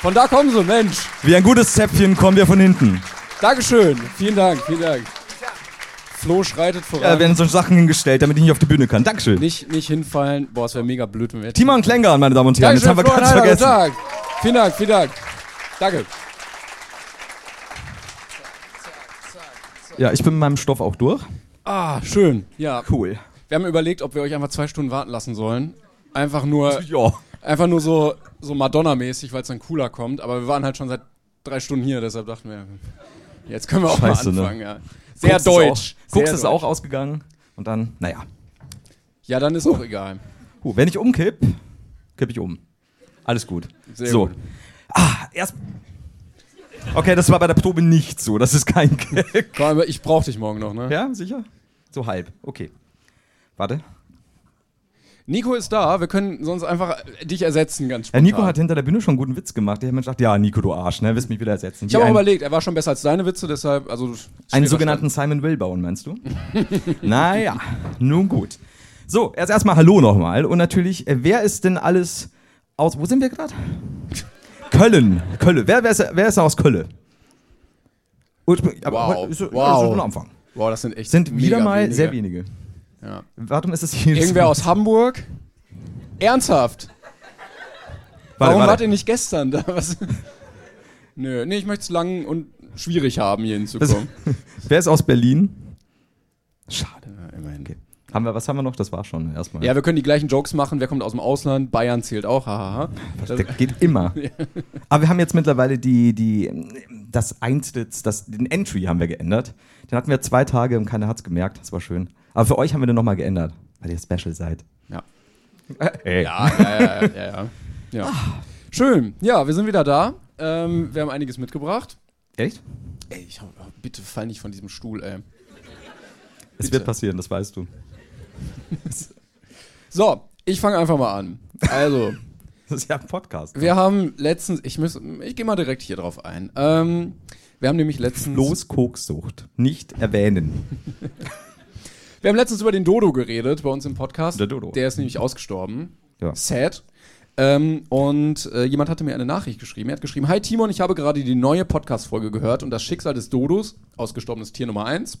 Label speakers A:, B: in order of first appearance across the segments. A: Von da kommen sie, Mensch.
B: Wie ein gutes Zäpfchen kommen wir von hinten.
A: Dankeschön. Vielen Dank, vielen Dank. Flo schreitet voran.
B: Ja, Äh, werden so Sachen hingestellt, damit ich nicht auf die Bühne kann. Dankeschön.
A: nicht, nicht hinfallen. Boah, es wäre mega blöd, wenn wir jetzt-
B: Timon Klengarn, meine Damen und Herren, das haben wir
A: Florian
B: ganz
A: Heider,
B: vergessen.
A: Guten Tag. Vielen Dank, vielen Dank. Danke.
B: Ja, ich bin mit meinem Stoff auch durch.
A: Ah, schön. Ja,
B: Cool.
A: wir haben überlegt, ob wir euch einfach zwei Stunden warten lassen sollen. Einfach nur,
B: Ja.
A: einfach nur so, so Madonna-mäßig, weil es dann cooler kommt. Aber wir waren halt schon seit drei Stunden hier, deshalb dachten wir, jetzt können wir auch
B: Scheiße,
A: mal
B: ne?
A: anfangen. Ja. Sehr
B: Koks
A: deutsch.
B: Ist auch, Koks
A: Sehr
B: ist
A: deutsch.
B: auch ausgegangen. Und dann, naja.
A: Ja, dann ist auch egal.
B: Puh, wenn ich umkipp, kipp ich um. Alles gut.
A: Sehr
B: so.
A: gut.
B: Ah, erst. Okay, das war bei der Probe nicht so. Das ist kein Gag.
A: Vor allem, ich brauch dich morgen noch, ne?
B: Ja, sicher? So halb. Okay. Warte.
A: Nico ist da, wir können sonst einfach äh, dich ersetzen, ganz
B: Ja,
A: spontan.
B: Nico hat hinter der Bühne schon einen guten Witz gemacht. Ich habe mir gedacht, ja, Nico, du Arsch, ne? Wirst mich wieder ersetzen.
A: Ich
B: Wie
A: habe auch
B: ein-
A: überlegt, er war schon besser als deine Witze, deshalb, also.
B: Einen sogenannten Simon Will bauen, meinst du? naja, nun gut. So, erst erstmal Hallo nochmal. Und natürlich, äh, wer ist denn alles aus. Wo sind wir gerade? Köln. Köln. Wer, wer, ist, wer ist aus Köln? Ursprünglich-
A: Wow,
B: heute Ist, wow.
A: wow.
B: Das ist schon ein Anfang.
A: Wow, das sind echt.
B: Sind wieder
A: mega
B: mal
A: wenige.
B: sehr wenige.
A: Ja.
B: Warum ist es hier?
A: Irgendwer aus Hamburg? Ernsthaft?
B: Warte,
A: Warum wart
B: warte.
A: ihr nicht gestern da? Was? Nö, nee, ich möchte es lang und schwierig haben, hier
B: Das,
A: hinzukommen.
B: wer ist aus Berlin? Schade.
A: Ja, immerhin.
B: Okay. Haben wir, was haben wir noch? Das war schon erstmal.
A: Ja, wir können die gleichen Jokes machen. Wer kommt aus dem Ausland? Bayern zählt auch, hahaha.
B: Der geht immer. Aber wir haben jetzt mittlerweile die, die, das Einstitz, das, den Entry haben wir geändert. Den hatten wir zwei Tage und keiner hat's gemerkt. Das war schön. Aber für euch haben wir den nochmal geändert, weil ihr special seid. Äh,
A: Ja. Ah,
B: Ey.
A: Äh, Ja, ja, ja, ja, ja. ja.
B: Ah.
A: Schön. Ja, wir sind wieder da. Ähm, wir haben einiges mitgebracht.
B: Echt?
A: Ey, ich, hau- oh, bitte fall nicht von diesem Stuhl, ey.
B: Es wird passieren, das weißt du.
A: So, ich fange einfach mal an. Also,
B: Das ist ja ein Podcast.
A: wir haben letztens, ich muss, ich gehe mal direkt hier drauf ein. Ähm, wir haben nämlich letztens,
B: Los Kokssucht. Nicht erwähnen.
A: wir haben letztens über den Dodo geredet bei uns im Podcast.
B: Der Dodo.
A: Der ist nämlich ausgestorben.
B: Ja.
A: Sad. Ähm, und äh, jemand hatte mir eine Nachricht geschrieben. Er hat geschrieben: Hi Timon, ich habe gerade die neue Podcast-Folge gehört und das Schicksal des Dodos, ausgestorbenes Tier Nummer 1,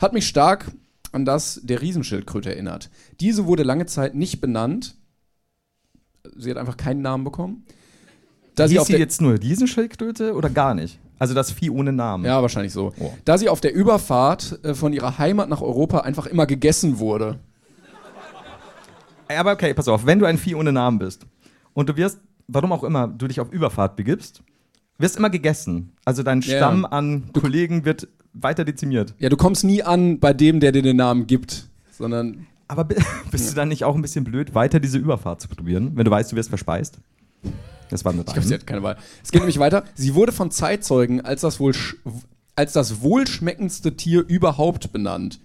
A: hat mich stark an das der Riesenschildkröte erinnert. Diese wurde lange Zeit nicht benannt. Sie hat einfach keinen Namen bekommen. Da
B: Hieß sie
A: der-
B: jetzt nur Riesenschildkröte oder gar nicht? Also das Vieh ohne Namen.
A: Ja, wahrscheinlich so.
B: Oh.
A: Da sie auf der Überfahrt äh, von ihrer Heimat nach Europa einfach immer gegessen wurde.
B: Aber okay, pass auf, wenn du ein Vieh ohne Namen bist und du wirst, warum auch immer, du dich auf Überfahrt begibst, wirst immer gegessen. Also dein
A: Ja,
B: Stamm
A: ja.
B: an Kollegen wird weiter dezimiert.
A: Ja, du kommst nie an bei dem, der dir den Namen gibt, sondern
B: Aber bi- bist du dann nicht auch ein bisschen blöd, weiter diese Überfahrt zu probieren, wenn du weißt, du wirst verspeist? Das war mit
A: Ich glaube, sie hat keine Wahl. Es geht nämlich weiter. Sie wurde von Zeitzeugen als das, wohl sch- als das wohlschmeckendste Tier überhaupt benannt.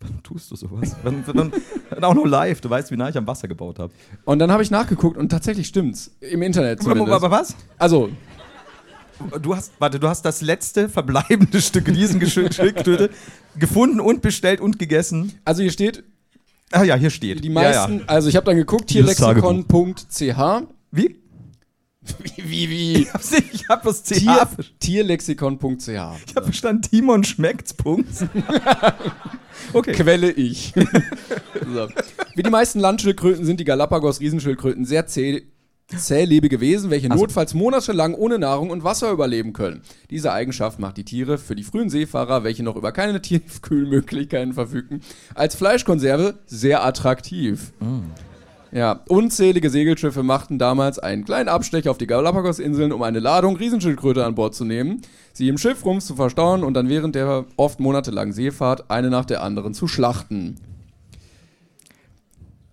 B: Wann tust du sowas? Wann, wann, wann auch nur live, du weißt, wie nah ich am Wasser gebaut habe.
A: Und dann habe ich nachgeguckt und tatsächlich stimmt's. Im Internet zumindest.
B: Aber was?
A: also,
B: Du hast, warte, du hast das letzte verbleibende Stück Riesengeschildkröte gefunden und bestellt und gegessen.
A: also hier steht,
B: Ah ja, hier steht.
A: die
B: Ja,
A: meisten,
B: Ja,
A: also ich habe dann geguckt, hier
B: Dieses Tagebuch.
A: lexikon.ch.
B: Wie?
A: Wie, wie?
B: Ich hab's nicht, ich hab das CH.
A: Tier,
B: verstanden.
A: Tierlexikon.ch.
B: Ich hab verstanden, Timon schmeckt's, Punkt. Okay.
A: Quelle ich. so. Wie die meisten Landschildkröten sind die Galapagos-Riesenschildkröten sehr zäh zählebige Wesen, welche notfalls monatelang ohne Nahrung und Wasser überleben können. Diese Eigenschaft macht die Tiere für die frühen Seefahrer, welche noch über keine Tiefkühlmöglichkeiten verfügen, als Fleischkonserve sehr attraktiv. Ja, unzählige Segelschiffe machten damals einen kleinen Abstecher auf die Galapagos-Inseln, um eine Ladung Riesenschildkröte an Bord zu nehmen, sie im Schiffrumpf zu verstauen und dann während der oft monatelangen Seefahrt eine nach der anderen zu schlachten.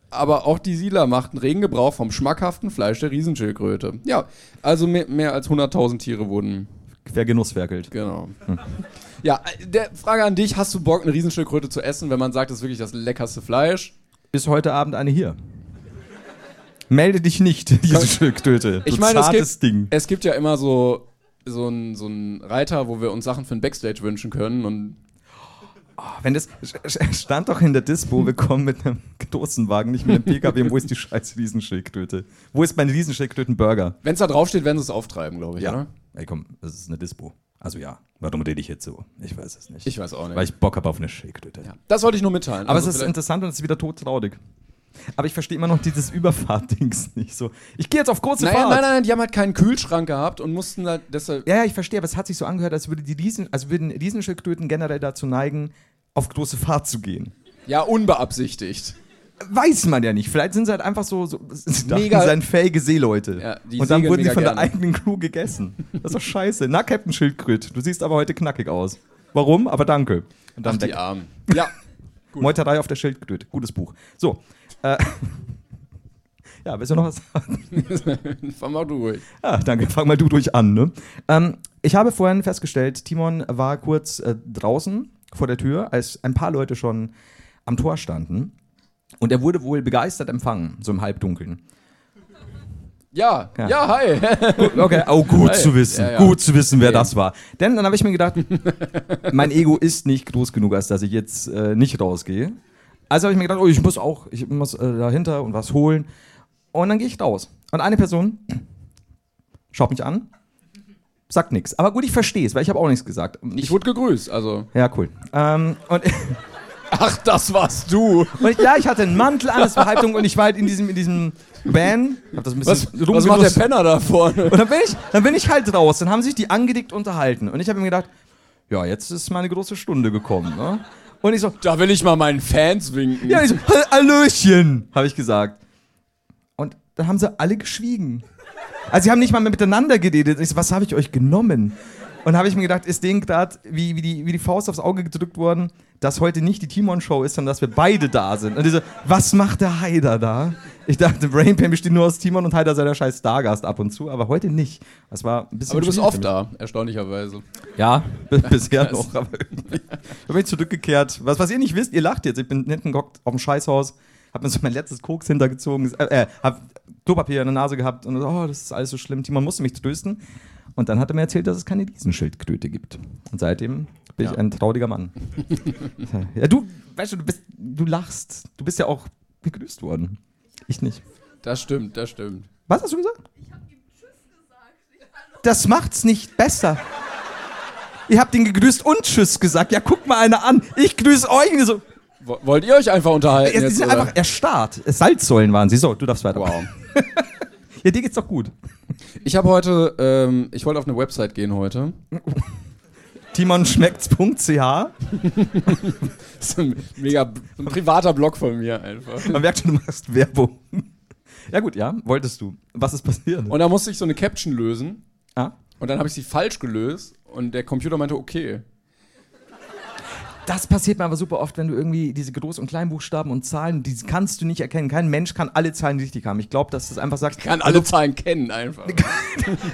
A: aber auch die Siedler machten regen Gebrauch vom schmackhaften Fleisch der Riesenschildkröte. Ja, also mehr, mehr als 100.000 Tiere wurden,
B: Vergenusswerkelt.
A: genau. Ja, äh, der Frage an dich, hast du Bock, eine Riesenschildkröte zu essen, wenn man sagt, das ist wirklich das leckerste Fleisch?
B: Bis heute Abend eine hier. Melde dich nicht, diese Schildkröte.
A: Ich
B: Du
A: meine, es
B: zartes
A: gibt,
B: Ding.
A: es gibt ja immer so, so einen so einen Reiter, wo wir uns Sachen für ein Backstage wünschen können und
B: Wenn das stand doch in der Dispo, wir kommen mit einem Dosenwagen, nicht mit einem PKW. Wo ist die scheiß Riesenschildkröte? Wo ist mein Riesenschildkrötenburger?
A: wenn es da draufsteht, werden sie es auftreiben, glaube ich, oder?
B: Ey, komm, das ist eine Dispo. Also ja. Warum rede ich jetzt so? Ich weiß es nicht.
A: Ich weiß auch nicht.
B: Weil ich Bock habe auf eine Schildkröte.
A: Ja. Das wollte ich nur mitteilen.
B: Aber
A: Also
B: es ist
A: vielleicht-
B: interessant und es ist wieder todtraurig. Aber ich verstehe immer noch dieses Überfahrt-Dings nicht so. Ich gehe jetzt auf große
A: Naja,
B: Fahrt.
A: nein, nein, nein, die haben halt keinen Kühlschrank gehabt und mussten da deshalb.
B: Ja, ja, ich verstehe, aber es hat sich so angehört, als, würde die Riesen, als würden Riesenschildkröten generell dazu neigen, auf große Fahrt zu gehen.
A: Ja, unbeabsichtigt.
B: Weiß man ja nicht. Vielleicht sind sie halt einfach so, so
A: Mega-
B: sind fähige Seeleute.
A: Ja, die
B: Und dann
A: segeln
B: wurden sie
A: mega
B: von der
A: gerne.
B: eigenen Crew gegessen. Das ist doch scheiße. Na, Captain Schildkröte, du siehst aber heute knackig aus. Warum? Aber danke. Und dann
A: Ach, die
B: weg.
A: Armen. Ja.
B: Meuterei auf der Schildkröte. Gutes Buch. So. Äh, ja, willst du noch was sagen?
A: Fahr mal du ruhig.
B: Ja, Ah, danke. Fang mal du durch an. Ne? Ähm, ich habe vorhin festgestellt, Timon war kurz äh, draußen vor der Tür, als ein paar Leute schon am Tor standen. Und er wurde wohl begeistert empfangen, so im Halbdunkeln.
A: Ja, ja,
B: Ja.
A: hi.
B: Okay, oh, gut zu wissen.
A: Ja, ja.
B: Gut zu wissen, wer
A: Okay.
B: das war. Denn dann habe ich mir gedacht, mein Ego ist nicht groß genug, als dass ich jetzt äh, nicht rausgehe. Also habe ich mir gedacht, oh, ich muss auch, ich muss äh, dahinter und was holen. Und dann gehe ich raus. Und eine Person schaut mich an, sagt nichts. Aber gut, ich verstehe es, weil ich habe auch nichts gesagt.
A: Ich wurde gegrüßt, also.
B: ja, cool. Ähm, und,
A: Ach, das warst du.
B: und ich, ja, ich hatte einen Mantel an, es war Halbdunkel und ich war halt in diesem, in diesem Van. Hab das ein
A: Was,
B: bisschen
A: was macht der
B: rumgenutzt.
A: Penner da vorne?
B: Und dann bin ich, dann bin ich halt raus. Dann haben sich die angedickt unterhalten. Und ich habe mir gedacht, ja, jetzt ist meine große Stunde gekommen. Ne? Und ich so,
A: Da will ich mal meinen Fans winken.
B: ja, ich so, "Hall- Hallöchen, habe ich gesagt. Und dann haben sie alle geschwiegen. Also sie haben nicht mal mehr miteinander geredet. Ich so, was habe ich euch genommen? Und habe ich mir gedacht, ist denen gerade wie, wie, die, wie die Faust aufs Auge gedrückt worden, dass heute nicht die Timon-Show ist, sondern dass wir beide da sind. Und diese, so, was macht der Haider da? Ich dachte, Brain Pain besteht nur aus Timon und Haider sei der scheiß Stargast ab und zu, aber heute nicht. Das war ein bisschen
A: Aber du bist
B: schwierig
A: oft
B: für mich.
A: da, erstaunlicherweise.
B: Ja, b- bisher noch. Aber irgendwie bin ich zurückgekehrt. Was, was ihr nicht wisst, ihr lacht jetzt. Ich bin hinten gehockt auf dem Scheißhaus, hab mir so mein letztes Koks hintergezogen, äh, äh, hab Klopapier in der Nase gehabt und so, oh, das ist alles so schlimm. Timon musste mich trösten. Und dann hat er mir erzählt, dass es keine Riesenschildkröte gibt. Und seitdem bin
A: Ja.
B: ich ein trauriger Mann. ja, du, weißt du, du, bist, du lachst. Du bist ja auch begrüßt worden. Ich nicht.
A: Das stimmt, das stimmt.
B: Was hast du gesagt? Ich hab ihm Tschüss gesagt. Das macht's nicht besser. Ihr habt ihn gegrüßt und Tschüss gesagt. Ja, guck mal einer an. Ich grüße euch. Und die So,
A: Wo- Wollt ihr euch einfach unterhalten?
B: ja, die
A: Jetzt,
B: sind
A: oder?
B: einfach erstarrt. Salzsäulen waren sie. So, du darfst weiter.
A: wow.
B: Ja, dir geht's doch gut.
A: Ich habe heute, ähm, ich wollte auf eine Website gehen heute.
B: Timonschmeckts.ch. Man
A: Das ist ein mega ein privater Blog von mir einfach.
B: merkt schon, du machst Werbung. Ja, gut, ja. Wolltest du. Was ist passiert? Ah?
A: Und da musste ich so eine Caption lösen
B: ja?
A: und dann habe ich sie falsch gelöst und der Computer meinte, okay.
B: Das passiert mir aber super oft, wenn du irgendwie diese Groß- und Kleinbuchstaben und Zahlen, die kannst du nicht erkennen. Kein Mensch kann alle Zahlen richtig haben. Ich glaube, dass du es einfach sagst.
A: Kann alle Zahlen kennen einfach.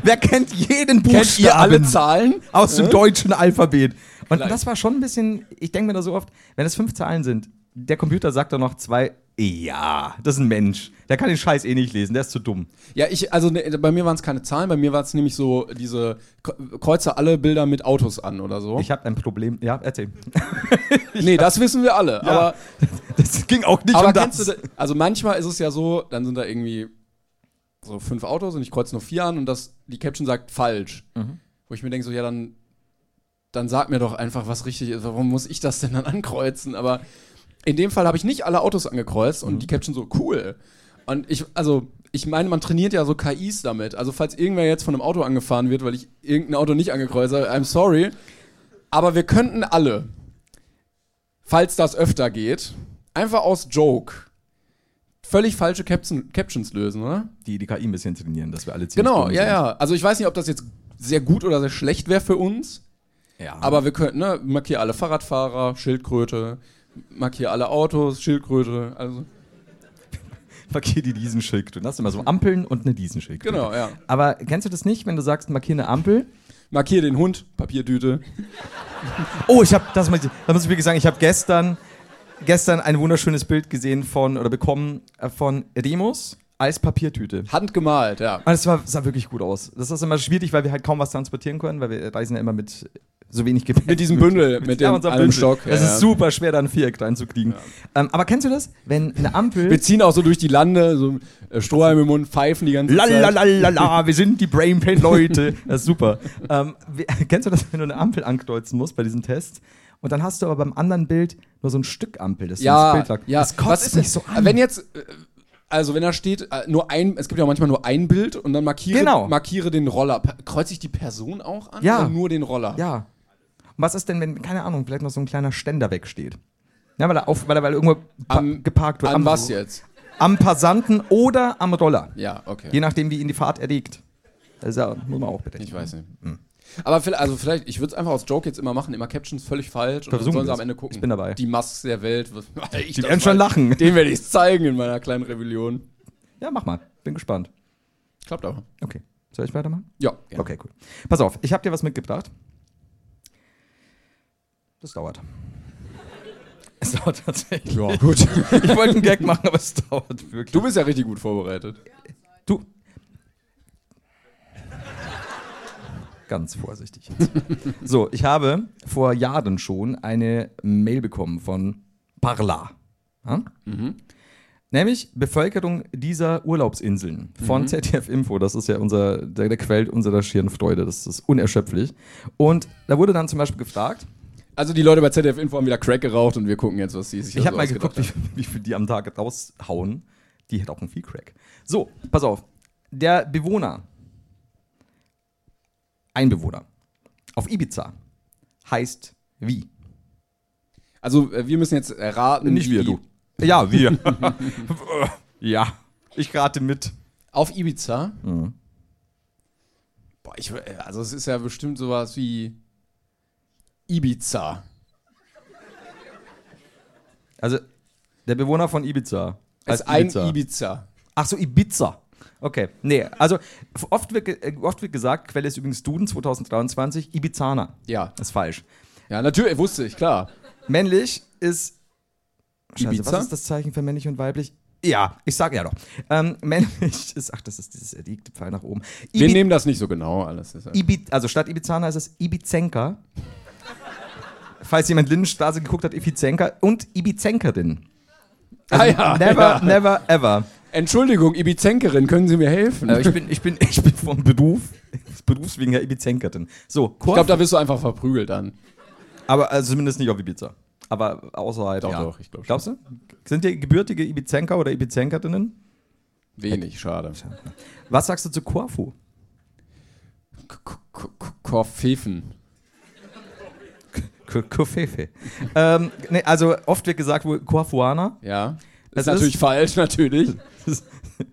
B: Wer kennt jeden Buchstaben?
A: Kennt ihr alle Zahlen?
B: aus dem deutschen Alphabet. Und
A: Gleich.
B: das war schon ein bisschen, ich denke mir da so oft, wenn es fünf Zahlen sind, der Computer sagt doch noch zwei, ja, das ist ein Mensch. Der kann den Scheiß eh nicht lesen, der ist zu dumm.
A: Ja, ich, also ne, bei mir waren es keine Zahlen, bei mir waren es nämlich so diese K- Kreuze alle Bilder mit Autos an oder so.
B: Ich habe ein Problem. Ja, erzähl.
A: nee, das wissen wir alle. Aber,
B: Das ging auch nicht
A: aber
B: um
A: kennst
B: das.
A: du, da- also manchmal ist es ja so, dann sind da irgendwie so fünf Autos und ich kreuze nur vier an und das, die Caption sagt falsch.
B: Mhm.
A: Wo ich mir denke, so, ja, dann, dann sag mir doch einfach, was richtig ist. Warum muss ich das denn dann ankreuzen? Aber in dem Fall habe ich nicht alle Autos angekreuzt
B: Mhm.
A: und die Caption so, cool. Und ich, also, ich meine, man trainiert ja so KIs damit. Also, falls irgendwer jetzt von einem Auto angefahren wird, weil ich irgendein Auto nicht angekreuzt habe, I'm sorry. Aber wir könnten alle, falls das öfter geht, einfach aus Joke völlig falsche Caption, Captions lösen, oder?
B: die, die KI ein bisschen trainieren, dass wir alle ziemlich
A: Genau,
B: dumm
A: ja,
B: sind.
A: ja. Also ich weiß nicht, ob das jetzt sehr gut oder sehr schlecht wäre für uns,
B: ja. Aber
A: aber wir könnten, ne, markier alle Fahrradfahrer, Schildkröte, markier alle Autos, Schildkröte, also.
B: markier die Diesenschildkröten. Hast du immer so Ampeln und eine Diesenschildkröte.
A: Genau, ja.
B: Aber kennst du das nicht, wenn du sagst, markier eine Ampel?
A: Markier den Hund, Papiertüte.
B: Oh, ich habe das muss ich- da muss ich wirklich sagen, ich habe gestern gestern ein wunderschönes Bild gesehen von oder bekommen äh, von Remus als Papiertüte.
A: Handgemalt, ja.
B: Und es war, sah wirklich gut aus. Das ist immer schwierig, weil wir halt kaum was transportieren können, weil wir reisen ja immer mit so wenig Gepäck.
A: Mit diesem Bündel, mit dem
B: unserem
A: einem Stock,
B: Es
A: ja,
B: ist
A: ja.
B: super schwer, da ein Viereck reinzukriegen. Ähm, aber kennst du das? Wenn eine Ampel.
A: Wir ziehen auch so durch die Lande, so äh, Strohhalm im Mund, pfeifen die ganze Zeit.
B: Lalalala, wir sind die Brain Pain Leute. Das ist super. Ähm, wie, kennst du das, wenn du eine Ampel ankreuzen musst bei diesem Test? Und dann hast du aber beim anderen Bild nur so ein Stück Ampel. Das
A: Ja,
B: ist Bild
A: ja.
B: Das kotzt
A: Was-
B: mich so an.
A: Wenn jetzt, äh, also wenn da steht, äh, nur ein, es gibt ja auch manchmal nur ein Bild und dann markiere,
B: Genau.
A: markiere den Roller. Pa- Kreuze ich die Person auch an?
B: Ja.
A: Oder nur den Roller?
B: ja. Und was ist denn, wenn, keine Ahnung, vielleicht noch so ein kleiner Ständer wegsteht? Ja, weil er, auf, weil er, weil er irgendwo pa-
A: Am-
B: geparkt wird.
A: An was jetzt?
B: Am Passanten oder am Roller.
A: Ja, okay.
B: Je nachdem, wie ihn die Fahrt erregt. Das ist ja, muss man auch bedenken.
A: Ich weiß nicht.
B: Hm.
A: Aber vielleicht, also vielleicht, ich würde es einfach aus Joke jetzt immer machen, immer Captions völlig falsch und
B: Versuchen
A: dann sollen sie
B: wir's.
A: am Ende gucken.
B: Ich bin dabei.
A: Die Masks der Welt. was- weil ich
B: Die
A: das
B: werden
A: weiß.
B: schon lachen.
A: Denen werde ich es zeigen in meiner kleinen Rebellion.
B: Ja, mach mal. Bin gespannt.
A: Klappt aber.
B: Okay. Soll ich weitermachen?
A: Ja. gerne.
B: Okay, cool. Pass auf, ich habe dir was mitgebracht. Das dauert. Es dauert tatsächlich. Ja, gut. Ich wollte einen Gag machen, aber es dauert wirklich.
A: Du bist ja richtig gut vorbereitet.
B: Du. Ganz vorsichtig jetzt. So, ich habe vor Jahren schon eine Mail bekommen von Parla. Ja? Nämlich Bevölkerung dieser Urlaubsinseln von ZDF Info. Das ist ja unser, der, der Quell unserer schieren Freude. Das ist unerschöpflich. Und da wurde dann zum Beispiel gefragt,
A: Also die Leute bei ZDF Info haben wieder Crack geraucht und wir gucken jetzt, was die sich da
B: ich habe
A: so
B: mal
A: ausgedacht
B: geguckt, wie, wie viel die am Tag raushauen. Die rauchen viel Crack. So, pass auf. Der Bewohner, ein Bewohner, auf Ibiza heißt wie?
A: haben. Also äh, wir müssen jetzt erraten. wie-
B: Ja, wir. ja, ich rate mit.
A: Auf Ibiza.
B: Mhm.
A: Boah, ich, wür- also es ist ja bestimmt sowas wie Ibiza.
B: Also, der Bewohner von Ibiza.
A: Als
B: heißt
A: ein Ibiza.
B: Ach so, Ibiza. Okay, nee, also f- oft wird, ge- äh, oft wird gesagt, Quelle ist übrigens Duden 2023, Ibizaner.
A: Ja.
B: Ist falsch.
A: Ja, natürlich, wusste ich, klar.
B: Männlich ist. Scheiße,
A: Ibiza?
B: Also, was ist das Zeichen für männlich und weiblich? Ja, ich sag ja doch. Ähm, männlich ist. Ach, das ist dieses erliegte Pfeil nach oben.
A: Wir
B: Ibi-
A: nehmen das nicht so genau alles. Das ist ja-
B: Ibi also statt Ibizaner ist es Ibizenka. Falls jemand Lindenstraße geguckt hat, Ibizenka und Ibizenkerin.
A: Ah ja,
B: Never, never, ever.
A: Entschuldigung, Ibizenkerin, können Sie mir helfen?
B: Äh, ich, bin, ich, bin, ich bin vom Beruf, berufswegen her Ibizenkerin. So,
A: ich
B: kurz.
A: glaube, da wirst du einfach verprügelt dann.
B: aber also zumindest nicht auf Ibiza. Aber außerhalb.
A: Doch,
B: ja.
A: doch, ich glaub schon.
B: Glaubst du? Sind die gebürtige Ibizenker oder Ibizenkerinnen?
A: Wenig, schade.
B: Was sagst du zu Korfu?
A: K- K- K- Korfefen.
B: K- Kofefe. ähm, nee, also oft wird gesagt, wo- Korfuaner.
A: Ja.
B: Das
A: ist natürlich falsch, natürlich.
B: ist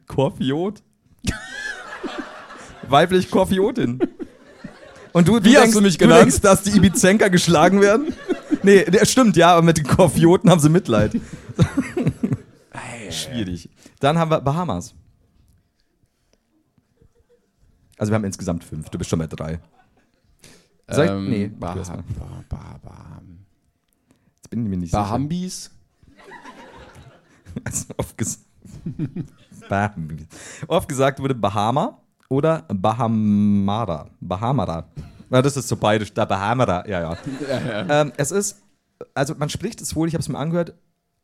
B: Korfiot. Weiblich Korfiotin. Und du, du,
A: Wie hast
B: denkst,
A: du mich
B: du
A: genannt?
B: denkst, dass die Ibizenker geschlagen werden? Nee, der stimmt, ja, aber mit den Korfioten haben sie Mitleid. Schwierig. Dann haben wir Bahamas. Also wir haben insgesamt fünf, du bist schon bei drei. Soll ich-
A: Ähm,
B: nee,
A: bah,
B: du hast
A: bah,
B: mal.
A: bah, bah.
B: Jetzt bin ich mir nicht
A: Bahambis?
B: Also oft, ges Baham- oft gesagt wurde Bahama oder Bahamara. Bahamara. Ja, das ist so beides. Da Bahamara, ja, ja. Ähm, es ist, also man spricht es wohl, ich habe es mir angehört,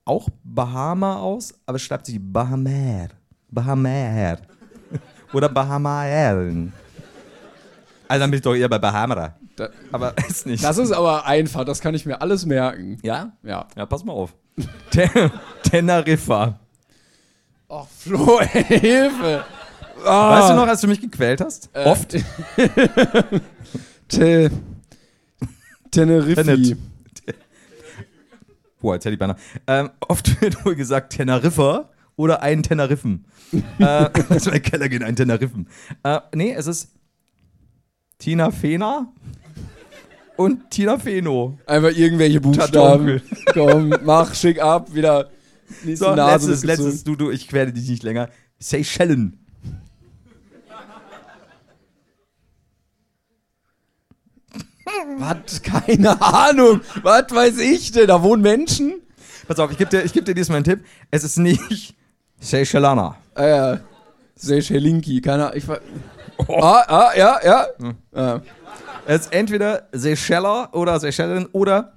B: auch Bahama aus, aber es schreibt sich Bahamer. Bahamer. Oder Bahamaern. Also dann bin ich doch eher bei Bahamara.
A: Da,
B: Aber ist nicht.
A: das ist aber einfach, das kann ich mir alles merken.
B: ja?
A: Ja.
B: Ja, pass mal auf. Ten Teneriffa.
A: Ach, Oh, Flo, ey, Hilfe! Ah.
B: Weißt du noch, als du mich gequält hast? Oft.
A: Äh, Te Teneriffi.
B: Tenet. Boah, jetzt hätte ich beinahe. Ähm, oft wird wohl gesagt Teneriffa oder ein Teneriffen. äh, zwei Keller gehen ein Teneriffen. Äh, nee, es ist Tina Fena und Tina Feno.
A: Einfach irgendwelche Buchstaben. Komm, mach, schick ab, wieder Nächste
B: So,
A: Nase
B: letztes,
A: mitgezogen.
B: letztes, du, du, ich quäle dich nicht länger. Seychellen.
A: Was? Keine Ahnung. Was weiß ich denn? Da wohnen Menschen?
B: Pass auf, ich gebe dir, ich geb dir diesmal einen Tipp. Es ist nicht Seychellaner.
A: Äh, Seychellinki, keine Ahnung. Ich ver-
B: Oh.
A: Ah, ah, ja, ja.
B: Hm.
A: Ah.
B: Es ist entweder Seycheller oder Seychellen oder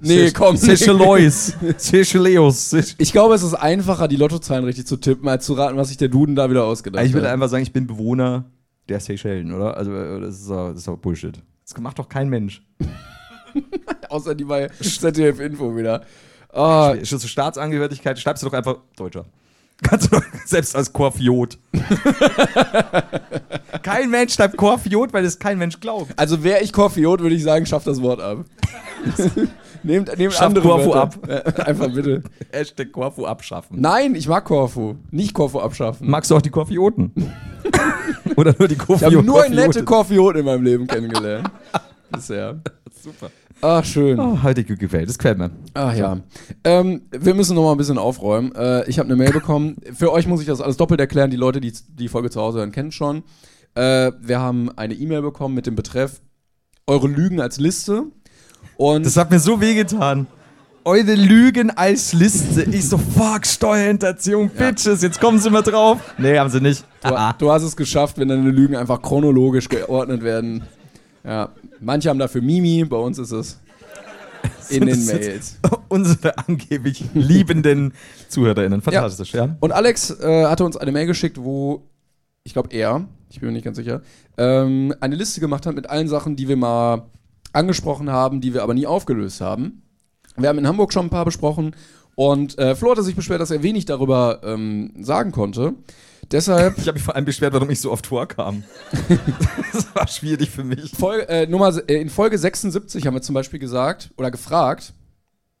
A: Nee, komm.
B: Seychellois. Seychelleus. Seychell-
A: Ich glaube, es ist einfacher, die Lottozahlen richtig zu tippen, als zu raten, was sich der Duden da wieder ausgedacht
B: Also Ich würde
A: hat.
B: einfach sagen, ich bin Bewohner der Seychellen, oder? Also, äh, das ist doch, das ist doch Bullshit. Das macht doch kein Mensch.
A: Außer die bei ZDF Info wieder. Ah,
B: Schon zur Staatsangehörigkeit schreibst du doch einfach Deutscher. Kannst du doch selbst als Korfiot. kein Mensch schreibt Korfiot, weil es kein Mensch glaubt.
A: also wäre ich Korfiot, würde ich sagen, schafft das Wort ab. nehmt nehmt
B: Schafft
A: andere
B: Korfu
A: Wörter. ab. einfach bitte.
B: Hashtag Korfu abschaffen.
A: Nein, ich mag Korfu. Nicht Korfu abschaffen.
B: Magst du auch die Korfioten? oder nur die
A: Ich
B: Korfioten?
A: habe nur einen nette Korfioten in meinem Leben kennengelernt. Bisher.
B: Super.
A: Ach, schön.
B: Oh, heute gut gefällt. Das gefällt mir.
A: Ach ja. Ähm, wir müssen noch mal ein bisschen aufräumen. Äh, ich habe eine Mail bekommen. Für euch muss ich das alles doppelt erklären. Die Leute, die die Folge zu Hause hören, kennen schon. Äh, wir haben eine E-Mail bekommen mit dem Betreff eure Lügen als Liste. Und
B: Das hat mir so wehgetan. Eure Lügen als Liste. Ich so, fuck, Steuerhinterziehung, Bitches, jetzt kommen sie mal drauf. Nee, haben sie nicht.
A: du, du hast es geschafft, wenn deine Lügen einfach chronologisch geordnet werden. Ja. Manche haben dafür Mimi, bei uns ist es in den
B: Das ist
A: Mails.
B: Unsere angeblich liebenden ZuhörerInnen. Fantastisch, ja.
A: Und Alex äh, hatte uns eine Mail geschickt, wo ich glaube er, ich bin mir nicht ganz sicher, ähm, eine Liste gemacht hat mit allen Sachen, die wir mal angesprochen haben, die wir aber nie aufgelöst haben. Wir haben in Hamburg schon ein paar besprochen und äh, Flo hatte sich beschwert, dass er wenig darüber ähm, sagen konnte. Deshalb
B: Ich habe mich vor allem beschwert, warum ich so oft vorkam. das war schwierig für mich.
A: Fol äh, Nummer, se- äh, in Folge 76 haben wir zum Beispiel gesagt oder gefragt,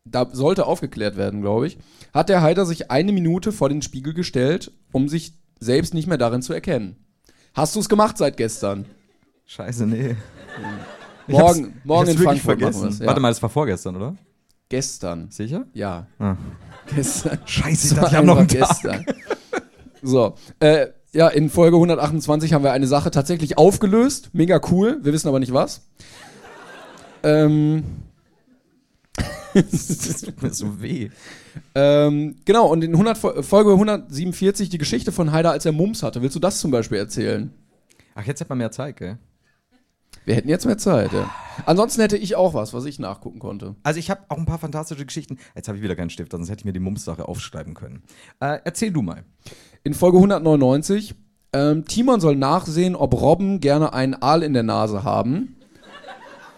A: da sollte aufgeklärt werden, glaube ich, hat der Heider sich eine Minute vor den Spiegel gestellt, um sich selbst nicht mehr darin zu erkennen. Hast du es gemacht seit gestern?
B: Scheiße, nee. Ich hab's-
A: Morgen, morgen in
B: ich hab's wirklich
A: Frankfurt
B: vergessen.
A: machen wir's, ja.
B: Warte mal, das war vorgestern, oder?
A: Gestern.
B: Sicher?
A: Ja.
B: Ah.
A: Gestern.
B: Scheiße,
A: Das
B: ich dachte, ich
A: war
B: habe noch einen
A: einfach
B: Tag.
A: So, äh, ja, in Folge 128 haben wir eine Sache tatsächlich aufgelöst. Mega cool. Wir wissen aber nicht was. ähm,
B: Das tut mir so weh.
A: Ähm, genau, und in 100, Fol- Folge 147 die Geschichte von Haider, als er Mums hatte. Willst du das zum Beispiel erzählen?
B: Ach, jetzt hat man mehr Zeit, gell?
A: Wir hätten jetzt mehr Zeit, ja. Ansonsten hätte ich auch was, was ich nachgucken konnte.
B: Also ich habe auch ein paar fantastische Geschichten. Jetzt habe ich wieder keinen Stift, sonst hätte ich mir die Mums-Sache aufschreiben können. Äh, erzähl du mal.
A: In Folge 199, ähm, Timon soll nachsehen, ob Robben gerne einen Aal in der Nase haben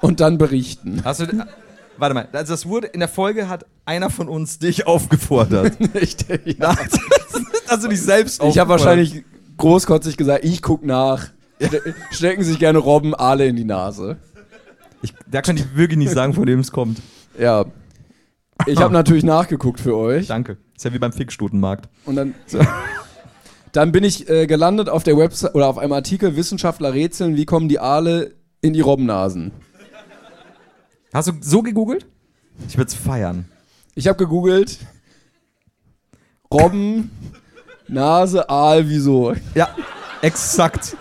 A: und dann berichten.
B: Hast du, äh, warte mal, also das wurde in der Folge hat einer von uns dich aufgefordert.
A: ich
B: Na, Hast du dich selbst
A: ich
B: aufgefordert.
A: habe wahrscheinlich großkotzig gesagt, ich guck nach. Ste- Stecken sich gerne Robben Aale in die Nase.
B: Ich, da kann ich wirklich nicht sagen, von wem es kommt.
A: Ja. Ich habe natürlich nachgeguckt für euch.
B: Danke. Ist ja wie beim Fickstutenmarkt.
A: Und dann, dann bin ich äh, gelandet auf der Website oder auf einem Artikel Wissenschaftler rätseln, wie kommen die Aale in die Robbennasen.
B: Hast du so gegoogelt? Ich würde es feiern.
A: Ich habe gegoogelt Robben Nase Aal wieso
B: Ja, exakt.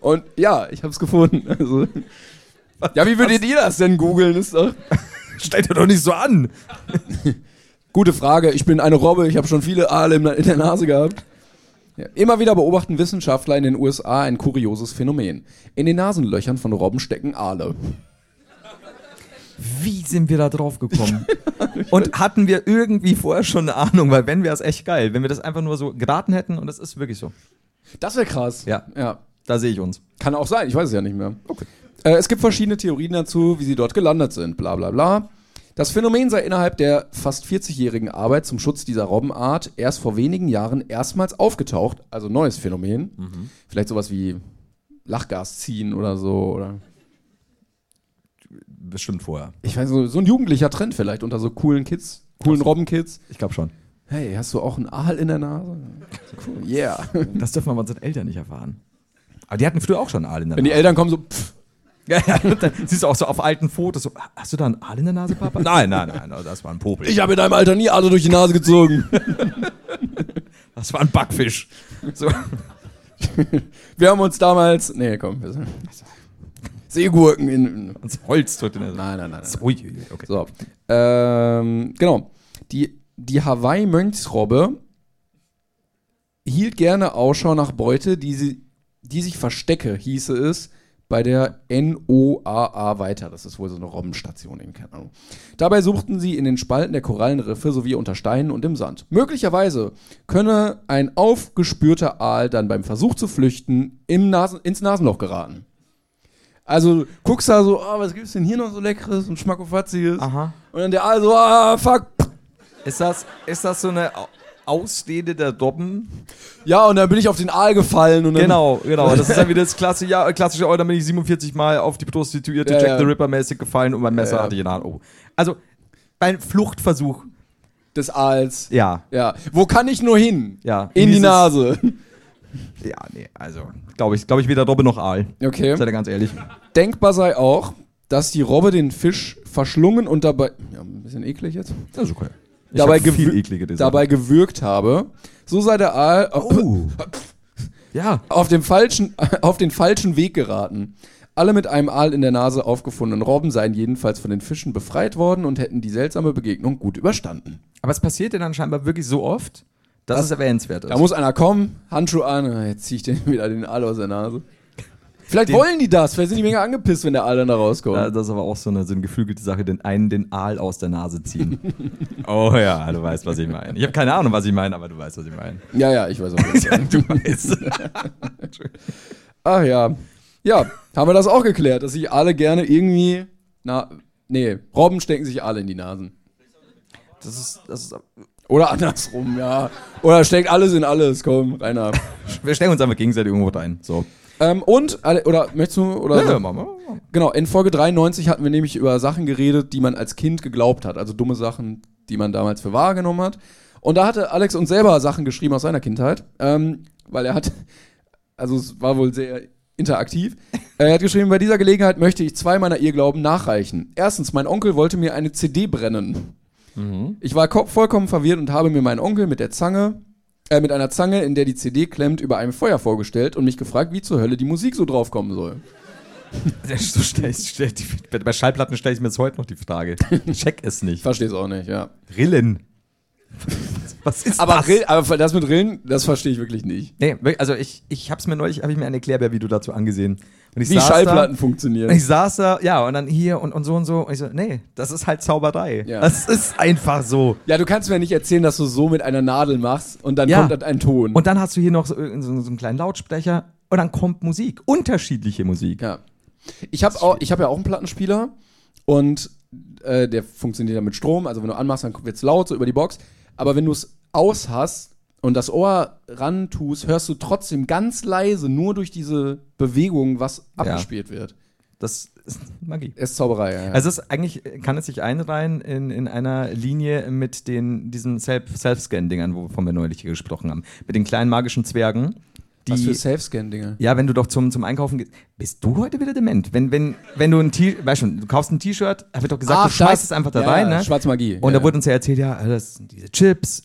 A: und ja, ich habe es gefunden. Also, ja, wie würdet ihr das denn googeln? Ist doch
B: Stell dir doch nicht so an.
A: gute Frage. Ich bin eine Robbe. Ich habe schon viele Aale im- in der Nase gehabt. Ja. Immer wieder beobachten Wissenschaftler in den USA ein kurioses Phänomen. In den Nasenlöchern von Robben stecken Aale.
B: Wie sind wir da drauf gekommen? und hatten wir irgendwie vorher schon eine Ahnung, weil wenn wäre es echt geil, wenn wir das einfach nur so geraten hätten und das ist wirklich so.
A: Das wäre krass.
B: Ja.
A: ja.
B: Da sehe ich uns.
A: Kann auch sein, ich weiß es ja nicht mehr. Äh, es gibt verschiedene Theorien dazu, wie sie dort gelandet sind, bla bla bla. Das Phänomen sei innerhalb der fast 40-jährigen Arbeit zum Schutz dieser Robbenart erst vor wenigen Jahren erstmals aufgetaucht, also neues Phänomen. Vielleicht sowas wie Lachgas ziehen oder so. Oder
B: Bestimmt vorher.
A: ich weiß, so, so ein jugendlicher Trend vielleicht unter so coolen Kids, coolen Robbenkids.
B: Ich glaube schon.
A: Hey, hast du auch einen Aal in der Nase? Cool. Yeah.
B: Das dürfen wir bei unseren Eltern nicht erfahren. Aber die hatten früher auch schon Aal in der
A: Wenn die
B: Nase.
A: Eltern kommen, so, pff,
B: Ja, ja, und dann siehst du auch so auf alten Fotos so, hast du da einen Aal in der Nase, Papa? Nein, nein, nein, also das war ein Popel.
A: Ich habe in deinem Alter nie alle durch die Nase gezogen.
B: Das war ein Backfisch. So.
A: Wir haben uns damals. Nee, komm. wir sind- Seegurken in.
B: Ans Holz tut in der
A: Nein, nein, nein. nein.
B: So, ui, ui, ui, okay.
A: So. Ähm, genau. Die, die Hawaii-Mönchsrobbe hielt gerne Ausschau nach Beute, die, sie, die sich verstecke, hieße es, bei der NOAA weiter. Das ist wohl so eine Robbenstation, eben keine Ahnung. Dabei suchten sie in den Spalten der Korallenriffe sowie unter Steinen und im Sand. Möglicherweise könne ein aufgespürter Aal dann beim Versuch zu flüchten im Nasen, ins Nasenloch geraten. Also guckst da so, ah, was gibt's denn hier noch so leckeres und schmackofatziges?
B: Aha.
A: Und dann der Aal so, ah, fuck.
B: Ist das, ist das so eine Au- Ausdehne der Dobben?
A: Ja, und dann bin ich auf den Aal gefallen und dann
B: Genau, genau. Das ist ja wieder das klassische, ja, klassische, oh, dann bin ich 47 Mal auf die Prostituierte
A: Ja,
B: Jack
A: ja.
B: the Ripper mäßig gefallen und mein Messer
A: Ja, ja.
B: hatte ich in der Hand. Oh. Also, ein Fluchtversuch,
A: des Aals.
B: ja.
A: Ja. Wo kann ich nur hin?
B: Ja.
A: In die
B: Dieses-
A: Nase.
B: Ja, nee, also, glaube ich, glaube ich weder Dobbe noch Aal.
A: Okay.
B: Seid ihr ganz ehrlich.
A: Denkbar sei auch, dass die Robbe den Fisch verschlungen und dabei. Ja, ein bisschen eklig jetzt.
B: Das ist okay. Ich
A: dabei,
B: hab viel
A: gewir-
B: eklige Design.
A: dabei gewürgt habe. So sei der Aal
B: Oh. Ja.
A: auf, dem falschen, auf den falschen Weg geraten. Alle mit einem Aal in der Nase aufgefundenen Robben seien jedenfalls von den Fischen befreit worden und hätten die seltsame Begegnung gut überstanden.
B: Aber es passiert ja dann scheinbar wirklich so oft, dass es erwähnenswert ist.
A: Da muss einer kommen, Handschuh an, ah, jetzt zieh ich den wieder den Aal aus der Nase. Vielleicht wollen die das, vielleicht sind die mega angepisst, wenn der Aal dann da rauskommt.
B: Da- das ist aber auch so eine, so eine geflügelte Sache, den einen den Aal aus der Nase ziehen. oh ja, du weißt, was ich meine. Ich habe keine Ahnung, was ich meine, aber du weißt, was ich meine.
A: ja, ja, ich weiß auch nicht.
B: du weißt.
A: Ach ja. Ja, haben wir das auch geklärt, dass sich alle gerne irgendwie. Na, nee, Robben stecken sich alle in die Nasen.
B: Das ist, das ist,
A: Oder andersrum, ja. Oder steckt alles in alles, komm, Rainer.
B: wir stellen uns einfach gegenseitig irgendwo rein. So.
A: ähm, und, alle- oder möchtest du, oder?
B: Ja, machen wir.
A: Genau, in Folge 93 hatten wir nämlich über Sachen geredet, die man als Kind geglaubt hat. Also dumme Sachen, die man damals für wahr genommen hat. Und da hatte Alex uns selber Sachen geschrieben aus seiner Kindheit, ähm, weil er hat, also es war wohl sehr interaktiv. Er hat geschrieben, bei dieser Gelegenheit möchte ich zwei meiner Irrglauben nachreichen. Erstens, mein Onkel wollte mir eine CD brennen. Ich war ko- vollkommen verwirrt und habe mir meinen Onkel mit der Zange, äh, mit einer Zange, in der die CD klemmt, über einem Feuer vorgestellt und mich gefragt, wie zur Hölle die Musik so draufkommen soll.
B: So stell ich, stell die, bei Schallplatten stelle ich mir jetzt heute noch die Frage. Check es
A: Ich
B: nicht.
A: verstehe es auch nicht, ja.
B: Rillen. Was ist
A: Aber,
B: das?
A: Rill, aber das mit Rillen, das verstehe ich wirklich nicht.
B: Nee, wirklich, also ich, ich hab's mir neulich, habe ich mir ein Erklärbär-Video dazu angesehen. Und ich
A: Wie
B: saß
A: Schallplatten
B: Da, und
A: funktionieren.
B: ich saß da, ja, und dann hier und, und so und so. Und ich so, nee, das ist halt Zauberei.
A: Ja.
B: Das ist einfach so.
A: Ja, du kannst mir nicht erzählen, dass du so mit einer Nadel machst und dann
B: Ja.
A: kommt dann ein Ton.
B: Und dann hast du hier noch so, irgend so, so einen kleinen Lautsprecher und dann kommt Musik. Unterschiedliche Musik.
A: ja. Ich habe hab ja auch einen Plattenspieler und äh, der funktioniert dann mit Strom. Also wenn du anmachst, dann wird's laut, so über die Box. Aber wenn du es aus hast und das Ohr ran tust, hörst du trotzdem ganz leise nur durch diese Bewegung, was abgespielt wird.
B: Das ist Magie.
A: Es ist Zauberei, ja. ja.
B: Also es ist eigentlich kann es sich einreihen in, in einer Linie mit den diesen Self- Self-Scan-Dingern, wovon wir neulich hier gesprochen haben. Mit den kleinen magischen Zwergen,
A: was für
B: die.
A: Self-Scan-Dinge.
B: Ja, wenn du doch zum, zum Einkaufen gehst. Bist du heute wieder dement? Wenn, wenn, wenn du ein T-Shirt, weißt schon, du kaufst ein T-Shirt, hab ich doch gesagt, du schmeißt es einfach da
A: ja,
B: rein,
A: ja,
B: ne?
A: Schwarze Magie.
B: Und
A: ja,
B: da wurde uns ja erzählt, ja, das sind diese Chips.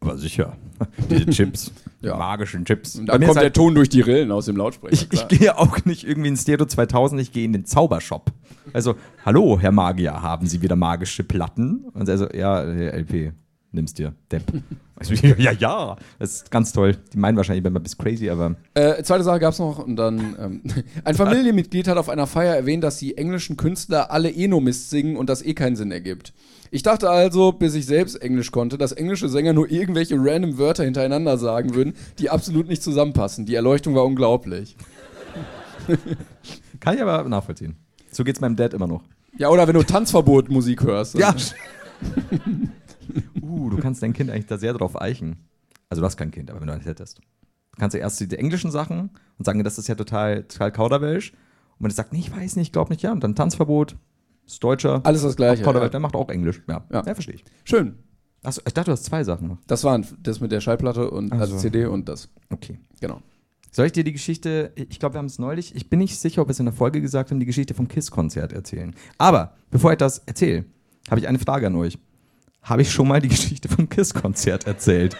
B: Aber sicher. Diese Chips.
A: Ja.
B: Magischen Chips.
A: Und dann kommt der halt Ton durch die Rillen aus dem Lautsprecher.
B: halt Ich gehe auch nicht irgendwie in Stereo 2000, ich gehe in den Zaubershop. Also, hallo, Herr Magier, haben Sie wieder magische Platten? Und er so, ja, äh, LP, nimm's dir, Depp. Also, ja, ja, das ist ganz toll. Die meinen wahrscheinlich immer ein bisschen crazy, aber
A: Äh, zweite Sache gab's noch und dann ähm, ein Familienmitglied hat auf einer Feier erwähnt, dass die englischen Künstler alle Enomist singen und das eh keinen Sinn ergibt. Ich dachte also, bis ich selbst Englisch konnte, dass englische Sänger nur irgendwelche random Wörter hintereinander sagen würden, die absolut nicht zusammenpassen. Die Erleuchtung war unglaublich.
B: kann ich aber nachvollziehen. So geht's meinem Dad immer noch.
A: Ja, oder wenn du Tanzverbot Musik hörst. dann-
B: uh, du kannst dein Kind eigentlich da sehr drauf eichen. Also, du hast kein Kind, aber wenn du eins hättest. Du kannst ja erst die englischen Sachen und sagen, das ist ja total, total kauderwelsch. Und wenn es sagt, nee, ich weiß nicht, glaub nicht, ja, und dann Tanzverbot, ist Deutscher.
A: Alles das Gleiche.
B: Kauderwelsch,
A: ja.
B: der macht auch Englisch. Ja,
A: Ja.
B: ja. verstehe ich.
A: Schön.
B: Achso, ich dachte, du hast zwei Sachen noch.
A: Das waren das mit der Schallplatte und also
B: so.
A: CD und das.
B: Okay.
A: Genau.
B: Soll ich dir die Geschichte, ich glaube, wir haben es neulich, ich bin nicht sicher, ob wir es in der Folge gesagt haben, die Geschichte vom KISS-Konzert erzählen. Aber bevor ich das erzähle, habe ich eine Frage an euch. Habe ich schon mal die Geschichte vom KISS-Konzert erzählt?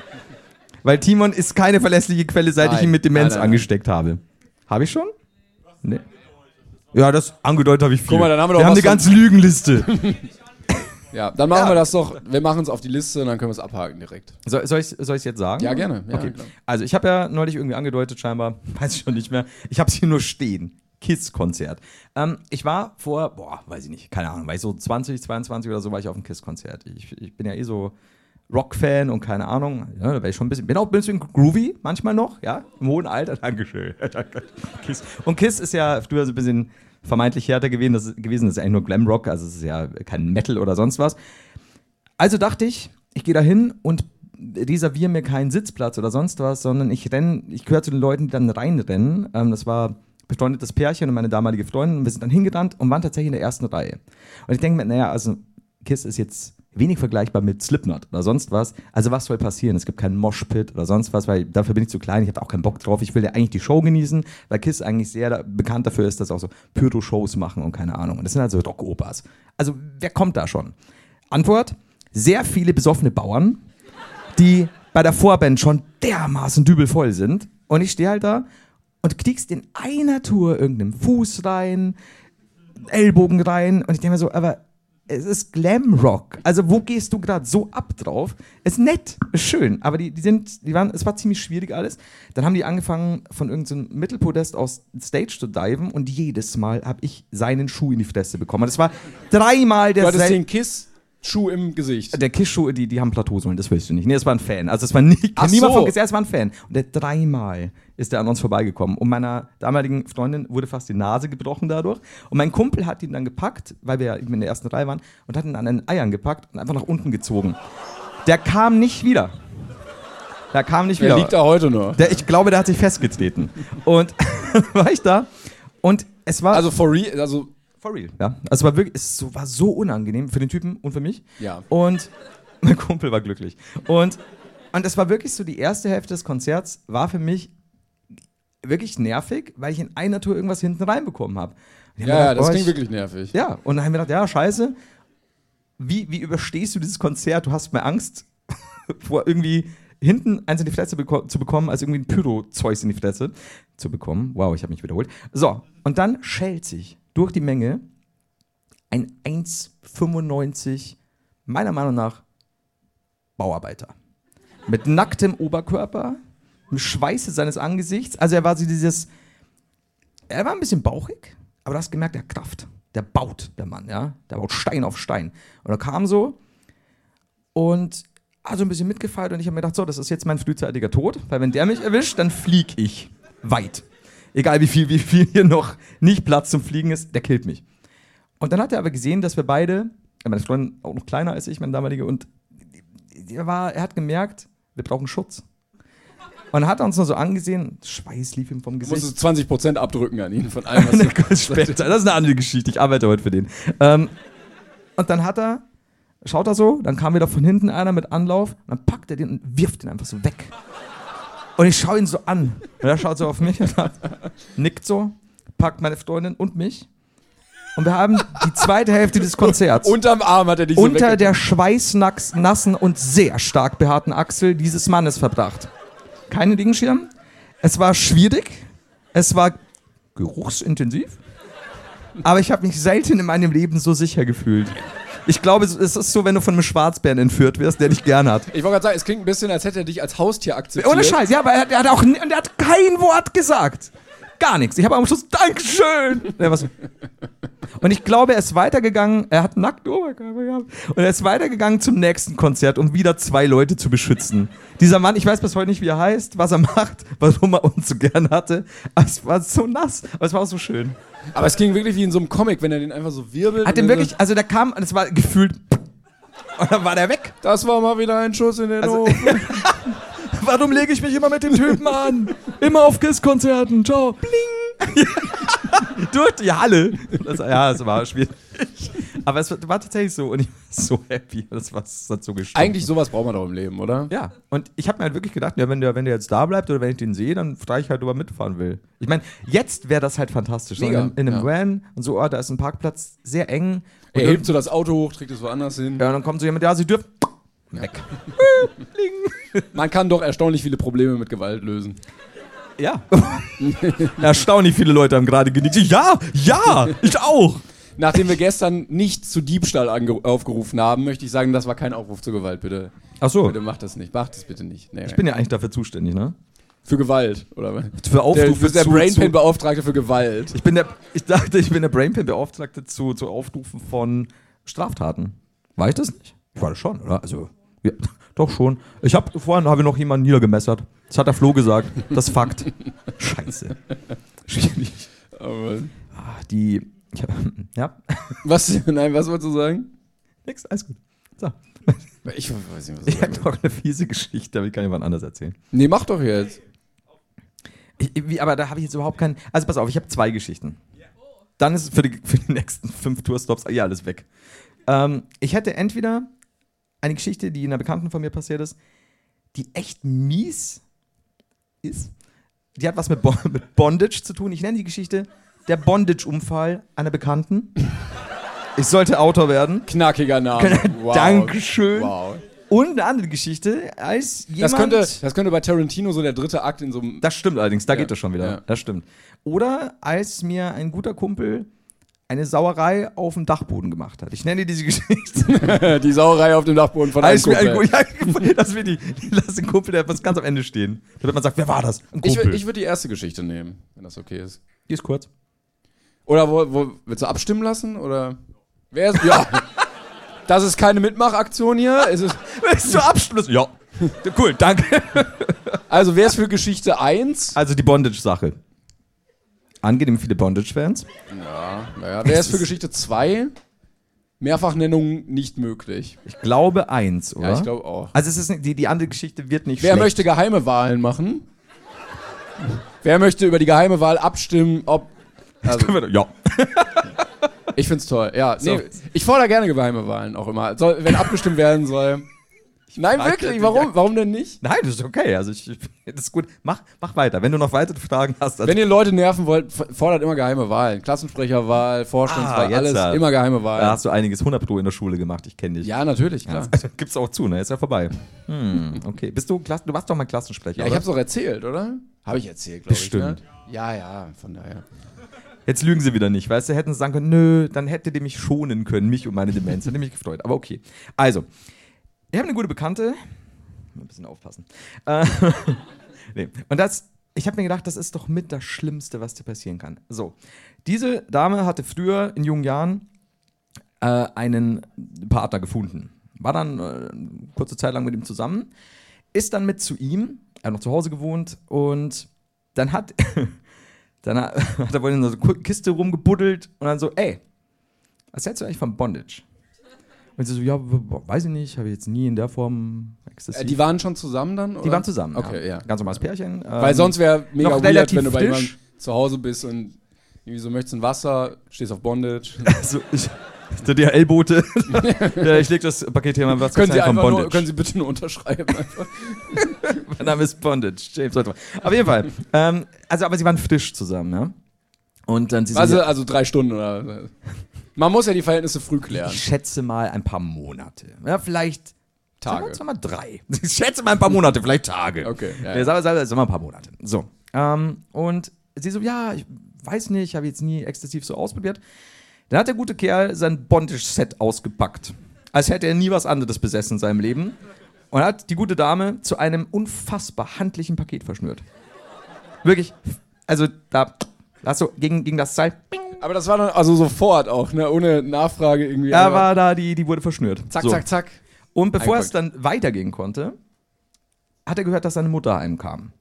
B: Weil Timon ist keine verlässliche Quelle, seit ich
A: Nein.
B: ihn mit Demenz
A: Nein, nein, nein.
B: angesteckt habe. Habe ich schon? Nee. Ja, das angedeutet habe ich viel.
A: Guck mal, dann haben wir doch
B: haben
A: was
B: eine ganze Lügenliste.
A: Ja, dann machen
B: Ja.
A: wir das doch. Wir machen es auf die Liste und dann können wir es abhaken direkt.
B: Soll, soll ich es jetzt sagen?
A: Ja, gerne. Ja,
B: okay.
A: klar.
B: Also ich habe ja neulich irgendwie angedeutet, scheinbar, weiß ich schon nicht mehr. Ich habe es hier nur stehen. KISS-Konzert. Ähm, ich war vor, boah, weiß ich nicht, keine Ahnung, war ich so 20, 22 oder so, war ich auf dem KISS-Konzert. Ich, ich bin ja eh so Rock-Fan und keine Ahnung. Ja, da war ich schon ein bisschen, bin auch ein bisschen groovy manchmal noch, ja, im hohen Alter. Dankeschön. Danke. Kiss. Und KISS ist ja früher so ein bisschen vermeintlich härter gewesen. Das ist, gewesen. Das ist eigentlich nur Glamrock, also es ist ja kein Metal oder sonst was. Also dachte ich, ich gehe da hin und reserviere mir keinen Sitzplatz oder sonst was, sondern ich renne, ich gehöre zu den Leuten, die dann reinrennen. Ähm, das war befreundetes Pärchen und meine damalige Freundin und wir sind dann hingerannt und waren tatsächlich in der ersten Reihe. Und ich denke mir, naja, also KISS ist jetzt wenig vergleichbar mit Slipknot oder sonst was. Also was soll passieren? Es gibt keinen Moshpit oder sonst was, weil dafür bin ich zu klein, ich habe auch keinen Bock drauf. Ich will ja eigentlich die Show genießen, weil KISS eigentlich sehr da- bekannt dafür ist, dass sie auch so Pyro-Shows machen und keine Ahnung. Und das sind also Rock-Opas. Also wer kommt da schon? Antwort: Sehr viele besoffene Bauern, die bei der Vorband schon dermaßen dübelvoll sind. Und ich stehe halt da und kriegst in einer Tour irgendeinen Fuß rein, Ellbogen rein. Und ich denke mir so, aber es ist Glamrock. Also wo gehst du gerade so ab drauf? Ist nett, ist schön, aber die, die sind, die waren, es war ziemlich schwierig alles. Dann haben die angefangen, von irgendeinem Mittelpodest aus Stage zu diven und jedes Mal habe ich seinen Schuh in die Fresse bekommen. Und Das war dreimal
A: Du
B: der
A: hattest den Kiss-Schuh im Gesicht.
B: der Kissschuh, die, die haben Plateausohlen, das willst du nicht. Nee, es war ein Fan. Also es war nie,
A: Ach
B: niemand
A: so.
B: vom Gesetz, es war ein Fan. Und der dreimal ist der an uns vorbeigekommen. Und meiner damaligen Freundin wurde fast die Nase gebrochen dadurch. Und mein Kumpel hat ihn dann gepackt, weil wir ja eben in der ersten Reihe waren, und hat ihn an den Eiern gepackt und einfach nach unten gezogen. Der kam nicht wieder. Der kam nicht
A: Der
B: wieder.
A: liegt da heute nur.
B: Der, ich glaube, der hat sich festgetreten. Und war ich da. Und es war.
A: Also for real, also
B: For real. Ja, also war wirklich, es so- war so unangenehm für den Typen und für mich.
A: Ja.
B: Und mein Kumpel war glücklich. Und, und das war wirklich so, die erste Hälfte des Konzerts war für mich wirklich nervig, weil ich in einer Tour irgendwas hinten reinbekommen habe. Und ich hab
A: ja,
B: mir
A: ja,
B: gedacht,
A: das
B: boah,
A: klingt
B: ich-
A: wirklich nervig.
B: Ja, und dann haben wir gedacht, ja, scheiße, wie, wie überstehst du dieses Konzert? Du hast mehr Angst vor irgendwie hinten eins in die Fresse beko zu bekommen, als irgendwie ein Pyro-Zeus in die Fresse zu bekommen. Wow, ich habe mich wiederholt. So, und dann schält sich durch die Menge ein 1,95, meiner Meinung nach, Bauarbeiter. Mit nacktem Oberkörper, im Schweiße seines Angesichts. Also er war so dieses, er war ein bisschen bauchig, aber du hast gemerkt, der hat Kraft. Der baut, der Mann, ja. Der baut Stein auf Stein. Und er kam so und also ein bisschen mitgefeiert und ich habe mir gedacht, so, das ist jetzt mein frühzeitiger Tod, weil wenn der mich erwischt, dann flieg ich weit. Egal wie viel, wie viel hier noch nicht Platz zum Fliegen ist, der killt mich. Und dann hat er aber gesehen, dass wir beide, ja, meine Freundin auch noch kleiner als ich, mein damaliger, und er, war, er hat gemerkt, wir brauchen Schutz. Und hat uns nur so angesehen, Schweiß lief ihm vom
A: Du
B: Gesicht.
A: musstest 20% abdrücken an ihn von allem,
B: Oh
A: was du
B: Später, das ist eine andere Geschichte. Ich arbeite heute für den. Ähm, und dann hat er, schaut er so, dann kam wieder von hinten einer mit Anlauf, und dann packt er den und wirft den einfach so weg. Und ich schaue ihn so an. Und er schaut so auf mich und dann nickt so, packt meine Freundin und mich. Und wir haben die zweite Hälfte des Konzerts.
A: Unterm Arm hat er dich so
B: unter
A: wegge-
B: der schweißnassen und sehr stark behaarten Achsel dieses Mannes verbracht. Keine Regenschirm. Es war schwierig. Es war geruchsintensiv. Aber ich habe mich selten in meinem Leben so sicher gefühlt. Ich glaube, es ist so, wenn du von einem Schwarzbären entführt wirst, der dich gern hat.
A: Ich wollte gerade sagen, es klingt ein bisschen, als hätte er dich als Haustier akzeptiert.
B: Ohne Scheiß, ja, aber er hat, er hat auch ni- und er hat kein Wort gesagt. Gar nichts. Ich habe am Schluss Dankeschön. Er war so- Und ich glaube, er ist weitergegangen. Er hat nackt oh Oberkörper gehabt. Und er ist weitergegangen zum nächsten Konzert, um wieder zwei Leute zu beschützen. Dieser Mann, ich weiß bis heute nicht, wie er heißt, was er macht, warum er uns so gern hatte. Aber es war so nass. Aber es war auch so schön.
A: Aber es klingt wirklich wie in so einem Comic, wenn er den einfach so wirbelt.
B: Hat
A: und
B: ihm
A: dann
B: wirklich,
A: so,
B: also der kam, und es war gefühlt. Und dann war der weg.
A: Das war mal wieder ein Schuss in den
B: Also-
A: Ofen.
B: Warum lege ich mich immer mit dem Typen an? Immer auf KISS-Konzerten. Ciao. Bling. Durch die Halle. Das, ja, es war schwierig. Aber es war war tatsächlich so. Und ich so happy. Das war das hat so gestimmt.
A: Eigentlich sowas braucht man doch im Leben, oder?
B: Ja, und ich habe mir halt wirklich gedacht, ja, wenn der, wenn der jetzt da bleibt oder wenn ich den sehe, dann frage ich halt, ob er mitfahren will. Ich meine, jetzt wäre das halt fantastisch. So in
A: Mega,
B: einem, in einem
A: ja.
B: Van und so, oh, da ist ein Parkplatz sehr eng. Und
A: Er
B: irgend-
A: hebt so das Auto hoch, trägt es woanders hin.
B: ja, und dann kommt so jemand, ja, sie dürfen. Weg.
A: Man kann doch erstaunlich viele Probleme mit Gewalt lösen.
B: Ja. Erstaunlich viele Leute haben gerade genickt. Ja, ja, ich auch.
A: Nachdem wir gestern nicht zu Diebstahl ange- aufgerufen haben, möchte ich sagen, das war kein Aufruf zur Gewalt, bitte.
B: Ach so.
A: Bitte macht das nicht. Macht das bitte nicht. Nee,
B: Ich bin ja eigentlich dafür zuständig, ne?
A: für Gewalt, oder? was?
B: Für
A: Der,
B: Aufrufe
A: du bist der
B: zu- zu-
A: Brainpain-Beauftragte für Gewalt.
B: Ich bin der, ich dachte, ich bin der Brainpin-Beauftragte zu, zu Aufrufen von Straftaten. War ich das nicht? Ich war das schon, oder? Also, ja, doch schon. Ich habe vorhin habe ich noch jemanden niedergemessert. Das hat der Flo gesagt. Das ist Fakt. Scheiße. Schwierig.
A: Aber-
B: Ach, die, ich hab, ja,
A: Was? Nein, was wolltest du sagen?
B: nix, alles gut. So.
A: Ich weiß nicht, was
B: Ich habe noch eine fiese Geschichte, aber die kann jemand anders erzählen.
A: Nee, mach doch jetzt.
B: Ich, wie, aber da habe ich jetzt überhaupt keinen. Also pass auf, ich habe zwei Geschichten. Dann ist für die, für die nächsten fünf Tourstops ja alles weg. Ähm, ich hätte entweder eine Geschichte, die einer Bekannten von mir passiert ist, die echt mies ist. Die hat was mit, Bo mit Bondage zu tun. Ich nenne die Geschichte der Bondage-Unfall einer Bekannten. Ich sollte Autor werden.
A: Knackiger Name. Wow.
B: Dankeschön.
A: Wow.
B: Und eine andere Geschichte als
A: Das
B: jemand.
A: könnte, das könnte bei Tarantino so der dritte Akt in so einem.
B: Das stimmt allerdings, da
A: Ja,
B: geht das schon wieder.
A: ja.
B: Das stimmt. Oder als mir ein guter Kumpel eine Sauerei auf dem Dachboden gemacht hat. Ich nenne diese Geschichte.
A: die Sauerei auf dem Dachboden von einem
B: als mir ein,
A: Kumpel.
B: Gu- ja, lass mir die, lass den Kumpel, der was ganz am Ende stehen. Damit man sagt, wer war das? Ein
A: Ich, wür-
B: Kumpel.
A: ich würde die erste Geschichte nehmen, wenn das okay ist.
B: die ist kurz.
A: Oder wo, wo, willst du abstimmen lassen? Oder wer ist. Ja. Das ist keine Mitmachaktion hier. Es ist,
B: Willst du abschluss? Ja. Cool, danke.
A: also, wer ist für Geschichte 1?
B: Also die Bondage-Sache. Angenehm viele Bondage-Fans.
A: Naja, wer ist für Geschichte 2? Mehrfachnennung nicht möglich.
B: Ich glaube eins, oder?
A: Ja, ich glaube auch.
B: Also es ist, nicht- die, die andere Geschichte wird nicht
A: Wer
B: schlecht.
A: möchte geheime Wahlen machen? Wer möchte über die geheime Wahl abstimmen, ob. Also,
B: Also Ja.
A: Ich find's toll, ja.
B: So.
A: Nee, ich fordere gerne geheime Wahlen auch immer. Soll, wenn abgestimmt werden soll. Nein,
B: frag
A: wirklich,
B: dich,
A: warum? Warum denn nicht?
B: Nein, das ist okay. Also ich, ich- das ist gut. Mach, mach weiter. Wenn du noch weitere Fragen hast, also
A: Wenn ihr Leute nerven wollt, f- fordert immer geheime Wahlen. Klassensprecherwahl,
B: Ah,
A: Vorstandswahl,
B: jetzt,
A: alles,
B: ja.
A: immer geheime Wahlen.
B: da hast du einiges 100 Pro in der Schule gemacht. Ich kenne dich.
A: Ja, natürlich, klar.
B: Also, Gibt's auch zu, ne? Ist ja vorbei. Hm, okay. Bist du Klassen, du warst doch mal Klassensprecher.
A: Ja, ich
B: oder?
A: hab's doch erzählt, oder? Habe ich erzählt, glaube ich. Ne?
B: Bestimmt.
A: Ja, ja, von daher.
B: Jetzt lügen sie wieder nicht, weißt du? Hätten sie sagen können, nö, dann hätte die mich schonen können, mich und meine Demenz. Hätte mich gefreut. Aber okay. Also, ich habe eine gute Bekannte. Mal Ein bisschen aufpassen. Äh, nee. Und das, ich habe mir gedacht, das ist doch mit das Schlimmste, was dir passieren kann. So, diese Dame hatte früher in jungen Jahren äh, einen Partner gefunden. War dann äh, kurze Zeit lang mit ihm zusammen, ist dann mit zu ihm, er hat noch zu Hause gewohnt und dann hat, dann hat, hat er wohl in so einer Ku- Kiste rumgebuddelt und dann so, ey, was hältst du eigentlich von Bondage? Und sie so, ja, w- w- weiß ich nicht, habe ich jetzt nie in der Form
A: Äh,
B: exzessiv.
A: die waren schon zusammen dann? Oder?
B: Die waren zusammen.
A: Okay, ja.
B: Ganz normales Pärchen.
A: Weil
B: ähm,
A: sonst wäre mega
B: noch
A: weird,
B: relativ
A: wenn du bei
B: frisch.
A: jemandem zu Hause bist und irgendwie so möchtest ein Wasser, stehst auf Bondage.
B: So, ich, der DHL-Bote. ja, ich leg das Paket hier mal. Was
A: können, Sie
B: von
A: einfach nur,
B: Bondage?
A: können Sie bitte nur unterschreiben? einfach?
B: mein Name ist Bondage. James Holzmann. Auf jeden Fall. ähm, also, aber sie waren frisch zusammen, ne? Und dann sie so,
A: also,
B: ja,
A: also drei Stunden oder. Man muss ja die Verhältnisse früh klären.
B: ich schätze mal ein paar Monate. Ja, vielleicht Sagen wir
A: Tage.
B: uns mal drei. Ich schätze mal ein paar Monate, vielleicht Tage.
A: Okay, ja,
B: Ja,
A: ja.
B: ja. Sagen, wir- sagen, wir- sagen wir ein paar Monate. So. Ähm, und sie so, ja, ich weiß nicht, ich habe jetzt nie exzessiv so ausprobiert. Dann hat der gute Kerl sein Bondage-Set ausgepackt. Als hätte er nie was anderes besessen in seinem Leben. Und hat die gute Dame zu einem unfassbar handlichen Paket verschnürt. Wirklich. Also da, hast du gegen, gegen das Seil. Bing,
A: Aber das war dann also sofort auch, ne? ohne Nachfrage irgendwie.
B: da war da, die, die wurde verschnürt.
A: zack,
B: So.
A: zack, zack.
B: Und bevor
A: Eingepackt.
B: es dann weitergehen konnte, hat er gehört, dass seine Mutter heimkam.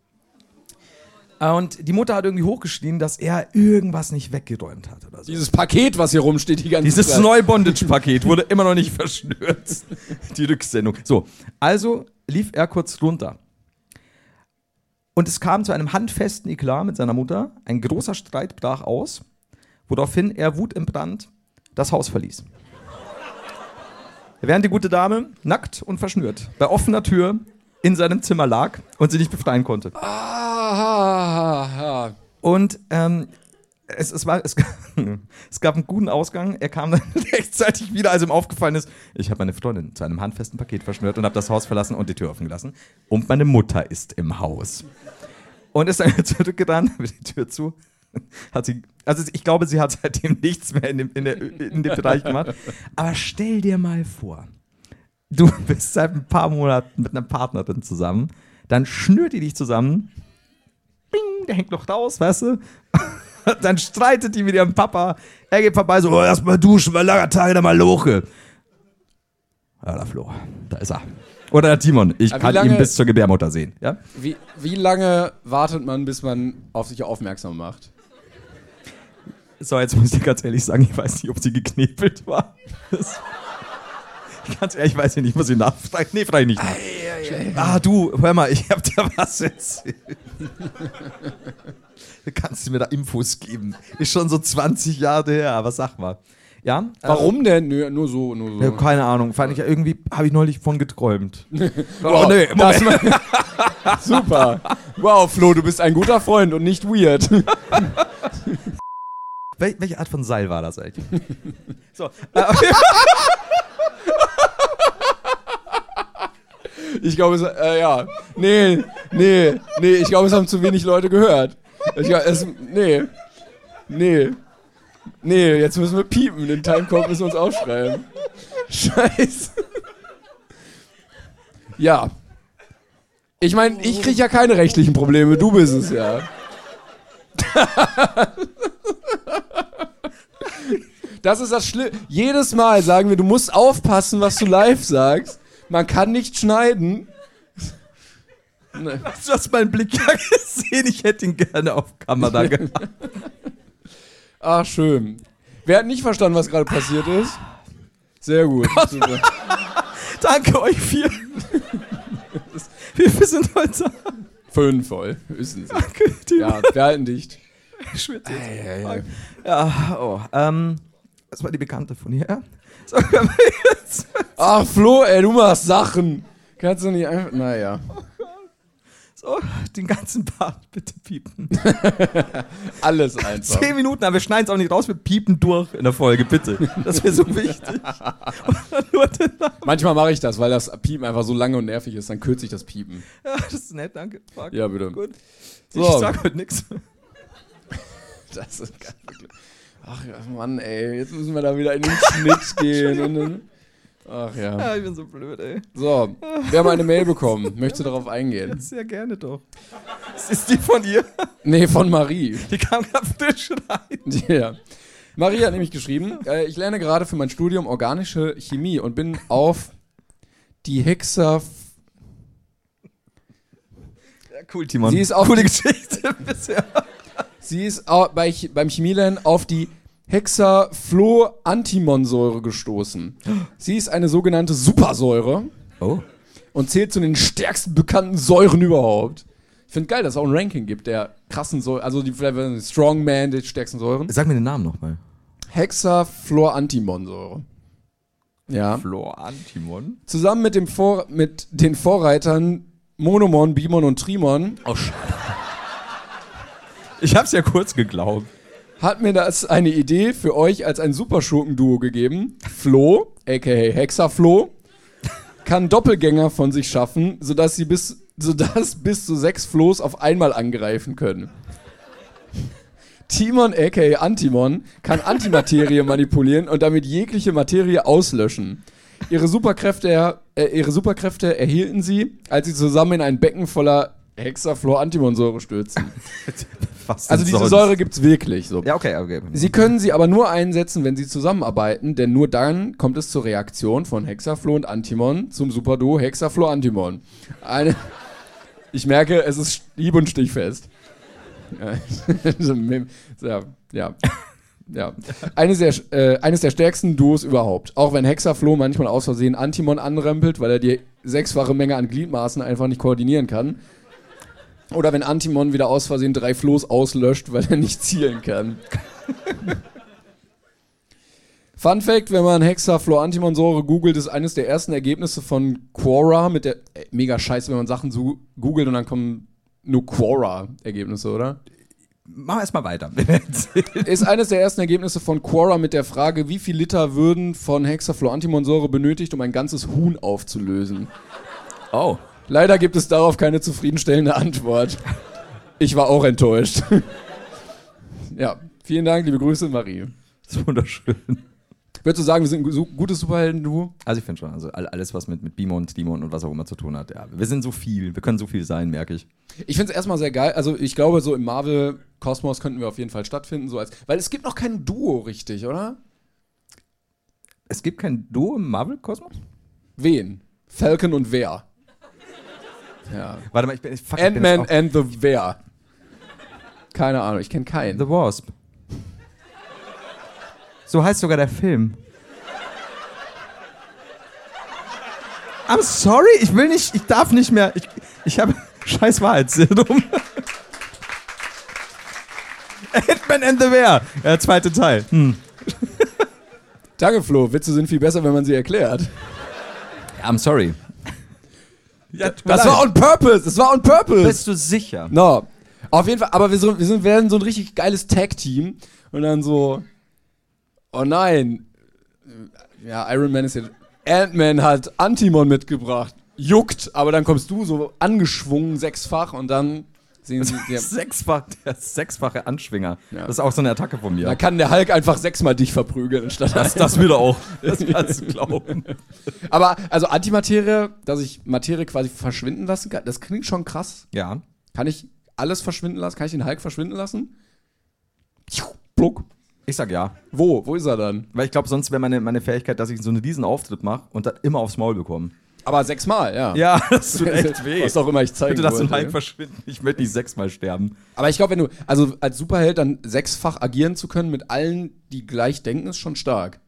B: Äh, Und die Mutter hat irgendwie hochgeschrien, dass er irgendwas nicht weggeräumt hat oder so.
A: Dieses Paket, was hier rumsteht, die ganze
B: Dieses
A: Zeit.
B: neue Bondage-Paket wurde immer noch nicht verschnürt. Die Rücksendung. So, also lief er kurz runter. Und es kam zu einem handfesten Eklat mit seiner Mutter. Ein großer Streit brach aus, woraufhin er wutentbrannt das Haus verließ. Während die gute Dame nackt und verschnürt bei offener Tür in seinem Zimmer lag und sie nicht befreien konnte.
A: Ah, Aha.
B: Und ähm, es, es, war, es, es gab einen guten Ausgang. Er kam dann rechtzeitig wieder, als ihm aufgefallen ist, ich habe meine Freundin zu einem handfesten Paket verschnürt und habe das Haus verlassen und die Tür offen gelassen. Und meine Mutter ist im Haus. Und ist dann wieder zurückgerannt, mit die Tür zu. Hat sie, also ich glaube, sie hat seitdem nichts mehr in dem, in, der, in dem Bereich gemacht. Aber stell dir mal vor, du bist seit ein paar Monaten mit einer Partnerin zusammen, dann schnürt die dich zusammen, bing, der hängt noch raus, weißt du? dann streitet die mit ihrem Papa, er geht vorbei, so, oh, lass mal duschen, weil langer Tage da mal Loche. Ja, der Flo, da ist er. Oder der Timon, ich
A: Aber wie
B: kann ihn
A: lange-
B: bis zur Gebärmutter sehen, ja?
A: Wie, wie lange wartet man, bis man auf sich aufmerksam macht?
B: So, jetzt muss ich dir ganz ehrlich sagen, ich weiß nicht, ob sie geknebelt war. Das, ganz ehrlich, ich weiß ja nicht, muss ich nachfragen. Nee, frage ich nicht nach. Ah, du, hör mal, ich hab dir was erzählt. du kannst mir da Infos geben. Ist schon so 20 Jahre her, aber sag mal. Ja? ähm,
A: Warum denn? Nö, nur so, nur
B: Ja,
A: so.
B: keine Ahnung, fand ich irgendwie, habe ich neulich von geträumt.
A: Wow, das war- Super. Wow, Flo, du bist ein guter Freund und nicht weird.
B: Wel welche Art von Seil war das eigentlich? so, äh,
A: Ich glaube, es, äh, ja. Nee, nee, nee, ich glaube, es haben zu wenig Leute gehört. Ich glaub, es, nee, nee, nee, jetzt müssen wir piepen, den Timecode müssen wir uns aufschreiben. Scheiße. Ja. Ich meine, ich kriege ja keine rechtlichen Probleme, du bist es ja. Das ist das Schlimme. Jedes Mal sagen wir, du musst aufpassen, was du live sagst. Man kann nicht schneiden.
B: du hast meinen Blick ja gesehen, ich hätte ihn gerne auf Kamera gehabt.
A: Ach, Ah, schön. Wer hat nicht verstanden, was gerade passiert ist? Sehr gut. Super.
B: Danke euch vier. Wir, wir sind heute
A: Fünf voll. Wissen Sie.
B: die
A: Ja, wir halten dicht.
B: schwitzt jetzt.
A: Eieiei.
B: Ja, oh, ähm, das war die Bekannte von hier. So, wir haben jetzt-
A: Ach, Ah, Flo, ey, du machst Sachen. Kannst du nicht einfach. Naja.
B: so, den ganzen Part bitte piepen.
A: Alles einfach.
B: Zehn Minuten, aber wir schneiden es auch nicht raus, wir piepen durch in der Folge, bitte. Das wäre so wichtig. Und nur den Namen.
A: Manchmal mache ich das, weil das Piepen einfach so lange und nervig ist. Dann kürze ich das Piepen.
B: Ja, das ist nett, danke. Fuck.
A: Ja, bitte.
B: Gut.
A: So.
B: Ich sag heute nichts.
A: Das ist ganz wirklich- Ach ja, Mann, ey, jetzt müssen wir da wieder in den Schnitt gehen. Und dann, ach ja.
B: Ja, ich bin so blöd, ey.
A: So, wir haben eine Mail bekommen. Möchtest du darauf eingehen?
B: Sehr gerne doch. Das ist die von ihr.
A: Nee, von Marie.
B: Die kam gerade frisch rein.
A: Ja. Maria hat nämlich geschrieben, äh, ich lerne gerade für mein Studium organische Chemie und bin auf die Hexer...
B: Ja, cool, Timon.
A: Sie ist auf
B: Coole
A: die-
B: Geschichte bisher.
A: Sie ist au- bei, Ch- beim Chemielernen auf die Hexafluorantimonsäure gestoßen. Sie ist eine sogenannte Supersäure
B: Oh.
A: und zählt zu den stärksten bekannten Säuren überhaupt. Ich finde geil, dass es auch ein Ranking gibt, der krassen Säuren, also die vielleicht die Strongman, die stärksten Säuren.
B: Sag mir den Namen nochmal.
A: Hexafluorantimonsäure. Ja.
B: Flor Antimon.
A: zusammen mit, dem Vor mit den Vorreitern Monomon, Bimon und Trimon
B: Oh, schade. Ich hab's ja kurz geglaubt.
A: hat mir das eine Idee für euch als ein Superschurken-Duo gegeben. Flo, aka Hexaflo, kann Doppelgänger von sich schaffen, sodass sie bis, sodass bis zu sechs Flohs auf einmal angreifen können. Timon, aka Antimon, kann Antimaterie manipulieren und damit jegliche Materie auslöschen. Ihre Superkräfte, äh, ihre Superkräfte erhielten sie, als sie zusammen in ein Becken voller Hexafluor-Antimonsäure stürzten.
B: Was
A: Also
B: denn
A: diese
B: sonst?
A: Säure gibt's wirklich. So.
B: Ja, okay, okay.
A: Sie können sie aber nur einsetzen, wenn sie zusammenarbeiten, denn nur dann kommt es zur Reaktion von Hexaflo und Antimon zum Superduo Hexaflo-Antimon. Eine ich merke, es ist hieb- und stichfest. Ja. ja, ja. ja. Eines, der, äh, eines der stärksten Duos überhaupt. Auch wenn Hexaflo manchmal aus Versehen Antimon anrempelt, weil er die sechsfache Menge an Gliedmaßen einfach nicht koordinieren kann. Oder wenn Antimon wieder aus Versehen drei Flohs auslöscht, weil er nicht zielen kann. Fun Fact, wenn man Hexafluorantimonsäure googelt, ist eines der ersten Ergebnisse von Quora mit der... Ey, mega scheiße, wenn man Sachen so googelt und dann kommen nur Quora-Ergebnisse, oder?
B: Machen wir erstmal weiter.
A: Ist eines der ersten Ergebnisse von Quora mit der Frage, wie viel Liter würden von Hexafluorantimonsäure benötigt, um ein ganzes Huhn aufzulösen?
B: oh.
A: Leider gibt es darauf keine zufriedenstellende Antwort. Ich war auch enttäuscht. ja, vielen Dank, liebe Grüße, Marie.
B: Das ist wunderschön.
A: Würdest du sagen, wir sind ein gu- gutes Superhelden-Duo?
B: Also ich finde schon, also all- alles, was mit, mit Bimon, Timon und was auch immer zu tun hat, ja. Wir sind so viel, wir können so viel sein, merke ich.
A: Ich finde es erstmal sehr geil. Also, ich glaube, so im Marvel-Kosmos könnten wir auf jeden Fall stattfinden. So als, weil es gibt noch kein Duo, richtig, oder?
B: Es gibt kein Duo im Marvel-Kosmos?
A: Wen? Falcon und wer? Ja.
B: Warte mal, ich bin. ich- Fuck, ich bin
A: Ant-Man
B: jetzt auch-
A: and the Wer. Keine Ahnung, ich kenne keinen.
B: The Wasp. So heißt sogar der Film. I'm sorry, ich will nicht, ich darf nicht mehr. Ich, ich habe scheiß Wahrheitsserum. Hitman and the Bear, der zweite Teil. Hm.
A: Danke, Flo. Witze sind viel besser, wenn man sie erklärt.
B: I'm sorry.
A: Das war on purpose. Das war on purpose.
B: Bist du sicher?
A: No. Auf jeden Fall, aber wir, so, wir sind, werden so ein richtig geiles Tag-Team. Und dann so, oh nein. Ja, Iron Man ist jetzt. Ant-Man hat Antimon mitgebracht. Juckt, aber dann kommst du so angeschwungen, sechsfach, und dann sehen sie. Ja,
B: Sechsfach, der sechsfache Anschwinger.
A: Ja.
B: Das ist auch so eine Attacke von
A: da
B: mir.
A: kann der Hulk einfach sechsmal dich verprügeln, anstatt
B: Das, das will er auch. Das kannst du glauben.
A: Aber also Antimaterie, dass ich Materie quasi verschwinden lassen kann, das klingt schon krass.
B: Ja.
A: Kann ich alles verschwinden lassen? Kann ich den Hulk verschwinden lassen? Tschuh, Pluck.
B: Ich sag ja.
A: Wo? Wo ist er dann?
B: Weil ich glaube, sonst wäre meine, meine Fähigkeit, dass ich so einen riesen Auftritt mache und das immer aufs Maul bekomme.
A: Aber sechsmal, ja.
B: Ja, das tut
A: Was auch immer ich zeigen
B: Bitte lass den
A: wollte.
B: Hype verschwinden. Ich möchte nicht sechsmal sterben.
A: Aber ich glaube, wenn du, also als Superheld dann sechsfach agieren zu können mit allen, die gleich denken, ist schon stark.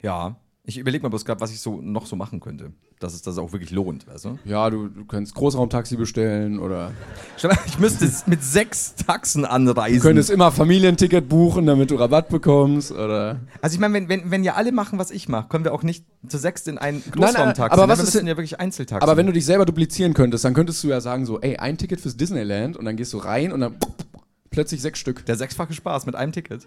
B: Ja. Ich überlege mal bloß gerade, was ich so noch so machen könnte, dass es das auch wirklich lohnt, weißt du?
A: Ja, du, du könntest Großraumtaxi bestellen oder
B: Stell mal, Ich müsste jetzt mit sechs Taxen anreisen.
A: du könntest immer Familienticket buchen, damit du Rabatt bekommst oder.
B: also ich meine, wenn, wenn, wenn ja alle machen, was ich mache, können wir auch nicht zu sechs in einen
A: nein,
B: Großraumtaxi.
A: aber
B: ne?
A: was
B: wir
A: ist
B: müssen
A: denn-
B: ja wirklich Einzeltaxen.
A: Aber wenn du dich selber duplizieren könntest, dann könntest du ja sagen so, ey, ein Ticket fürs Disneyland und dann gehst du rein und dann plötzlich sechs Stück.
B: der sechsfache Spaß mit einem Ticket.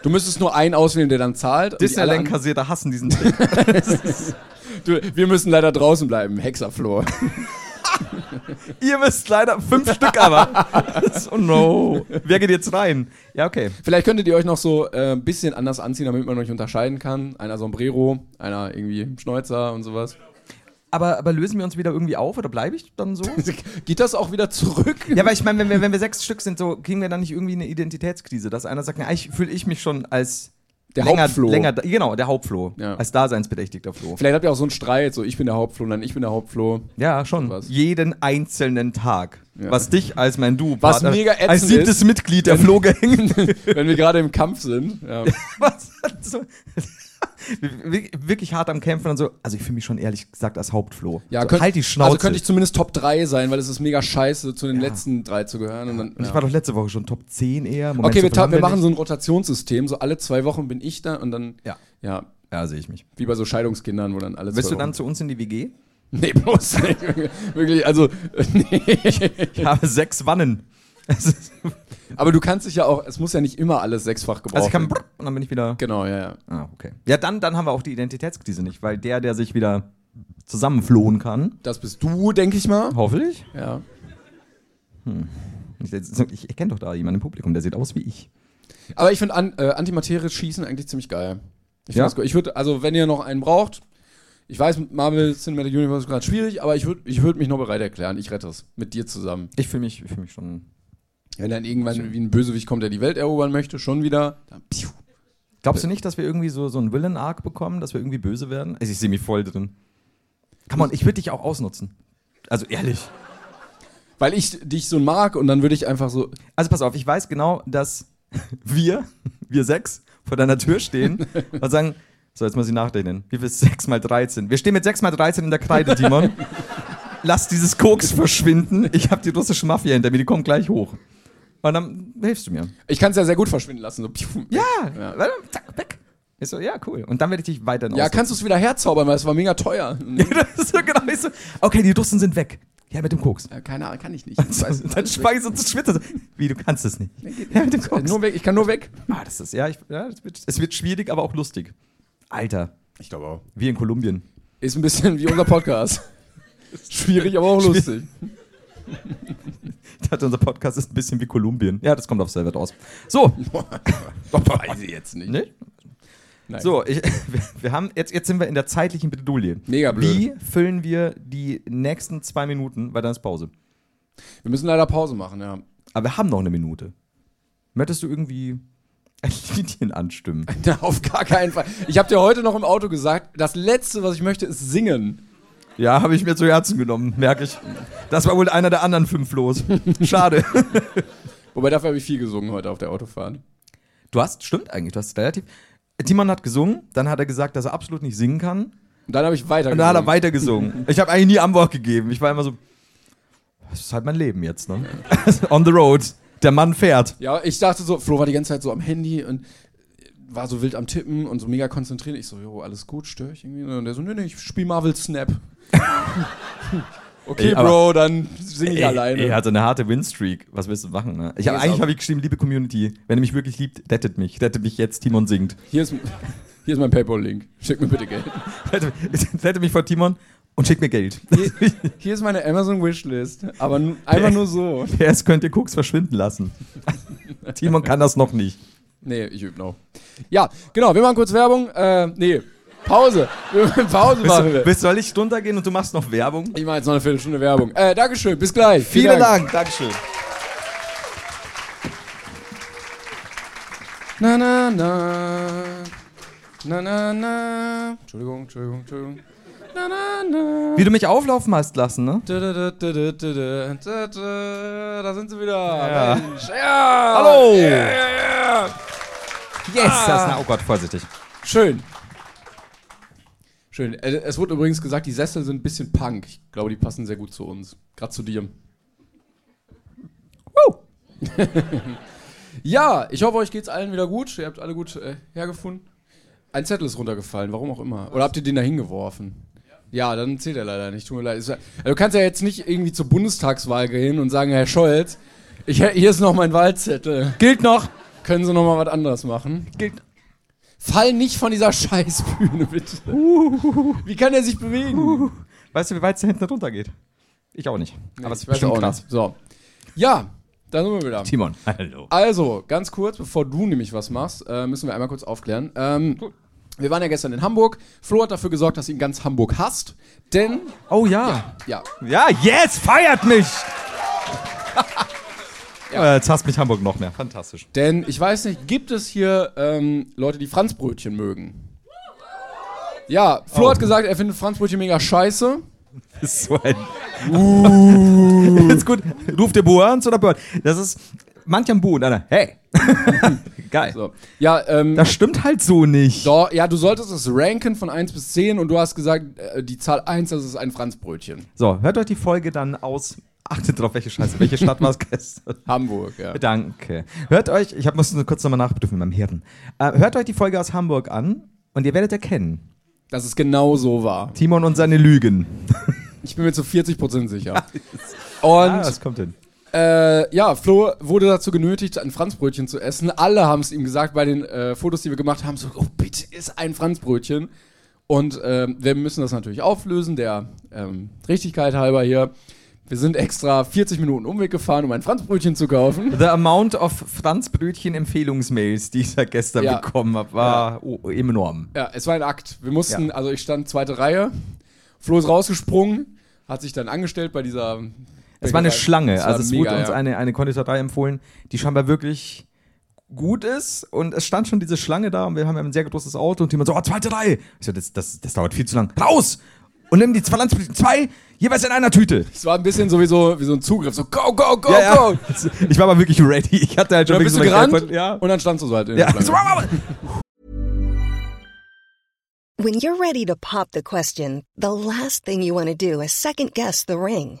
A: Du müsstest nur einen auswählen, der dann zahlt. und die alle
B: Disneyland kassiert, da hassen diesen Trick.
A: anderen- du, wir müssen leider draußen bleiben, Hexaflor.
B: Ihr müsst leider fünf Stück aber. Das- oh no. Wer geht jetzt rein? Ja, okay.
A: Vielleicht könntet ihr euch noch so äh, ein bisschen anders anziehen, damit man euch unterscheiden kann. Einer Sombrero, einer irgendwie Schnäuzer und sowas.
B: Aber, aber lösen wir uns wieder irgendwie auf oder bleibe ich dann so?
A: Geht das auch wieder zurück?
B: Ja, weil ich meine, wenn wir, wenn wir sechs Stück sind, so kriegen wir dann nicht irgendwie eine Identitätskrise, dass einer sagt, na, eigentlich fühle ich mich schon als
A: Der
B: länger,
A: Hauptfloh.
B: länger, genau, der Hauptfloh,
A: Ja.
B: als daseinsberechtigter Floh.
A: Vielleicht habt ihr auch so einen Streit, so ich bin der Hauptfloh, nein, ich bin der Hauptfloh.
B: Ja, schon.
A: Was?
B: Jeden einzelnen Tag. Was dich als mein Du,
A: Was mega ätzend
B: als siebtes
A: ist.
B: Mitglied der Flohgang.
A: Wenn wir gerade im Kampf sind. Ja.
B: Was? So. Wir- Wirklich hart am Kämpfen und so. Also ich fühle mich schon ehrlich gesagt als Hauptfloh.
A: Ja,
B: so,
A: könnt-
B: halt die Schnauze.
A: Also könnte ich zumindest Top 3 sein, weil es ist mega scheiße, zu den letzten drei zu gehören. Und dann,
B: und ich
A: ja.
B: war doch letzte Woche schon Top 10 eher. Moment,
A: okay, wir,
B: so viel
A: ta-
B: haben
A: wir machen
B: nicht.
A: so ein Rotationssystem. So alle zwei Wochen bin ich da und dann,
B: Ja.
A: ja,
B: Ja, sehe ich mich.
A: wie bei so Scheidungskindern, wo dann alle
B: Willst
A: zwei
B: du dann
A: Wochen-
B: zu uns in die WG?
A: Nee, bloß nicht. Wirklich, also, nee.
B: Ich habe sechs Wannen. Es ist-
A: Aber du kannst dich ja auch, es muss ja nicht immer alles sechsfach gebrauchen.
B: Also ich kann und dann bin ich wieder.
A: Genau, ja, ja.
B: Ah, okay. Ja, dann, dann haben wir auch die Identitätskrise nicht, weil der, der sich wieder zusammenflohen kann,
A: Das bist du, denke ich mal.
B: hoffentlich.
A: Ja.
B: Ich, ich erkenne doch da jemanden im Publikum, der sieht aus wie ich.
A: Aber ich finde an, äh, Antimaterie-Schießen eigentlich ziemlich geil. Ich,
B: Ja?
A: ja? ich würde, also wenn ihr noch einen braucht, ich weiß, mit Marvel Cinematic Universe ist gerade schwierig, aber ich würde ich würd mich noch bereit erklären. Ich rette es. Mit dir zusammen.
B: Ich fühle mich, ich fühl mich schon.
A: Wenn dann irgendwann wie ein Bösewicht kommt, der die Welt erobern möchte, schon wieder. Dann, piu.
B: Glaubst du
A: Äh.
B: nicht, dass wir irgendwie so, so einen Villain-Arc bekommen, dass wir irgendwie böse werden? Also ich sehe mich voll drin. Come on, ich würde dich auch ausnutzen. Also ehrlich.
A: Weil ich dich so mag und dann würde ich einfach so.
B: Also pass auf, ich weiß genau, dass wir, wir sechs, vor deiner Tür stehen und sagen, so jetzt muss ich nachdenken, wie viel ist 6 mal 13? Wir stehen mit 6 mal 13 in der Kreide, Timon. Lass dieses Koks verschwinden. Ich habe die russische Mafia hinter mir, die kommt gleich hoch. Und dann hilfst du mir.
A: Ich kann es ja sehr gut verschwinden lassen. So, piu.
B: Ja, warte, zack, weg. Ich so, ja, cool. Und dann werde ich dich weiter
A: Ja,
B: aussuchen.
A: kannst du es wieder herzaubern, weil es war mega teuer.
B: so, genau, ich so, okay, die Dusten sind weg. Ja, mit dem Koks.
A: Ja, Keine Ahnung, kann ich nicht. Ich weiß es
B: Dann
A: alles
B: schweige ich so zu schwitzen. Wie, du kannst es nicht. Ja, mit dem
A: nicht. Äh,
B: Koks.
A: Nur weg, ich kann nur weg.
B: Ah, das ist, ja, ich, ja es, wird, es wird schwierig, aber auch lustig. Alter,
A: Ich glaube auch.
B: wie in Kolumbien.
A: Ist ein bisschen wie unser Podcast. Schwierig, aber auch lustig.
B: Ich dachte, unser Podcast ist ein bisschen wie Kolumbien. Ja, das kommt auf selber raus. So,
A: Weiß ich jetzt nicht.
B: ne?
A: Nein.
B: So, ich, wir, wir haben, jetzt, jetzt sind wir in der zeitlichen Bedulie.
A: Mega blöd.
B: Wie füllen wir die nächsten zwei Minuten, weil dann ist Pause.
A: Wir müssen leider Pause machen, ja.
B: Aber wir haben noch eine Minute. Möchtest du irgendwie ein Liedchen anstimmen?
A: Na, auf gar keinen Fall. Ich habe dir heute noch im Auto gesagt, das Letzte, was ich möchte, ist singen.
B: Ja, habe ich mir zu Herzen genommen, merke ich. Das war wohl einer der anderen fünf los. Schade.
A: Wobei, dafür habe ich viel gesungen heute auf der Autofahrt.
B: Du hast, stimmt eigentlich, du hast relativ. Timon hat gesungen, dann hat er gesagt, dass er absolut nicht singen kann.
A: Und dann habe ich weiter
B: Und dann hat er weitergesungen. Ich habe eigentlich nie Antwort gegeben. Ich war immer so, das ist halt mein Leben jetzt, ne? On the road. Der Mann fährt.
A: Ja, ich dachte so, Flo war die ganze Zeit so am Handy und war so wild am Tippen und so mega konzentriert. Ich so, jo, alles gut, störe ich irgendwie? Und der so, nee, nee, ich spiel Marvel Snap. okay,
B: Ey, aber-
A: Bro, dann singe ich
B: Ey,
A: alleine.
B: Er hatte eine harte Winstreak. Was willst du machen? Ne? Ich hab,
A: Nee, ist
B: eigentlich
A: auch-
B: habe ich geschrieben, liebe Community, wenn ihr mich wirklich liebt, rettet mich. Rettet mich jetzt, Timon singt.
A: Hier, ist, hier ist mein Paypal-Link. Schick mir bitte Geld.
B: Rettet, rettet mich vor Timon und schickt mir Geld.
A: Hier, hier ist meine Amazon-Wishlist. Aber nu- einfach nur so.
B: PS könnt ihr Koks verschwinden lassen. Timon kann das noch nicht.
A: Nee, ich übe noch. Ja, genau, wir machen kurz Werbung. Äh, nee, Pause. Wir machen Pause machen wir.
B: Bis soll ich runtergehen und du machst noch Werbung?
A: Ich mache jetzt noch eine Viertelstunde Werbung. Äh, Dankeschön, bis gleich.
B: Vielen Dank. Dankeschön.
A: Na, na, na. Na, na, na. Entschuldigung, Entschuldigung, Entschuldigung. Na, na, na.
B: Wie du mich auflaufen hast lassen, ne?
A: Da, da, da, da, da, da, da, da, da. Da sind sie wieder.
B: Ja.
A: Mensch. Ja.
B: Hallo.
A: Ja, ja, ja.
B: Yes, das ist, oh Gott, vorsichtig.
A: Schön. Schön. Äh, Es wurde übrigens gesagt, die Sessel sind ein bisschen punk. Ich glaube, die passen sehr gut zu uns. Gerade zu dir. Woo! ja, ich hoffe, euch geht's allen wieder gut. Ihr habt alle gut äh, hergefunden. Ein Zettel ist runtergefallen, warum auch immer. Oder habt ihr den da hingeworfen? Ja, dann zählt er leider nicht. Tut mir leid. Ist ja- also Du kannst ja jetzt nicht irgendwie zur Bundestagswahl gehen und sagen, Herr Scholz, ich, hier ist noch mein Wahlzettel.
B: Gilt noch.
A: Können Sie noch mal was anderes machen?
B: Gilt.
A: Fall nicht von dieser Scheißbühne, bitte. Wie kann er sich bewegen?
B: Weißt du, wie weit es da hinten runtergeht? Ich auch nicht. Aber
A: Ich
B: es ist
A: weiß
B: bestimmt
A: auch
B: krass.
A: nicht. So. Ja, da sind wir wieder.
B: Timon, hallo.
A: Also, ganz kurz, bevor du nämlich was machst, äh, müssen wir einmal kurz aufklären. Ähm, wir waren ja gestern in Hamburg. Flo hat dafür gesorgt, dass ihn ganz Hamburg hasst. Denn,
B: Oh ja.
A: ja,
B: Ja, yes, feiert mich! Äh, Jetzt hasst mich Hamburg noch mehr. Fantastisch.
A: denn ich weiß nicht, gibt es hier ähm, Leute, die Franzbrötchen mögen? Ja,
B: Oh.
A: Flo hat gesagt, er findet Franzbrötchen mega scheiße.
B: ist so ein. ist gut. Ruft ihr Boans oder Bird? Das ist. Manch am Bu und einer. Hey. Geil.
A: So. Ja, ähm,
B: Das stimmt halt so nicht.
A: So, ja, du solltest es ranken von 1 bis 10 und du hast gesagt, äh, die Zahl 1, das ist ein Franzbrötchen.
B: So, hört euch die Folge dann aus. Achtet drauf, welche Scheiße, welche Stadt war es gestern.
A: Hamburg, ja.
B: Danke. Hört euch, ich hab, muss nur kurz nochmal nachprüfen in meinem Hirn. Äh, hört euch die Folge aus Hamburg an und ihr werdet erkennen.
A: Dass es genau so war.
B: Timon und seine Lügen.
A: Ich bin mir zu 40% sicher.
B: Ah,
A: Und
B: das kommt hin.
A: äh, ja, Flo wurde dazu genötigt, ein Franzbrötchen zu essen. Alle haben es ihm gesagt bei den äh, Fotos, die wir gemacht haben, so, oh bitte, ist ein Franzbrötchen. Und ähm, wir müssen das natürlich auflösen, der ähm, Richtigkeit halber hier. Wir sind extra 40 Minuten Umweg gefahren, um ein Franzbrötchen zu kaufen.
B: The amount of Franzbrötchen-Empfehlungsmails, die ich da gestern
A: Ja.
B: bekommen habe, war oh, enorm.
A: Ja, es war ein Akt. Wir mussten,
B: Ja.
A: also ich stand zweite Reihe, Flo ist rausgesprungen, hat sich dann angestellt bei dieser.
B: Es war eine Schlange.
A: war
B: also es
A: mega,
B: wurde uns
A: ja.
B: eine, eine Konditorei empfohlen, die scheinbar wirklich gut ist. Und es stand schon diese Schlange da und wir haben ja ein sehr großes Auto und jemand so, oh, zweite Reihe. Ich so, das, das, das dauert viel zu lang. Raus! Und nimm die zwei Landsplätze, zwei, jeweils in einer Tüte.
A: Es war ein bisschen sowieso wie so ein Zugriff, so go, go, go,
B: Ja,
A: go.
B: ja. Ich war aber wirklich ready. Ich hatte halt
A: Und dann
B: schon
A: Oh bist du
B: wirklich mein
A: gerannt
B: Geld voll- Ja.
A: und dann standst du so halt in
B: ja.
A: der
B: So,
A: Schlange.
B: wow, wow.
C: When you're ready to pop the question, the last thing you want to do is second guess the ring.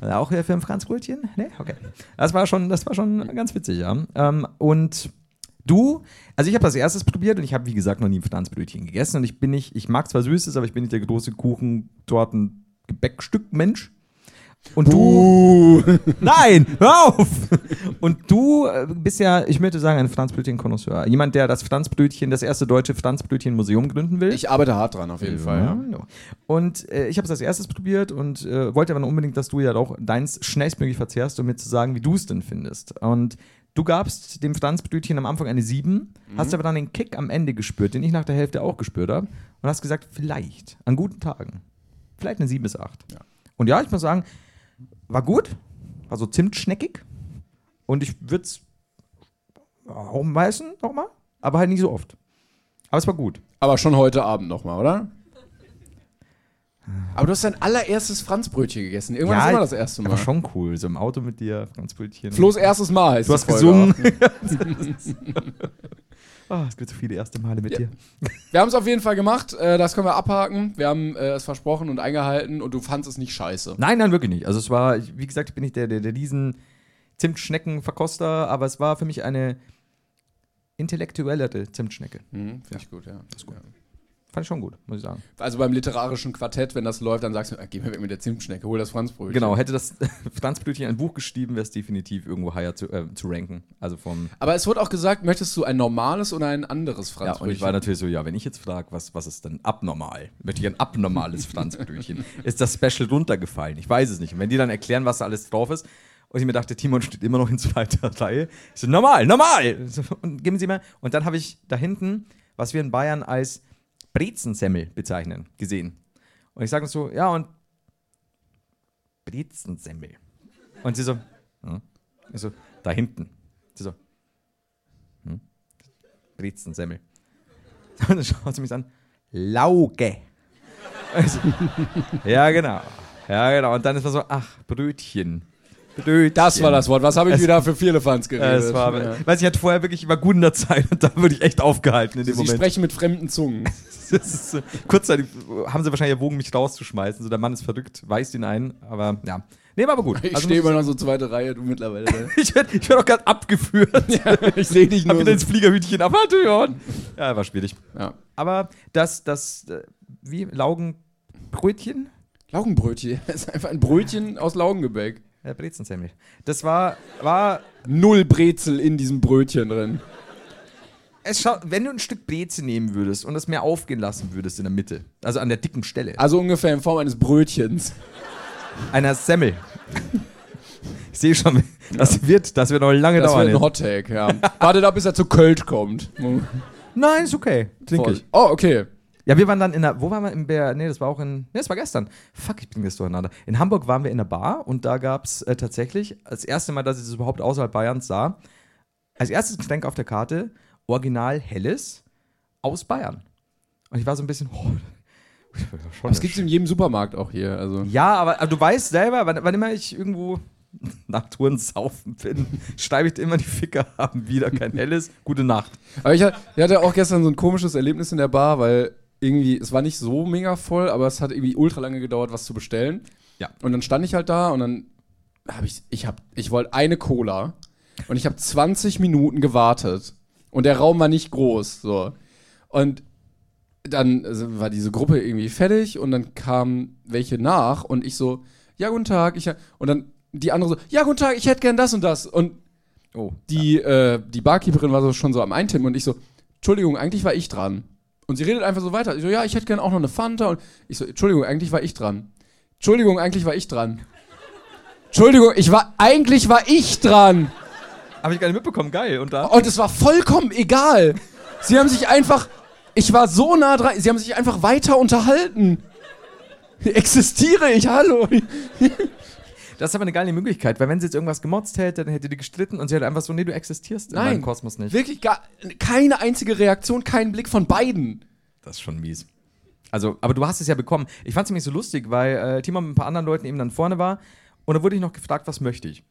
B: Also auch hier für ein Franzbrötchen? Ne? Okay. Das war schon, das war schon ganz witzig, ja. Ähm, und du, also ich habe das erstes probiert und ich habe, wie gesagt, noch nie ein Franzbrötchen gegessen. Und ich bin nicht, ich mag zwar Süßes, aber ich bin nicht der große Kuchen, Torten, Gebäckstück-Mensch. Und du. Nein, hör auf! Und du äh, bist ja, ich möchte sagen, ein Franzbrötchen-Konnoisseur. Jemand, der das Franzbrötchen, das erste deutsche Franzbrötchen-Museum gründen will.
A: Ich arbeite hart dran, auf jeden Fall. Ja.
B: Ja. Und äh, ich habe es als erstes probiert und äh, wollte aber unbedingt, dass du ja auch deins schnellstmöglich verzehrst, um mir zu sagen, wie du es denn findest. Und du gabst dem Franzbrötchen am Anfang eine 7,
A: Mhm.
B: hast aber dann den Kick am Ende gespürt, den ich nach der Hälfte auch gespürt habe, und hast gesagt, vielleicht, an guten Tagen, vielleicht eine 7 bis 8. Und ja, ich muss sagen, war gut, war so zimtschneckig und ich würde es auch meißen nochmal, aber halt nicht so oft. Aber es war gut.
A: Aber schon heute Abend nochmal, oder? Aber du hast dein allererstes Franzbrötchen gegessen. Irgendwann ist immer das erste Mal.
B: Aber schon cool, so im Auto mit dir, Franzbrötchen.
A: Flo's erstes Mal heißt
B: du
A: die
B: hast
A: Folge
B: gesungen.
A: auch.
B: Ah, es gibt so viele erste Male mit dir.
A: Wir haben es auf jeden Fall gemacht. Äh, das können wir abhaken. Wir haben äh, es versprochen und eingehalten und du fandst es nicht scheiße.
B: Nein, nein, wirklich nicht. Also es war, ich- wie gesagt, ich bin nicht der, der, der diesen Zimtschnecken-Verkoster, aber es war für mich eine intellektuellere Zimtschnecke.
A: Mhm, Finde ich gut, ja. Das ist gut.
B: Fand ich schon gut, muss ich sagen.
A: Also beim literarischen Quartett, wenn das läuft, dann sagst du, ah, geh mir weg mit der Zimtschnecke, hol das Franzbrötchen.
B: Genau, hätte das Franzbrötchen ein Buch geschrieben, wäre es definitiv irgendwo higher zu, äh, zu ranken. Also vom
A: Aber es wurde auch gesagt, möchtest du ein normales oder ein anderes
B: Ja, und ich
A: Franzbrötchen?
B: war natürlich so, ja, wenn ich jetzt frage, was, was ist denn abnormal? Möchte ich ein abnormales Franzbrötchen? ist das Special runtergefallen? Ich weiß es nicht. Und wenn die dann erklären, was da alles drauf ist, und ich mir dachte, Timon steht immer noch in zweiter Reihe. Ich so, normal, normal! So, Und geben Sie mir. Und dann habe ich da hinten, was wir in Bayern als Brezensemmel bezeichnen, gesehen. Und ich sage so, ja, und Brezensemmel. Und sie so, hm? ich so, da hinten. Sie so, hm? Brezensemmel. Und dann schaut sie mich an. Lauge. Also, ja, genau. Ja, genau. Und dann ist man so, ach, Brötchen. Brötchen.
A: das war das Wort. Was habe ich
B: Es-
A: wieder für Firlefanz geredet?
B: Es war,
A: ja.
B: Weiß ich, hatte vorher wirklich über Gunder Zeit und da würde ich echt aufgehalten in dem
A: Sie
B: Moment. Also
A: sprechen mit fremden Zungen.
B: Das ist, so- kurzzeitig haben sie wahrscheinlich erwogen, mich rauszuschmeißen. So, der Mann ist verrückt, weist ihn ein, aber ja. Nee, war aber gut.
A: Ich
B: Also
A: stehe
B: muss
A: immer noch so zweite Reihe, du mittlerweile. ne?
B: ich werde ich werd auch gerade abgeführt.
A: ich sehe dich
B: Hab
A: nur.
B: wieder ins
A: So.
B: Fliegerhütchen ab. Halt, Jörn. Ja, war schwierig.
A: Ja.
B: Aber das, das, äh, wie, Laugenbrötchen?
A: Laugenbrötchen. Das ist einfach ein Brötchen aus Laugengebäck.
B: Ja, Brezensemmel. Das war, war,
A: Null Brezel in diesem Brötchen drin.
B: es scha- wenn du ein Stück Breze nehmen würdest und das mehr aufgehen lassen würdest in der Mitte, also an der dicken Stelle,
A: Also ungefähr in Form eines Brötchens.
B: einer Semmel. ich sehe schon, das wird, das wird noch lange
A: Das wäre
B: dauern.
A: ein
B: jetzt.
A: Hottag, ja. Warte ab, bis er zu Köln kommt.
B: Nein, ist okay. Trinke ich.
A: Oh, okay.
B: Ja, wir waren dann in der, wo waren wir in Ber, nee, das war auch in, nee, das war gestern. Fuck, ich bringe das durcheinander. In Hamburg waren wir in der Bar und da gab es äh, tatsächlich, das erste Mal, dass ich das überhaupt außerhalb Bayerns sah, als erstes Getränk auf der Karte, original helles aus Bayern. Und ich war so ein bisschen, oh, schon
A: Das gibt es in jedem Supermarkt auch hier. Also.
B: ja, aber, aber du weißt selber, wann, wann immer ich irgendwo nach Touren saufen bin, schreibe ich dir immer, die Ficker haben wieder kein helles, gute Nacht.
A: Aber ich, hat- ich hatte auch gestern so ein komisches Erlebnis in der Bar, weil irgendwie, es war nicht so mega voll, aber es hat irgendwie ultra lange gedauert, was zu bestellen.
B: Ja.
A: Und dann stand ich halt da und dann habe ich, ich hab, ich wollte eine Cola und ich habe 20 Minuten gewartet und der Raum war nicht groß, so. Und dann äh, war diese Gruppe irgendwie fertig und dann kamen welche nach und ich so, ja, guten Tag, ich, hä- und dann die andere so, ja, guten Tag, ich hätte gern das und das und
B: Oh.
A: die, äh, die Barkeeperin war so schon so am Eintippen und ich so, Entschuldigung, eigentlich war ich dran. Und sie redet einfach so weiter. Ich so, ja, ich hätte gern auch noch eine Fanta. Und ich so, Entschuldigung, eigentlich war ich dran. Entschuldigung, eigentlich war ich dran. Entschuldigung, ich war, eigentlich war ich dran.
B: Habe ich gar nicht mitbekommen, geil. Und da?
A: Und es war vollkommen egal. Sie haben sich einfach, ich war so nah dran, sie haben sich einfach weiter unterhalten. Existiere ich, hallo.
B: Das ist aber eine geile Möglichkeit, weil wenn sie jetzt irgendwas gemotzt hätte, dann hätte die gestritten und sie hätte einfach so, nee, du existierst in meinem Kosmos nicht.
A: Wirklich gar keine einzige Reaktion, keinen Blick von beiden.
B: Das ist schon mies. Also, aber du hast es ja bekommen. Ich fand es nämlich so lustig, weil äh, Timo mit ein paar anderen Leuten eben dann vorne war und da wurde ich noch gefragt, was möchte ich.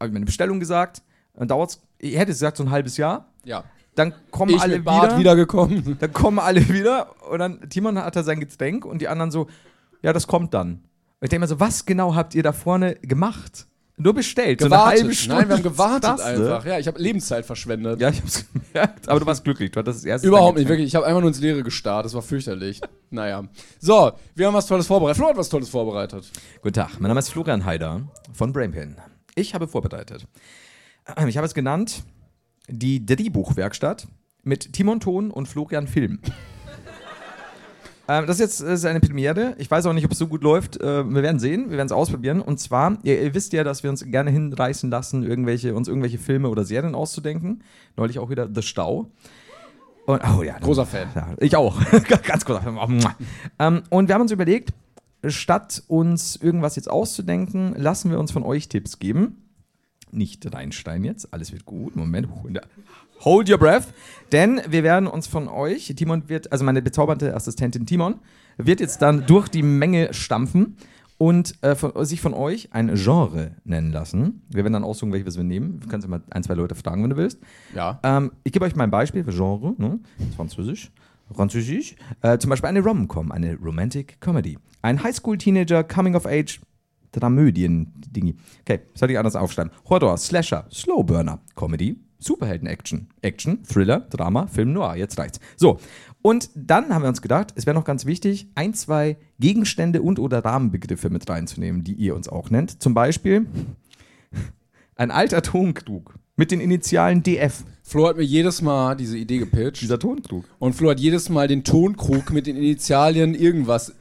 B: Habe ich meine Bestellung gesagt, dann dauert's, ich hätte gesagt so ein halbes Jahr,
A: Ja.
B: dann kommen
A: Ich
B: alle
A: mit Bart
B: wieder,
A: wiedergekommen.
B: dann kommen alle wieder und dann Timon hat da sein Getränk und die anderen so, ja, das kommt dann. Und ich denke mir so, was genau habt ihr da vorne gemacht? Nur bestellt, so eine halbe Stunde.
A: Nein, wir haben gewartet
B: Das, ne?
A: einfach. Ja, ich habe Lebenszeit verschwendet.
B: Ja, ich hab's gemerkt, aber du warst glücklich, du hattest das erste
A: Überhaupt nicht,
B: dein Getränk.
A: wirklich. Ich habe einfach nur ins Leere gestarrt. Das war fürchterlich. naja. So, wir haben was Tolles vorbereitet. Flo hat was Tolles vorbereitet.
B: Guten Tag, mein Name ist Florian Haider von Brainpin. Ich habe vorbereitet. Ich habe es genannt, die Drehbuchwerkstatt mit Timon Thon und Florian Film. Ähm, Das ist jetzt das ist eine Premiere. Ich weiß auch nicht, ob es so gut läuft. Äh, Wir werden sehen, wir werden es ausprobieren. Und zwar, ihr, ihr wisst ja, dass wir uns gerne hinreißen lassen, irgendwelche, uns irgendwelche Filme oder Serien auszudenken. Neulich auch wieder The Stau. Und, oh ja,
A: Großer Fan.
B: ja, ich auch. Ganz kurz. Ähm, und wir haben uns überlegt, statt uns irgendwas jetzt auszudenken, lassen wir uns von euch Tipps geben. Nicht reinsteigen jetzt, alles wird gut. Moment. Huh, na- Hold your breath. Denn wir werden uns von euch, Timon wird, also meine bezaubernde Assistentin Timon, wird jetzt dann durch die Menge stampfen und äh, von, sich von euch ein Genre nennen lassen. Wir werden dann aussuchen, welches wir nehmen. Du kannst ja mal ein, zwei Leute fragen, wenn du willst.
A: Ja.
B: Ähm, ich gebe euch mal ein Beispiel für Genre, ne? Französisch. Französisch. Äh, zum Beispiel eine Rom-Com, eine Romantic Comedy. Ein Highschool-Teenager, Coming-of-Age, Dramödien-Dingi. Okay, soll ich anders aufschreiben? Horror, Slasher, Slowburner, Comedy, Superhelden-Action, Action, Thriller, Drama, Film Noir. Jetzt reicht's. So, und dann haben wir uns gedacht, es wäre noch ganz wichtig, ein, zwei Gegenstände und oder Rahmenbegriffe mit reinzunehmen, die ihr uns auch nennt. Zum Beispiel ein alter Tonkrug mit den Initialen DF.
A: Flo hat mir jedes Mal diese Idee gepitcht.
B: Dieser Tonkrug.
A: Und Flo hat jedes Mal den Tonkrug mit den Initialien irgendwas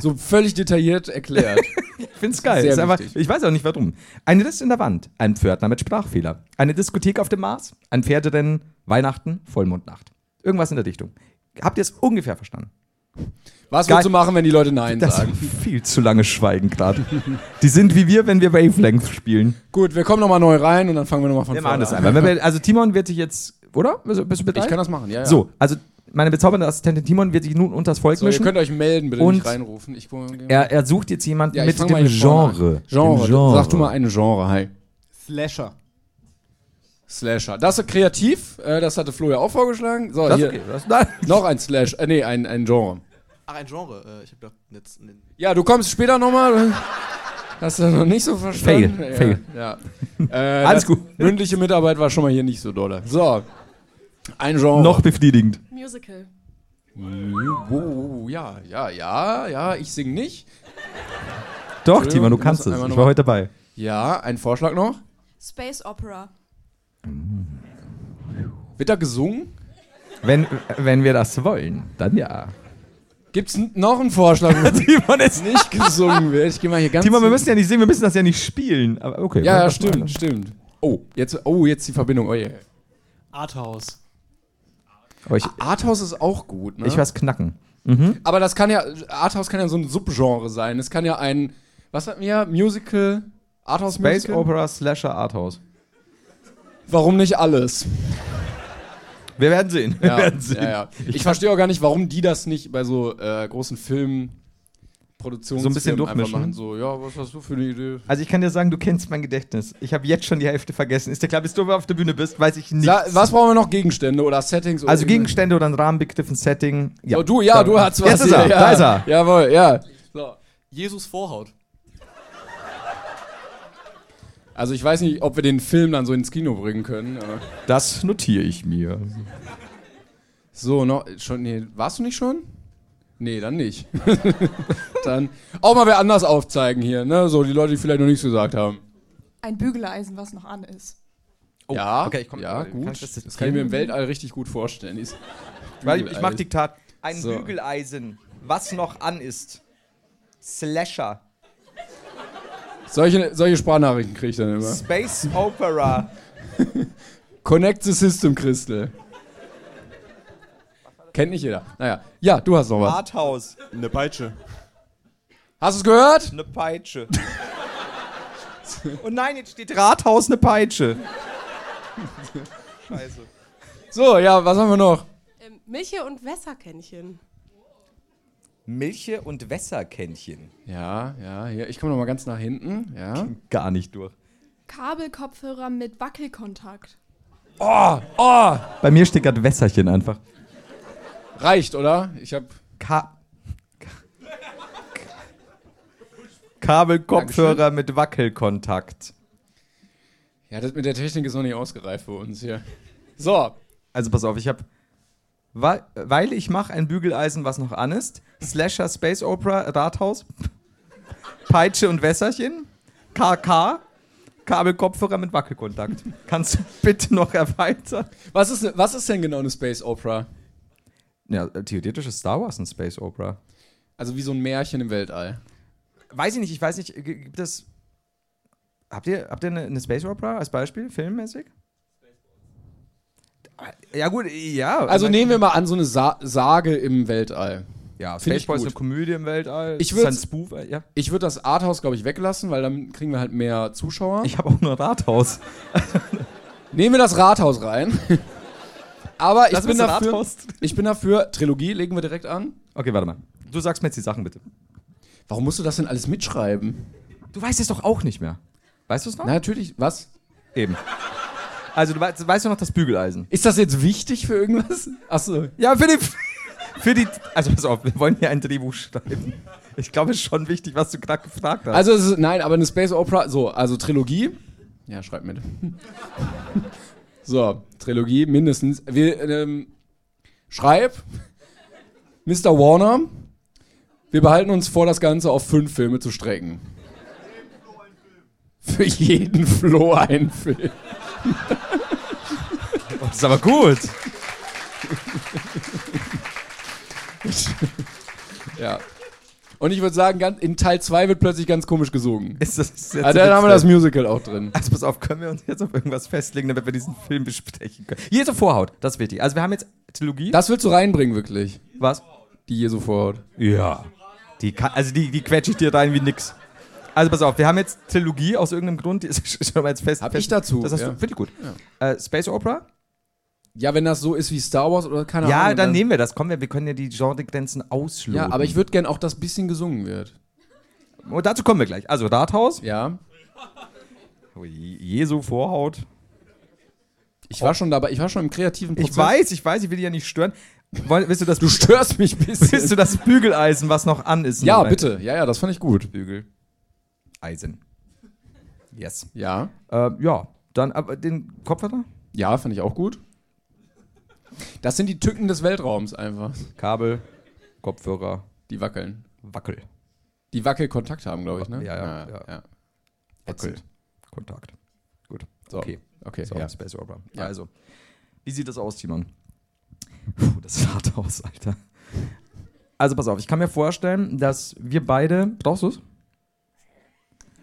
A: so völlig detailliert erklärt.
B: Ich find's geil.
A: Sehr
B: Ist einfach,
A: wichtig.
B: ich weiß auch nicht warum. Ein Riss in der Wand, ein Pförtner mit Sprachfehler, eine Diskothek auf dem Mars, ein Pferderennen, Weihnachten, Vollmondnacht. Irgendwas in der Dichtung. Habt ihr es ungefähr verstanden?
A: Was
B: Geil.
A: willst du machen, wenn die Leute Nein
B: Das
A: sagen?
B: viel zu lange Schweigen gerade. Die sind wie wir, wenn wir Wavelength spielen.
A: Gut, wir kommen nochmal neu rein und dann fangen wir nochmal von
B: Wir machen
A: vorne
B: das
A: an.
B: einmal. Wenn wir- Also Timon wird sich jetzt, oder? Bist du- bist du bereit?
A: Ich kann das machen, ja. ja.
B: So, also meine bezaubernde Assistentin Timon wird sich nun unters Volk
A: so ihr
B: mischen.
A: könnt euch melden, bitte
B: Und-
A: nicht reinrufen. Ich, ja,
B: er, er sucht jetzt jemanden
A: ich
B: mit
A: fang
B: dem
A: mal hier vorne
B: Genre.
A: an. Genre.
B: Dem Genre.
A: Sag du mal eine Genre, hi.
D: Slasher.
A: Slasher. Das ist kreativ, äh, das hatte Flo ja auch vorgeschlagen. So,
B: Das ist
A: hier.
B: okay. Das, nein.
A: Noch ein Slash, äh, nee, ein, ein Genre.
D: Ach, ein Genre. Äh, ich hab gedacht, jetzt. ne-
A: Ja, du kommst später nochmal. Hast du noch nicht so verstanden?
B: Fail,
A: ja,
B: fail.
A: Ja. Äh,
B: Alles
A: das-
B: gut.
A: Mündliche Mitarbeit war schon mal hier nicht so dolle. So. Ein Genre.
B: Noch befriedigend.
E: Musical.
A: Wow, Oh, ja, ja, ja, ja, ich sing nicht.
B: Doch, Timon, du
A: du musst
B: kannst es.
A: einmal
B: Ich
A: noch-
B: war heute dabei.
A: Ja, ein Vorschlag noch.
E: Space Opera.
A: Wird da gesungen?
B: Wenn, wenn wir das wollen, dann ja.
A: Gibt's n- noch einen Vorschlag, wo
B: Timon, ist
A: nicht gesungen wird? Ich gehe mal hier ganz.
B: Timon, wir müssen ja nicht sehen, wir müssen das ja nicht spielen. Aber okay.
A: Ja, ja,
B: das-
A: stimmt, stimmt. Oh, jetzt, oh, jetzt die Verbindung. Oh, yeah.
D: Arthouse.
B: Aber ich,
A: Arthouse ist auch gut, ne?
B: ich was knacken.
A: Aber das kann ja, Arthouse kann ja so ein Subgenre sein. Es kann ja ein, was hatten wir? Musical? Arthouse
B: Space
A: Musical?
B: Opera Slasher Arthouse.
A: Warum nicht alles?
B: Wir werden sehen. Wir werden sehen.
A: ja, ja. Ich verstehe auch gar nicht, warum die das nicht bei so äh, großen Filmen, Produktionsfilmen
B: So ein bisschen
A: einfach
B: durchmischen.
A: machen. So, ja, was hast du für eine Idee?
B: Also ich kann dir sagen, du kennst mein Gedächtnis. Ich habe jetzt schon die Hälfte vergessen. Ist dir klar, bis du auf der Bühne bist, weiß ich nichts.
A: Sa was brauchen wir noch? Gegenstände oder Settings? Oder
B: also
A: irgendwas?
B: Gegenstände oder ein Rahmenbegriff, ein Setting.
A: Oh, du, ja, du hast was.
B: Jetzt ist er,
A: hier, ja.
B: da ist er.
A: Jawohl, ja.
D: So. Jesus Vorhaut.
A: Also ich weiß nicht, ob wir den Film dann so ins Kino bringen können. aber-
B: Das notiere ich mir.
A: So, noch, schon, nee, warst du nicht schon? Nee, dann nicht. dann auch mal wer anders aufzeigen hier, ne? So, die Leute, die vielleicht noch nichts gesagt haben.
E: Ein Bügeleisen, was noch an ist.
A: ja,
B: okay, ich komm-
A: ja,
B: kann
A: gut.
B: ich das
A: das,
B: jetzt
A: kann ich mir
B: kennen?
A: im Weltall richtig gut vorstellen. Dies-
B: Weil ich, ich mach
A: Bügeleisen.
B: Diktat. Ein
A: So.
B: Bügeleisen, was noch an ist. Slasher.
A: Solche, solche Sprachnachrichten kriege ich dann immer.
B: Space Opera.
A: Connect the System, Crystal. Kennt nicht jeder. Naja, ja, du hast noch was.
B: Arthouse.
D: Eine Peitsche.
A: Hast du es gehört?
B: Eine Peitsche. Und nein, jetzt steht Rathaus eine Peitsche.
A: So, ja, was haben wir noch?
F: Ähm, Milche und Wässerkännchen.
B: Milche und Wässerkännchen.
A: Ja, ja, hier. Ich komme nochmal ganz nach hinten. Ja.
B: Gar nicht durch.
E: Kabelkopfhörer mit Wackelkontakt.
A: Oh, oh!
B: Bei mir steht gerade Wässerchen einfach.
A: Reicht, oder? Ich habe
B: Ka Kabelkopfhörer mit Wackelkontakt.
A: Ja, das mit der Technik ist noch nicht ausgereift für uns hier. So,
B: Also pass auf, ich habe weil, weil ich mache ein Bügeleisen, was noch an ist. Slasher Space Opera Rathaus. Peitsche und Wässerchen. KK. Kabelkopfhörer mit Wackelkontakt. Kannst du bitte noch erweitern?
A: was ist, was ist denn genau eine Space Opera?
B: Ja, äh, theoretisch ist Star Wars ein Space Opera.
A: Also wie so ein Märchen im Weltall.
B: Weiß ich nicht, ich weiß nicht, g- gibt es. Habt ihr, habt ihr eine, eine Space Opera als Beispiel, filmmäßig? Ja, gut, ja.
A: Also nehmen wir mal an, so eine Sa Sage im Weltall.
B: Ja,
A: find ich
B: Spaceballs ist
A: gut.
B: eine Komödie im Weltall.
A: Ich
B: ist ein
A: würd's-
B: Spoof, äh, ja.
A: Ich würde das Arthouse, glaube ich, weglassen, weil dann kriegen wir halt mehr Zuschauer.
B: Ich habe auch nur ein Rathaus.
A: Nehmen wir das Rathaus rein. Aber ich
B: Lass
A: bin,
B: uns das
A: dafür,
B: Rathaus.
A: ich bin dafür, Trilogie legen wir direkt an.
B: Okay, warte mal. Du sagst mir jetzt die Sachen bitte.
A: Warum musst du das denn alles mitschreiben?
B: Du weißt es doch auch nicht mehr. Weißt du es noch?
A: Na, natürlich, was?
B: Eben. Also, du weißt, weißt du noch das Bügeleisen?
A: Ist das jetzt wichtig für irgendwas? Achso.
B: Ja, für die. Für die. Also, pass auf, wir wollen hier ein Drehbuch schreiben. Ich glaube, es ist schon wichtig, was du gerade gefragt hast.
A: Also, es ist, nein, aber eine Space Opera, so, also Trilogie. Ja, schreib mit. so, Trilogie mindestens. Wir, ähm, schreib, Mr. Warner, wir behalten uns vor, das Ganze auf fünf Filme zu strecken. Für jeden Flo ein Film.
B: Oh, das ist aber gut.
A: Ja. Und ich würde sagen, ganz, in Teil 2 wird plötzlich ganz komisch gesungen.
B: Ist das ist jetzt
A: Ah, dann haben wir das Musical auch drin.
B: Also pass auf, können wir uns jetzt auf irgendwas festlegen, damit wir diesen Film besprechen können? Jesu Vorhaut, das ist wichtig. Also wir haben jetzt Trilogie.
A: Das willst du reinbringen, wirklich.
B: was?
A: Die Jesu Vorhaut.
B: Ja. Die kann, also die, die quetsche ich dir rein wie nix. Also pass auf, wir haben jetzt Trilogie aus irgendeinem Grund, die ist schon mal jetzt fest.
A: Hab
B: fest,
A: ich dazu,
B: Das hast
A: ja.
B: du, finde ich gut. Äh, Space Opera?
A: Ja, wenn das so ist wie Star Wars oder keine Ahnung.
B: Ja, dann nehmen wir das. Komm, wir, wir können ja die Genregrenzen ausloten.
A: Ja, aber ich würde gern auch, dass bisschen gesungen wird.
B: Und dazu kommen wir gleich. Also Rathaus. Oh,
A: Ja.
B: Jesu Vorhaut.
A: Ich war schon dabei, ich war schon im kreativen Prozess.
B: Oh. Ich weiß, ich weiß, ich will dich ja nicht stören. Woll- Willst du das,
A: Du störst mich ein bisschen.
B: willst du das Bügeleisen, was noch an ist?
A: ja,
B: noch rein-
A: bitte. Ja, ja, das fand ich gut.
B: Bügel. Eisen. Yes.
A: Ja.
B: Äh, ja, dann aber den Kopfhörer?
A: Ja, fand ich auch gut. Das sind die Tücken des Weltraums einfach.
B: Kabel, Kopfhörer,
A: Die wackeln.
B: Wackel,
A: Die Wackelkontakt haben, glaube ich, ne?
B: Ja, ja, ja.
A: Wackel.
B: Kontakt. Gut.
A: So.
B: Okay.
A: Okay,
B: So,
A: ja.
B: Space Opera.
A: Ja.
B: Also, wie sieht das aus, Timon? Puh, das ist hart aus, Alter. Also, pass auf, ich kann mir vorstellen, dass wir beide. Brauchst du's?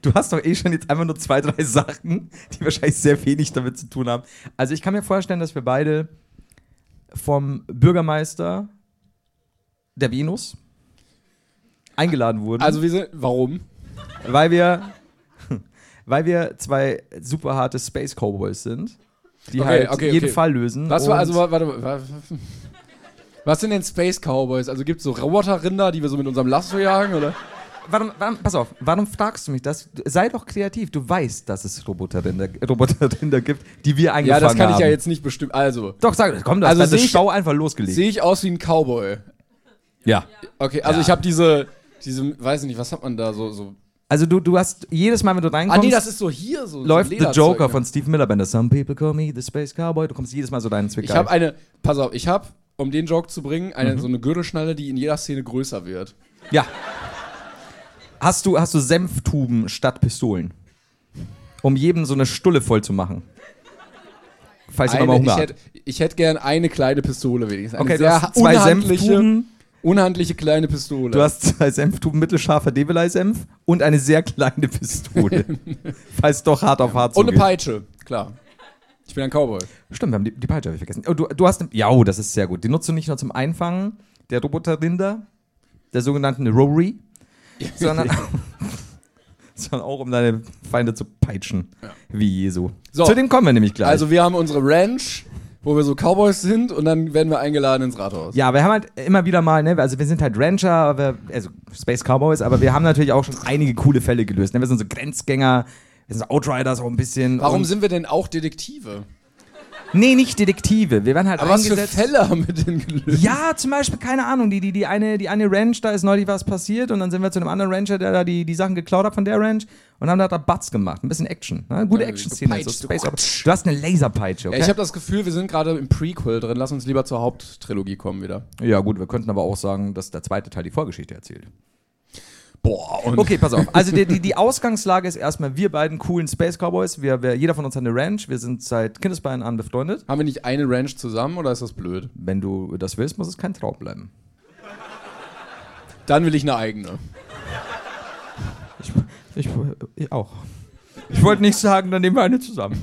B: Du hast doch eh schon jetzt einfach nur zwei, drei Sachen, die wahrscheinlich sehr wenig damit zu tun haben. Also, ich kann mir vorstellen, dass wir beide vom Bürgermeister der Venus eingeladen wurden.
A: Also, wir sind, warum?
B: Weil wir, weil wir zwei super harte Space Cowboys sind, die
A: Okay,
B: halt
A: okay,
B: jeden
A: okay.
B: Fall lösen.
A: Was war, also,
B: und-
A: wa- warte, wa- wa- was sind denn Space Cowboys? Also gibt es so Roboterrinder, die wir so mit unserem Lasso jagen, oder?
B: warum, warum, pass auf, warum fragst du mich das? Du- Sei doch kreativ. Du weißt, dass es Roboterrinder, Roboterrinder gibt, die wir eingefangen
A: Ja, das
B: haben.
A: kann ich ja jetzt nicht bestimmen. Also,
B: Doch, sag, komm, du
A: Also
B: hast
A: sehe
B: deine
A: ich-
B: Schau einfach losgelegt.
A: sehe ich aus wie ein Cowboy?
B: ja.
A: Okay, also
B: Ja.
A: ich habe diese, diese, weiß nicht, was hat man da so, so.
B: Also du, du hast jedes Mal, wenn du
A: Ah,
B: reinkommst,
A: nee, das ist so hier, so.
B: läuft
A: so
B: The
A: Lederzeug,
B: Joker
A: ne?
B: von Steve Miller Band. Some people call me the Space Cowboy. Du kommst jedes Mal so deinen Zwicker.
A: Ich habe eine, pass auf, ich habe, um den Joke zu bringen, eine,
B: Mhm.
A: so eine Gürtelschnalle, die in jeder Szene größer wird.
B: Ja. Hast du, hast du Senftuben statt Pistolen? Um jedem so eine Stulle voll zu machen. Falls jemand
A: Eine,
B: mal
A: ich
B: Hunger
A: hätte
B: hat.
A: ich hätt gern eine kleine Pistole wenigstens. Eine
B: Okay, du
A: sehr
B: hast zwei
A: unhandliche-
B: Senftuben.
A: Unhandliche kleine Pistole.
B: Du hast zwei Senftuben mittelscharfer Develei-Senf und eine sehr kleine Pistole. Falls doch hart auf hart
A: Und eine
B: zugeht.
A: Peitsche, klar. Ich bin ein Cowboy.
B: Stimmt, wir haben die, die Peitsche habe ich vergessen. Oh, du, du hast. Ja, oh, das ist sehr gut. Die nutzt du nicht nur zum Einfangen der Roboterrinder, der sogenannten Rory, sondern, sondern auch um deine Feinde zu peitschen. Wie Jesu.
A: So.
B: Zu dem kommen wir nämlich gleich.
A: Also wir haben unsere Ranch, wo wir so Cowboys sind und dann werden wir eingeladen ins Rathaus.
B: Ja, wir haben halt immer wieder mal, ne, also wir sind halt Rancher, aber wir, also Space Cowboys, aber wir haben natürlich auch schon einige coole Fälle gelöst. Ne? Wir sind so Grenzgänger, wir sind so Outriders auch ein bisschen.
A: Warum
B: Und-
A: sind wir denn auch Detektive?
B: Nee, nicht Detektive. Wir werden halt
A: Aber was für
B: eingesetzt.
A: Fälle haben wir denn gelöst?
B: Ja, zum Beispiel, keine Ahnung, die, die, die, eine, die eine Ranch, da ist neulich was passiert und dann sind wir zu einem anderen Rancher, der da die, die Sachen geklaut hat von der Ranch und haben da, da Butts gemacht. Ein bisschen Action. Ne? Gute
A: Ja,
B: Action-Szene. So
A: gepeitscht,
B: Space
A: so-
B: Oper- du hast eine Laserpeitsche, okay?
A: Ich habe das Gefühl, wir sind gerade im Prequel drin. Lass uns lieber zur Haupttrilogie kommen wieder.
B: ja, gut, wir könnten aber auch sagen, dass der zweite Teil die Vorgeschichte erzählt.
A: Boah, und
B: Okay, pass auf. Also die, die, die Ausgangslage ist erstmal, wir beiden coolen Space Cowboys, wir, wir, jeder von uns hat eine Ranch, wir sind seit Kindesbeinen an befreundet.
A: haben wir nicht eine Ranch zusammen oder ist das blöd?
B: Wenn du das willst, muss es kein Traum bleiben.
A: Dann will ich eine eigene.
B: Ich, ich, äh, ich auch. Ich wollte nicht sagen, dann nehmen wir eine zusammen.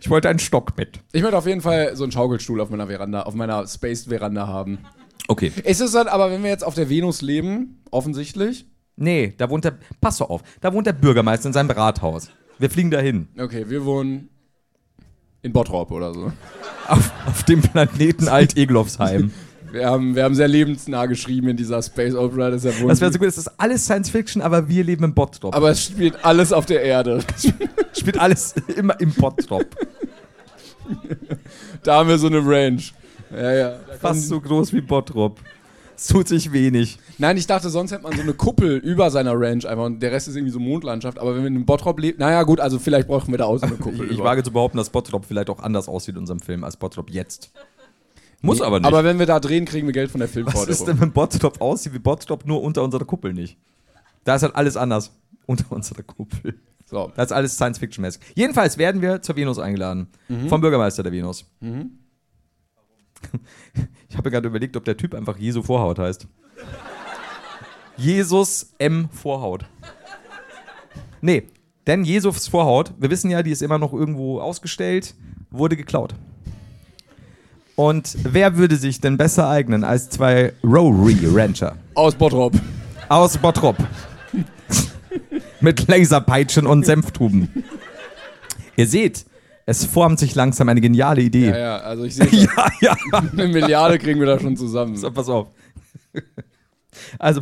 B: Ich wollte einen Stock mit.
A: Ich möchte auf jeden Fall so einen Schaukelstuhl auf meiner Veranda, auf meiner Spaced Veranda haben.
B: Okay.
A: Es ist halt, aber wenn wir jetzt auf der Venus leben, offensichtlich.
B: Nee, da wohnt der, pass doch auf, da wohnt der Bürgermeister in seinem Rathaus. Wir fliegen dahin.
A: Okay, wir wohnen in Bottrop oder so.
B: Auf, auf dem Planeten Alt-Egloffsheim.
A: Wir haben, wir haben sehr lebensnah geschrieben in dieser Space Opera, das ist ja
B: Das wäre so gut, es ist alles Science-Fiction, aber wir leben im Bottrop.
A: Aber es spielt alles auf der Erde.
B: Spielt alles immer im Bottrop.
A: Da haben wir so eine Range. Ja, ja. Da kommen-
B: Fast so groß wie Bottrop. Es tut sich wenig.
A: Nein, ich dachte, sonst hätte man so eine Kuppel über seiner Ranch einfach und der Rest ist irgendwie so Mondlandschaft. Aber wenn wir in einem Bottrop leben, naja, gut, also vielleicht brauchen wir da auch so eine
B: Ich,
A: Kuppel.
B: ich
A: über.
B: wage zu behaupten, dass Bottrop vielleicht auch anders aussieht in unserem Film als Bottrop jetzt. Muss aber nicht.
A: Aber wenn wir da drehen, kriegen wir Geld von der
B: Was ist denn,
A: Filmförderung.
B: wenn Bottrop aussieht wie Bottrop, nur unter unserer Kuppel nicht? Da ist halt alles anders. Unter unserer Kuppel.
A: So.
B: Das ist alles Science-Fiction-mäßig. Jedenfalls werden wir zur Venus eingeladen. Vom Bürgermeister der Venus. Ich habe gerade überlegt, ob der Typ einfach Jesu Vorhaut heißt. Jesus M. Vorhaut. Nee, denn Jesus Vorhaut, wir wissen ja, die ist immer noch irgendwo ausgestellt, wurde geklaut. Und wer würde sich denn besser eignen als zwei Rowry Rancher
A: Aus Bottrop.
B: aus Bottrop? Mit Laserpeitschen und Senftuben. Ihr seht, es formt sich langsam eine geniale Idee.
A: Ja, ja, also ich sehe, schon,
B: Ja, ja.
A: eine Milliarde kriegen wir da schon zusammen.
B: So, pass auf. Also,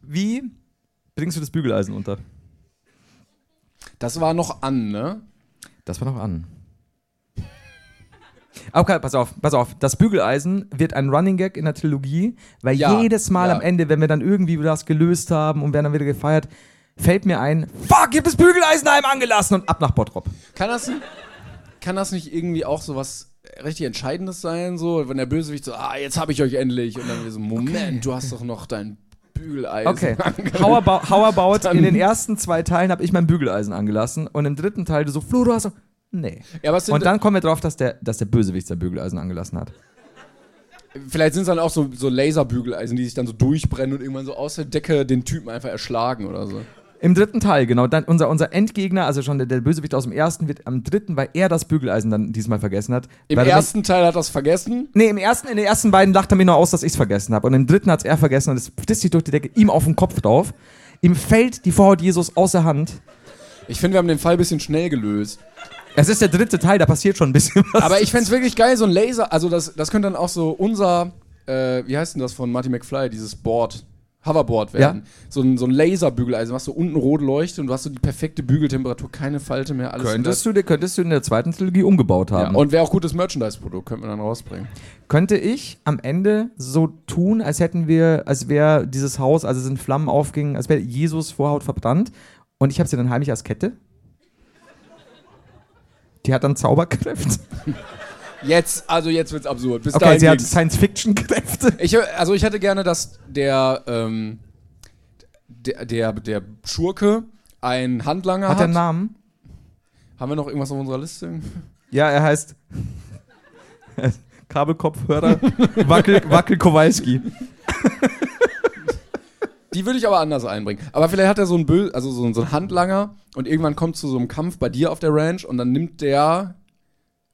B: wie bringst du das Bügeleisen unter?
A: Das war noch an, ne?
B: Das war noch an. Okay, pass auf, pass auf. Das Bügeleisen wird ein Running Gag in der Trilogie, weil
A: Ja,
B: jedes Mal
A: ja.
B: am Ende, wenn wir dann irgendwie das gelöst haben und werden dann wieder gefeiert, fällt mir ein, fuck, ich hab das Bügeleisen daheim angelassen und ab nach Bottrop.
A: Kann das, kann das nicht irgendwie auch so was richtig Entscheidendes sein? So, wenn der Bösewicht so, ah, jetzt hab ich euch endlich. Und dann wir so, Moment, du hast doch noch dein Bügeleisen.
B: Okay. How about, how about in den ersten zwei Teilen habe ich mein Bügeleisen angelassen und im dritten Teil du so, Flo, du hast. Nee.
A: Ja, aber es sind-
B: und dann kommen wir drauf, dass der, dass der Bösewicht sein Bügeleisen angelassen hat.
A: Vielleicht sind es dann auch so, so Laserbügeleisen, die sich dann so durchbrennen und irgendwann so aus der Decke den Typen einfach erschlagen oder so.
B: Im dritten Teil, genau. Dann unser, unser Endgegner, also schon der, der Bösewicht aus dem ersten, wird am dritten, weil er das Bügeleisen dann diesmal vergessen hat.
A: Im
B: weil er
A: ersten Teil hat das vergessen.
B: Mich, nee, im ersten, in den ersten beiden lacht er mir nur aus, dass ich es vergessen habe. Und im dritten hat es er vergessen und es frisst sich durch die Decke ihm auf den Kopf drauf. Ihm fällt die Vorhaut Jesus aus der Hand.
A: Ich finde, wir haben den Fall ein bisschen schnell gelöst.
B: Es ist der dritte Teil, da passiert schon ein bisschen was.
A: Aber ich fänd's wirklich geil, so ein Laser. Also, das, das könnte dann auch so unser, äh, wie heißt denn das von Marty McFly, dieses Board, Hoverboard werden. So, ein, so ein Laserbügeleisen, was so unten rot leuchtet und du hast so die perfekte Bügeltemperatur, keine Falte mehr, alles.
B: könntest du, dir- könntest du in der zweiten Trilogie umgebaut
A: ja,
B: haben.
A: und wäre auch gutes Merchandise-Produkt, könnten wir dann rausbringen.
B: könnte ich am Ende so tun, als hätten wir, als wäre dieses Haus, als es in Flammen aufging, als wäre Jesus Vorhaut verbrannt und ich habe sie dann heimlich als Kette. Die hat dann Zauberkräfte.
A: Jetzt, also jetzt wird's absurd. Bis
B: Okay,
A: dahin
B: sie hat
A: ging's.
B: Science-Fiction-Kräfte.
A: Ich, hö- also ich hätte gerne, dass der, ähm, der, der, der Schurke einen Handlanger hat.
B: Hat er einen Namen?
A: Haben wir noch irgendwas auf unserer Liste?
B: Ja, er heißt Kabelkopfhörer Wackel, Wackel Kowalski.
A: Die würde ich aber anders einbringen. Aber vielleicht hat er so einen, Bö also so, einen- so einen Handlanger und irgendwann kommt zu so einem Kampf bei dir auf der Ranch und dann nimmt der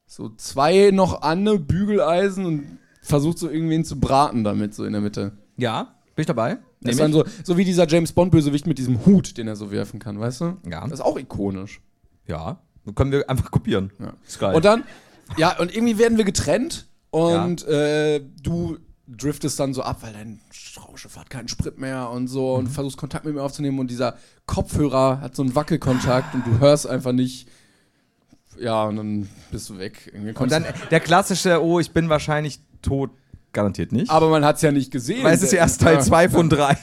A: so zwei noch an Bügeleisen und versucht so irgendwen zu braten damit, so in der Mitte.
B: Ja, Bin ich dabei?
A: Das
B: Nehm
A: dann
B: ich?
A: so, so wie dieser James Bond-Bösewicht mit diesem Hut, den er so werfen kann, weißt du?
B: Ja.
A: Das ist auch ikonisch.
B: ja. Dann können wir einfach kopieren. Ist geil.
A: Und dann, ja, und irgendwie werden wir getrennt und äh, du driftest dann so ab, weil dein Raumschiff hat keinen Sprit mehr und so
B: Mhm.
A: und versuchst Kontakt mit mir aufzunehmen und dieser Kopfhörer hat so einen Wackelkontakt und du hörst einfach nicht. Ja, und dann bist du weg. Irgendwie
B: Und
A: kommst
B: dann
A: du-
B: der klassische, oh, ich bin wahrscheinlich tot. Garantiert nicht.
A: aber man hat es ja nicht gesehen.
B: Weil es ist ja erst Teil 2 von 3.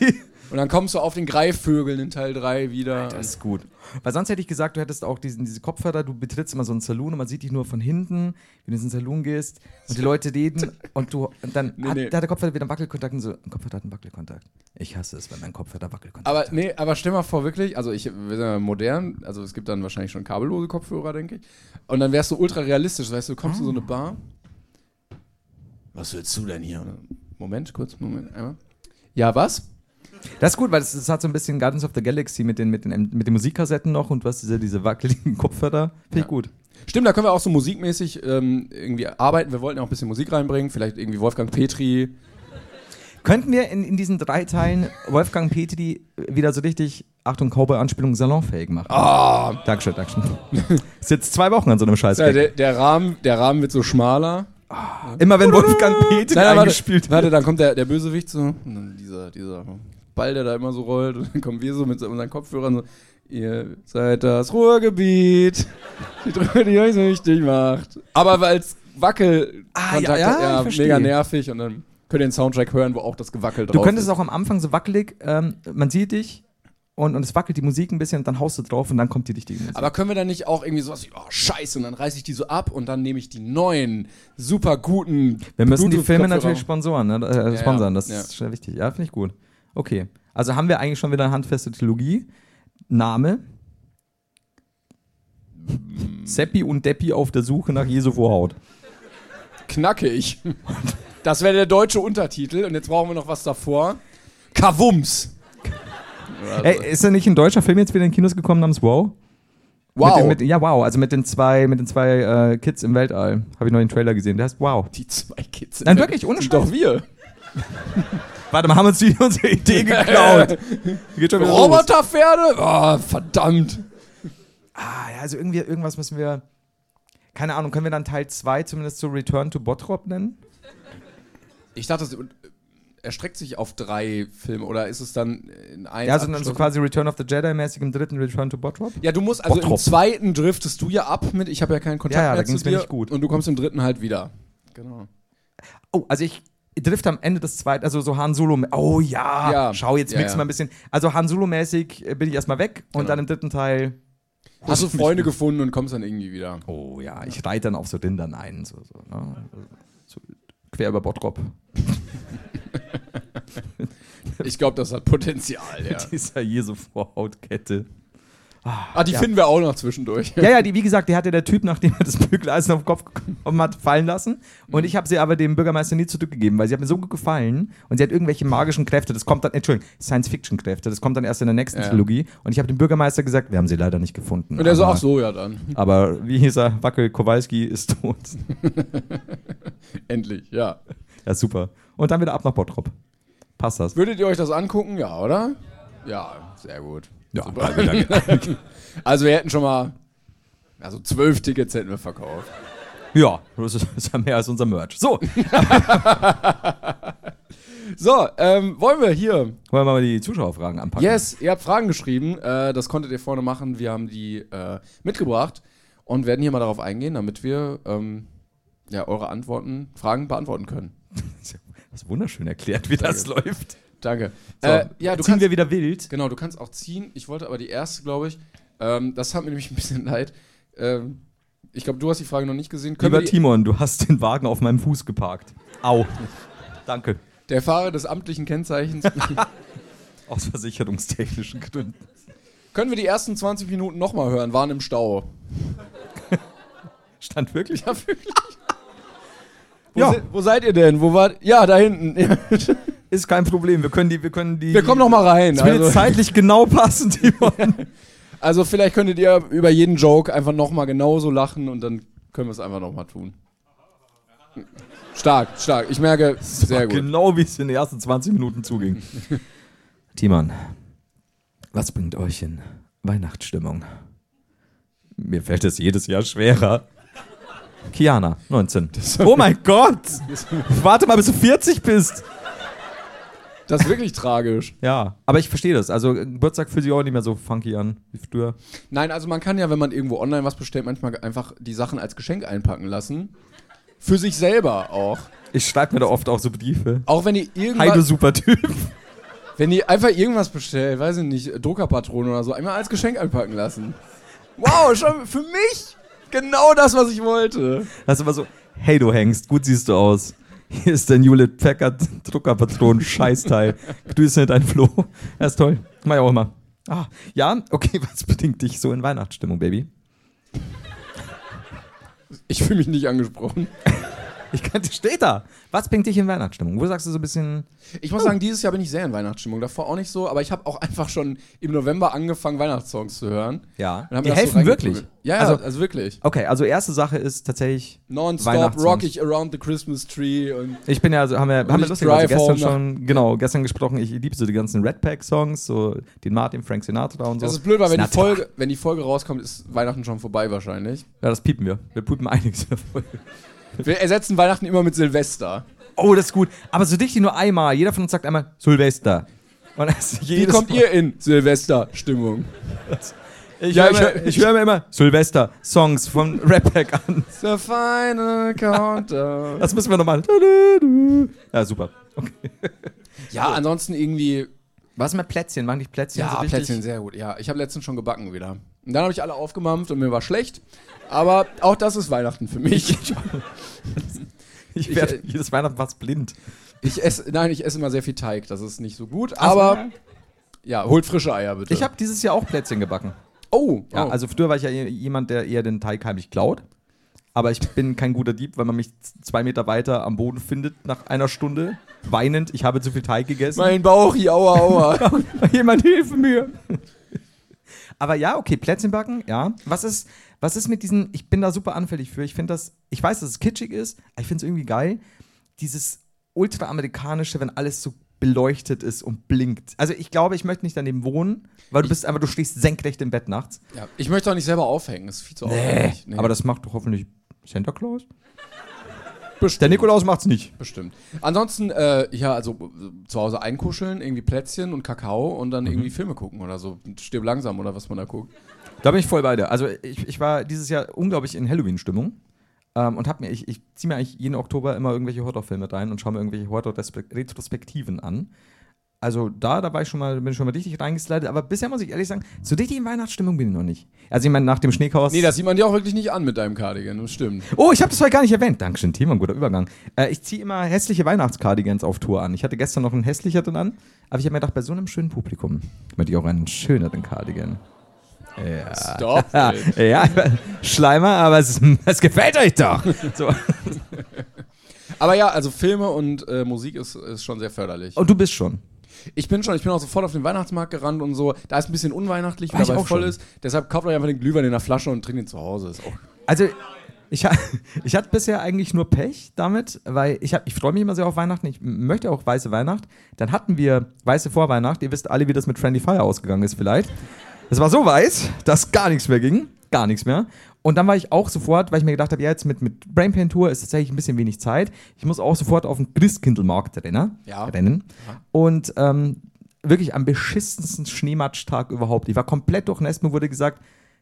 A: Und dann kommst du auf den Greifvögeln in Teil 3 wieder.
B: Das ist gut. Weil sonst hätte ich gesagt, du hättest auch diesen, diese Kopfhörer, du betrittst immer so einen Saloon und man sieht dich nur von hinten, wenn du in den Saloon gehst und die Leute reden und du und dann hat,
A: nee.
B: da hat der Kopfhörer wieder einen Wackelkontakt und so, ein Kopfhörer hat einen Wackelkontakt. Ich hasse es, wenn mein Kopfhörer Wackelkontakt
A: Aber nee, aber stell mal vor, wirklich, also ich wir sind ja modern, also es gibt dann wahrscheinlich schon kabellose Kopfhörer, denke ich. Und dann wärst du ultra realistisch, weißt du, du kommst in so eine Bar. Was willst du denn hier? Moment, kurz, Moment, einmal. Ja, was?
B: hat. Das ist gut, weil es es hat so ein bisschen Guardians of the Galaxy mit den, mit den, mit den Musikkassetten noch und du hast diese, diese wackeligen Kopfhörer. Finde ich gut.
A: Stimmt, da können wir auch so musikmäßig ähm, irgendwie arbeiten. Wir wollten ja auch ein bisschen Musik reinbringen, vielleicht irgendwie Wolfgang Petri.
B: Könnten wir in, in diesen drei Teilen Wolfgang Petri wieder so richtig, Achtung, Cowboy-Anspielung salonfähig machen? Dankeschön, Dankeschön. Ist jetzt zwei Wochen an so einem Scheiß.
A: Ah. Ja, der, der, Rahmen, der Rahmen wird so schmaler.
B: Immer wenn Wolfgang Petri eingespielt
A: warte, warte, dann kommt der, der Bösewicht so, und dann dieser, dieser Ball, der da immer so rollt, und dann kommen wir so mit so unseren Kopfhörern so, ihr seid das Ruhrgebiet, die Drücke, die euch so wichtig macht. Aber weil es Wackelkontakt
B: Ah, ja, ja,
A: hat,
B: ich verstehe.
A: mega nervig, und dann könnt ihr den Soundtrack hören, wo auch das Gewackel drauf
B: Du könntest
A: ist.
B: auch am Anfang so wackelig, ähm, man sieht dich und, und es wackelt die Musik ein bisschen und dann haust du drauf und dann kommt die richtige Musik.
A: aber können wir dann nicht auch irgendwie sowas wie, oh scheiße, und dann reiße ich die so ab und dann nehme ich die neuen, super guten
B: wir müssen die Filme
A: Bluetooth-Kopfhörer.
B: natürlich sponsoren, ne? äh,
A: ja.
B: sponsern, das
A: Ja.
B: ist schon wichtig. Ja, finde ich gut. Okay, also haben wir eigentlich schon wieder eine handfeste Trilogie. Name?
A: Mm.
B: Seppi und Deppi auf der Suche nach Jesu Vorhaut.
A: Knackig. Das wäre der deutsche Untertitel und jetzt brauchen wir noch was davor. Kavums. Also.
B: Ey, ist denn nicht ein deutscher Film jetzt wieder in Kinos gekommen namens Wow? Mit,
A: Wow.
B: den- mit, ja, wow. Also mit den zwei, mit den zwei äh, Kids im Weltall. Habe ich noch den Trailer gesehen. Der heißt Wow.
A: die zwei Kids.
B: Nein, wirklich, ohne
A: Sind
B: Scheiß.
A: Doch wir.
B: Warte mal, haben uns die unsere Idee geklaut? Geht schon wieder los.
A: Roboterpferde? Oh, verdammt.
B: Ah, ja, also irgendwie, irgendwas müssen wir. Keine Ahnung, können wir dann Teil 2 zumindest so Return to Bottrop nennen?
A: Ich dachte, es erstreckt sich auf drei Filme oder ist es dann in einem?
B: Ja, also dann so quasi Return of the Jedi-mäßig im dritten Return to Bottrop?
A: Ja, du musst, also im
B: Bottrop.
A: zweiten driftest du ja ab mit, ich habe ja keinen Kontakt
B: Ja, ja,
A: mehr
B: da
A: zu
B: ging's mir
A: dir.
B: nicht gut.
A: Und du kommst im dritten halt wieder. Genau.
B: Oh, also ich drift am Ende des zweiten, also so Han Solo. Oh ja,
A: Ja.
B: schau, jetzt
A: Ja,
B: mix
A: ja.
B: mal ein bisschen. Also Han Solo-mäßig äh, bin ich erstmal weg und dann im dritten Teil.
A: Hast du Freunde gefunden und kommst dann irgendwie wieder.
B: Oh ja, ich reite dann auf so Rindern ein. So, so, ne? so, quer über Bottrop.
A: Ich glaube, das hat Potenzial, ja.
B: Dieser Jesu Vorhautkette.
A: Ah, die finden wir auch noch zwischendurch.
B: Ja, ja, die, wie gesagt, die hatte der Typ, nachdem er das Bügeleisen auf den Kopf bekommen hat, fallen lassen. Und
A: Mhm.
B: ich habe sie aber dem Bürgermeister nie zurückgegeben, weil sie hat mir so gut gefallen. Und sie hat irgendwelche magischen Kräfte, das kommt dann, Entschuldigung, Science-Fiction-Kräfte, das kommt dann erst in der nächsten
A: Ja.
B: Trilogie. Und ich habe dem Bürgermeister gesagt, wir haben sie leider nicht gefunden.
A: Und er so,
B: aber,
A: ach so, ja dann.
B: Aber wie hieß er? Wackel Kowalski ist tot.
A: Endlich, ja.
B: Ja, super. Und dann wieder ab nach Bottrop. Passt das?
A: Würdet ihr euch das angucken? Ja, oder? Ja, sehr gut.
B: Ja,
A: Super. also wir hätten schon mal, also zwölf Tickets hätten wir verkauft.
B: Ja, das ist, ist ja mehr als unser Merch. So, wollen
A: So, ähm, wollen wir hier.
B: wir mal die Zuschauerfragen anpacken?
A: Yes, ihr habt Fragen geschrieben. Äh, das konntet ihr vorne machen. Wir haben die äh, mitgebracht und werden hier mal darauf eingehen, damit wir ähm, ja, eure Antworten, Fragen beantworten können.
B: Das ist wunderschön erklärt, wie das läuft.
A: Danke.
B: So,
A: äh, ja, du
B: ziehen
A: kannst,
B: wir wieder wild.
A: Genau, du kannst auch ziehen. Ich wollte aber die erste, glaube ich. Ähm, das hat mir nämlich ein bisschen leid. Ähm, ich glaube, du hast die Frage noch nicht gesehen. Können
B: Lieber
A: wir die,
B: Timon, du hast den Wagen auf meinem Fuß geparkt. Au. Danke.
A: der Fahrer des amtlichen Kennzeichens.
B: Aus versicherungstechnischen Gründen.
A: können wir die ersten 20 Minuten nochmal hören? Waren im Stau.
B: Stand wirklich?
A: Ja, wirklich. Wo,
B: Ja.
A: se wo seid ihr denn? Wo wart Ja, da hinten.
B: Ist kein Problem. Wir können die, wir können die.
A: wir kommen nochmal rein.
B: Es wird jetzt
A: Also,
B: zeitlich genau passen, Timon.
A: also vielleicht könntet ihr über jeden Joke einfach nochmal genauso lachen und dann können wir es einfach nochmal tun. Stark, stark. Ich merke, sehr gut.
B: Genau wie es in den ersten 20 Minuten zuging. Timon, was bringt euch in Weihnachtsstimmung? Mir fällt es jedes Jahr schwerer. Kiana, 19. Oh mein Gott! Warte mal, bis du 40 bist!
A: Das ist wirklich tragisch.
B: Ja, aber ich verstehe das. Also Geburtstag fühlt sich auch nicht mehr so funky an wie früher.
A: Nein, also man kann ja, wenn man irgendwo online was bestellt, manchmal einfach die Sachen als Geschenk einpacken lassen. Für sich selber auch.
B: Ich schreibe mir da oft auch so Briefe.
A: Auch wenn ihr
B: Hi, du
A: irgendwas,
B: super Typ.
A: wenn ihr einfach irgendwas bestellt, weiß ich nicht, Druckerpatronen oder so, einmal als Geschenk einpacken lassen. Wow, schon für mich genau das, was ich wollte.
B: Das ist immer so, hey du Hengst, gut siehst du aus. Hier ist dein Hewlett Packard Druckerpatronen Scheißteil. Grüße dein Flo. Das ist toll. Mach ich auch immer. Ah, ja, okay, was bedingt dich so in Weihnachtsstimmung, Baby?
A: Ich fühle mich nicht angesprochen.
B: Ich kann, steht da. Was bringt dich in Weihnachtsstimmung? Wo sagst du so ein bisschen,
A: Ich muss sagen, dieses Jahr bin ich sehr in Weihnachtsstimmung. Davor auch nicht so, aber ich habe auch einfach schon im November angefangen, Weihnachtssongs zu hören.
B: ja,
A: Und hab
B: die
A: mir das so
B: helfen wirklich?
A: reingeprügelt. Ja, also,
B: Also,
A: also wirklich.
B: okay, also erste Sache ist tatsächlich,
A: Non-stop
B: Weihnachtssongs.
A: rock ich around the Christmas tree und
B: ich bin ja, also, haben wir, haben wir
A: ich
B: lustigerweise
A: drive home ne?
B: gestern
A: nach-
B: schon, genau, gestern gesprochen, ich liebe so die ganzen Red Pack Songs, so den Martin, Frank Sinatra und so.
A: Das ist blöd, weil wenn die,
B: Sinatra.
A: Folge, wenn die Folge rauskommt, ist Weihnachten schon vorbei wahrscheinlich.
B: Ja, das piepen wir. Wir piepen einiges in der Folge.
A: Wir ersetzen Weihnachten immer mit Silvester.
B: Oh, das ist gut. Aber so dicht wie nur einmal. Jeder von uns sagt einmal Silvester. Und das
A: Wie kommt ihr in Silvester-Stimmung?
B: Ich
A: Ja,
B: höre
A: ich
B: mir,
A: hör-
B: ich hör mir immer Silvester-Songs von Rap Pack an.
A: The final countdown.
B: Das müssen wir nochmal. Tududu. Ja, super. Okay.
A: Ja, ansonsten irgendwie.
B: Was mit Plätzchen? Mag ich Plätzchen?
A: Ja,
B: so richtig?
A: Plätzchen sehr gut. Ja, ich habe letztens schon gebacken wieder. Und dann habe ich alle aufgemampft und mir war schlecht. Aber auch das ist Weihnachten für mich.
B: Ich
A: Ich,
B: werde
A: äh,
B: jedes Weihnachten was blind.
A: Ich esse, nein, ich esse immer sehr viel Teig. Das ist nicht so gut. Aber ja, holt frische Eier bitte.
B: Ich habe dieses Jahr auch Plätzchen gebacken.
A: Oh,
B: Ja,
A: oh.
B: also früher war ich ja eh jemand, der eher den Teig heimlich klaut. Aber ich bin kein guter Dieb, weil man mich z- zwei Meter weiter am Boden findet nach einer Stunde, weinend, ich habe zu viel Teig gegessen.
A: mein Bauch, hier, aua, aua.
B: Jemand hilf mir. Aber ja, okay, Plätzchen backen, ja. Was ist, was ist mit diesen, ich bin da super anfällig für, ich finde das, ich weiß, dass es kitschig ist, aber ich finde es irgendwie geil, dieses ultraamerikanische, wenn alles so beleuchtet ist und blinkt. Also ich glaube, ich möchte nicht daneben wohnen, weil du bist einfach, du stehst senkrecht im Bett nachts.
A: ja, ich möchte auch nicht selber aufhängen. Das ist viel zu aufwendig. Nee.
B: Äh. Aber das macht doch hoffentlich Santa Claus.
A: Bestimmt.
B: Der Nikolaus macht's nicht.
A: Bestimmt. Ansonsten, äh, ja, also äh, zu Hause einkuscheln, irgendwie Plätzchen und Kakao und
B: Mhm.
A: dann irgendwie Filme gucken oder so. Stirb langsam oder was man da guckt.
B: Da bin ich voll bei dir. Also ich, ich war dieses Jahr unglaublich in Halloween-Stimmung. Ähm, und hab mir, ich, ich ziehe mir eigentlich jeden Oktober immer irgendwelche Horrorfilme rein und schaue mir irgendwelche Horror-Retrospektiven an. Also da, da war ich schon mal, bin ich schon mal richtig reingeslidet, aber bisher muss ich ehrlich sagen, so richtig in Weihnachtsstimmung bin ich noch nicht. Also ich meine, nach dem Schneechaos.
A: Nee, das sieht man dir auch wirklich nicht an mit deinem Cardigan, das stimmt.
B: Oh, ich habe das heute gar nicht erwähnt. Dankeschön, Timon, guter Übergang. Äh, ich ziehe immer hässliche Weihnachtscardigans auf Tour an. Ich hatte gestern noch einen hässlicheren an, aber ich habe mir gedacht, bei so einem schönen Publikum möchte ich auch einen schöneren Cardigan. Ah.
A: Stop.
B: Ja,
A: it.
B: ja, Schleimer, aber es, es gefällt euch doch. So.
A: Aber ja, also Filme und äh, Musik ist, ist schon sehr förderlich.
B: Und du bist schon.
A: Ich bin schon, ich bin auch sofort auf den Weihnachtsmarkt gerannt und so. Da ist ein bisschen unweihnachtlich,
B: War
A: weil
B: ich
A: er
B: auch
A: voll
B: schon.
A: ist. Deshalb kauft euch einfach den Glühwein in der Flasche und trinkt ihn zu Hause. Ist auch
B: Also, ich, ha- ich hatte bisher eigentlich nur Pech damit, weil ich, hab- ich freue mich immer sehr auf Weihnachten. Ich m- möchte auch weiße Weihnacht. Dann hatten wir weiße Vorweihnacht. Ihr wisst alle, wie das mit Friendly Fire ausgegangen ist, vielleicht. Es war so weiß, dass gar nichts mehr ging. Gar nichts mehr. Und dann war ich auch sofort, weil ich mir gedacht habe, ja, jetzt mit, mit Brain Pain Tour ist tatsächlich ein bisschen wenig Zeit. Ich muss auch sofort auf den Christkindlmarkt rennen.
A: Ja.
B: rennen. Und ähm, wirklich am beschissensten Schneematschtag überhaupt. Ich war komplett durchnässt. Mir wurde gesagt,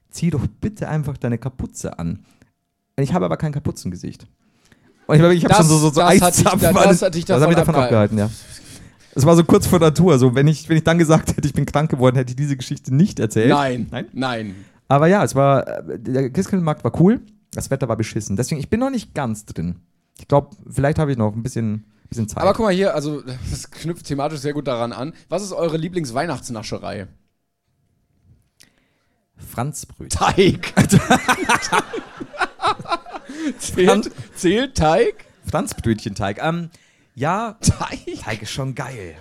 B: zieh doch bitte einfach deine Kapuze an. Ich habe aber kein Kapuzengesicht. Und ich, glaube, ich habe
A: Das-
B: schon so, so, so
A: das hat dich da-
B: Eiszapfen.
A: das hat dich davon
B: mich davon abgehalten, ja. Es war so kurz vor der Tour. So, wenn, ich, wenn ich dann gesagt hätte, ich bin krank geworden, hätte ich diese Geschichte nicht erzählt.
A: Nein,
B: Nein?
A: nein.
B: Aber ja, es war, äh, der Christkindlmarkt war cool, das Wetter war beschissen. Deswegen, ich bin noch nicht ganz drin. Ich glaube, vielleicht habe ich noch ein bisschen, bisschen Zeit.
A: Aber guck mal hier, also das knüpft thematisch sehr gut daran an. Was ist eure Lieblingsweihnachtsnascherei?
B: Franzbrötchen.
A: Teig. zählt, zählt Teig?
B: Franzbrötchenteig. Ähm, ja,
A: Teig?
B: Teig ist schon geil.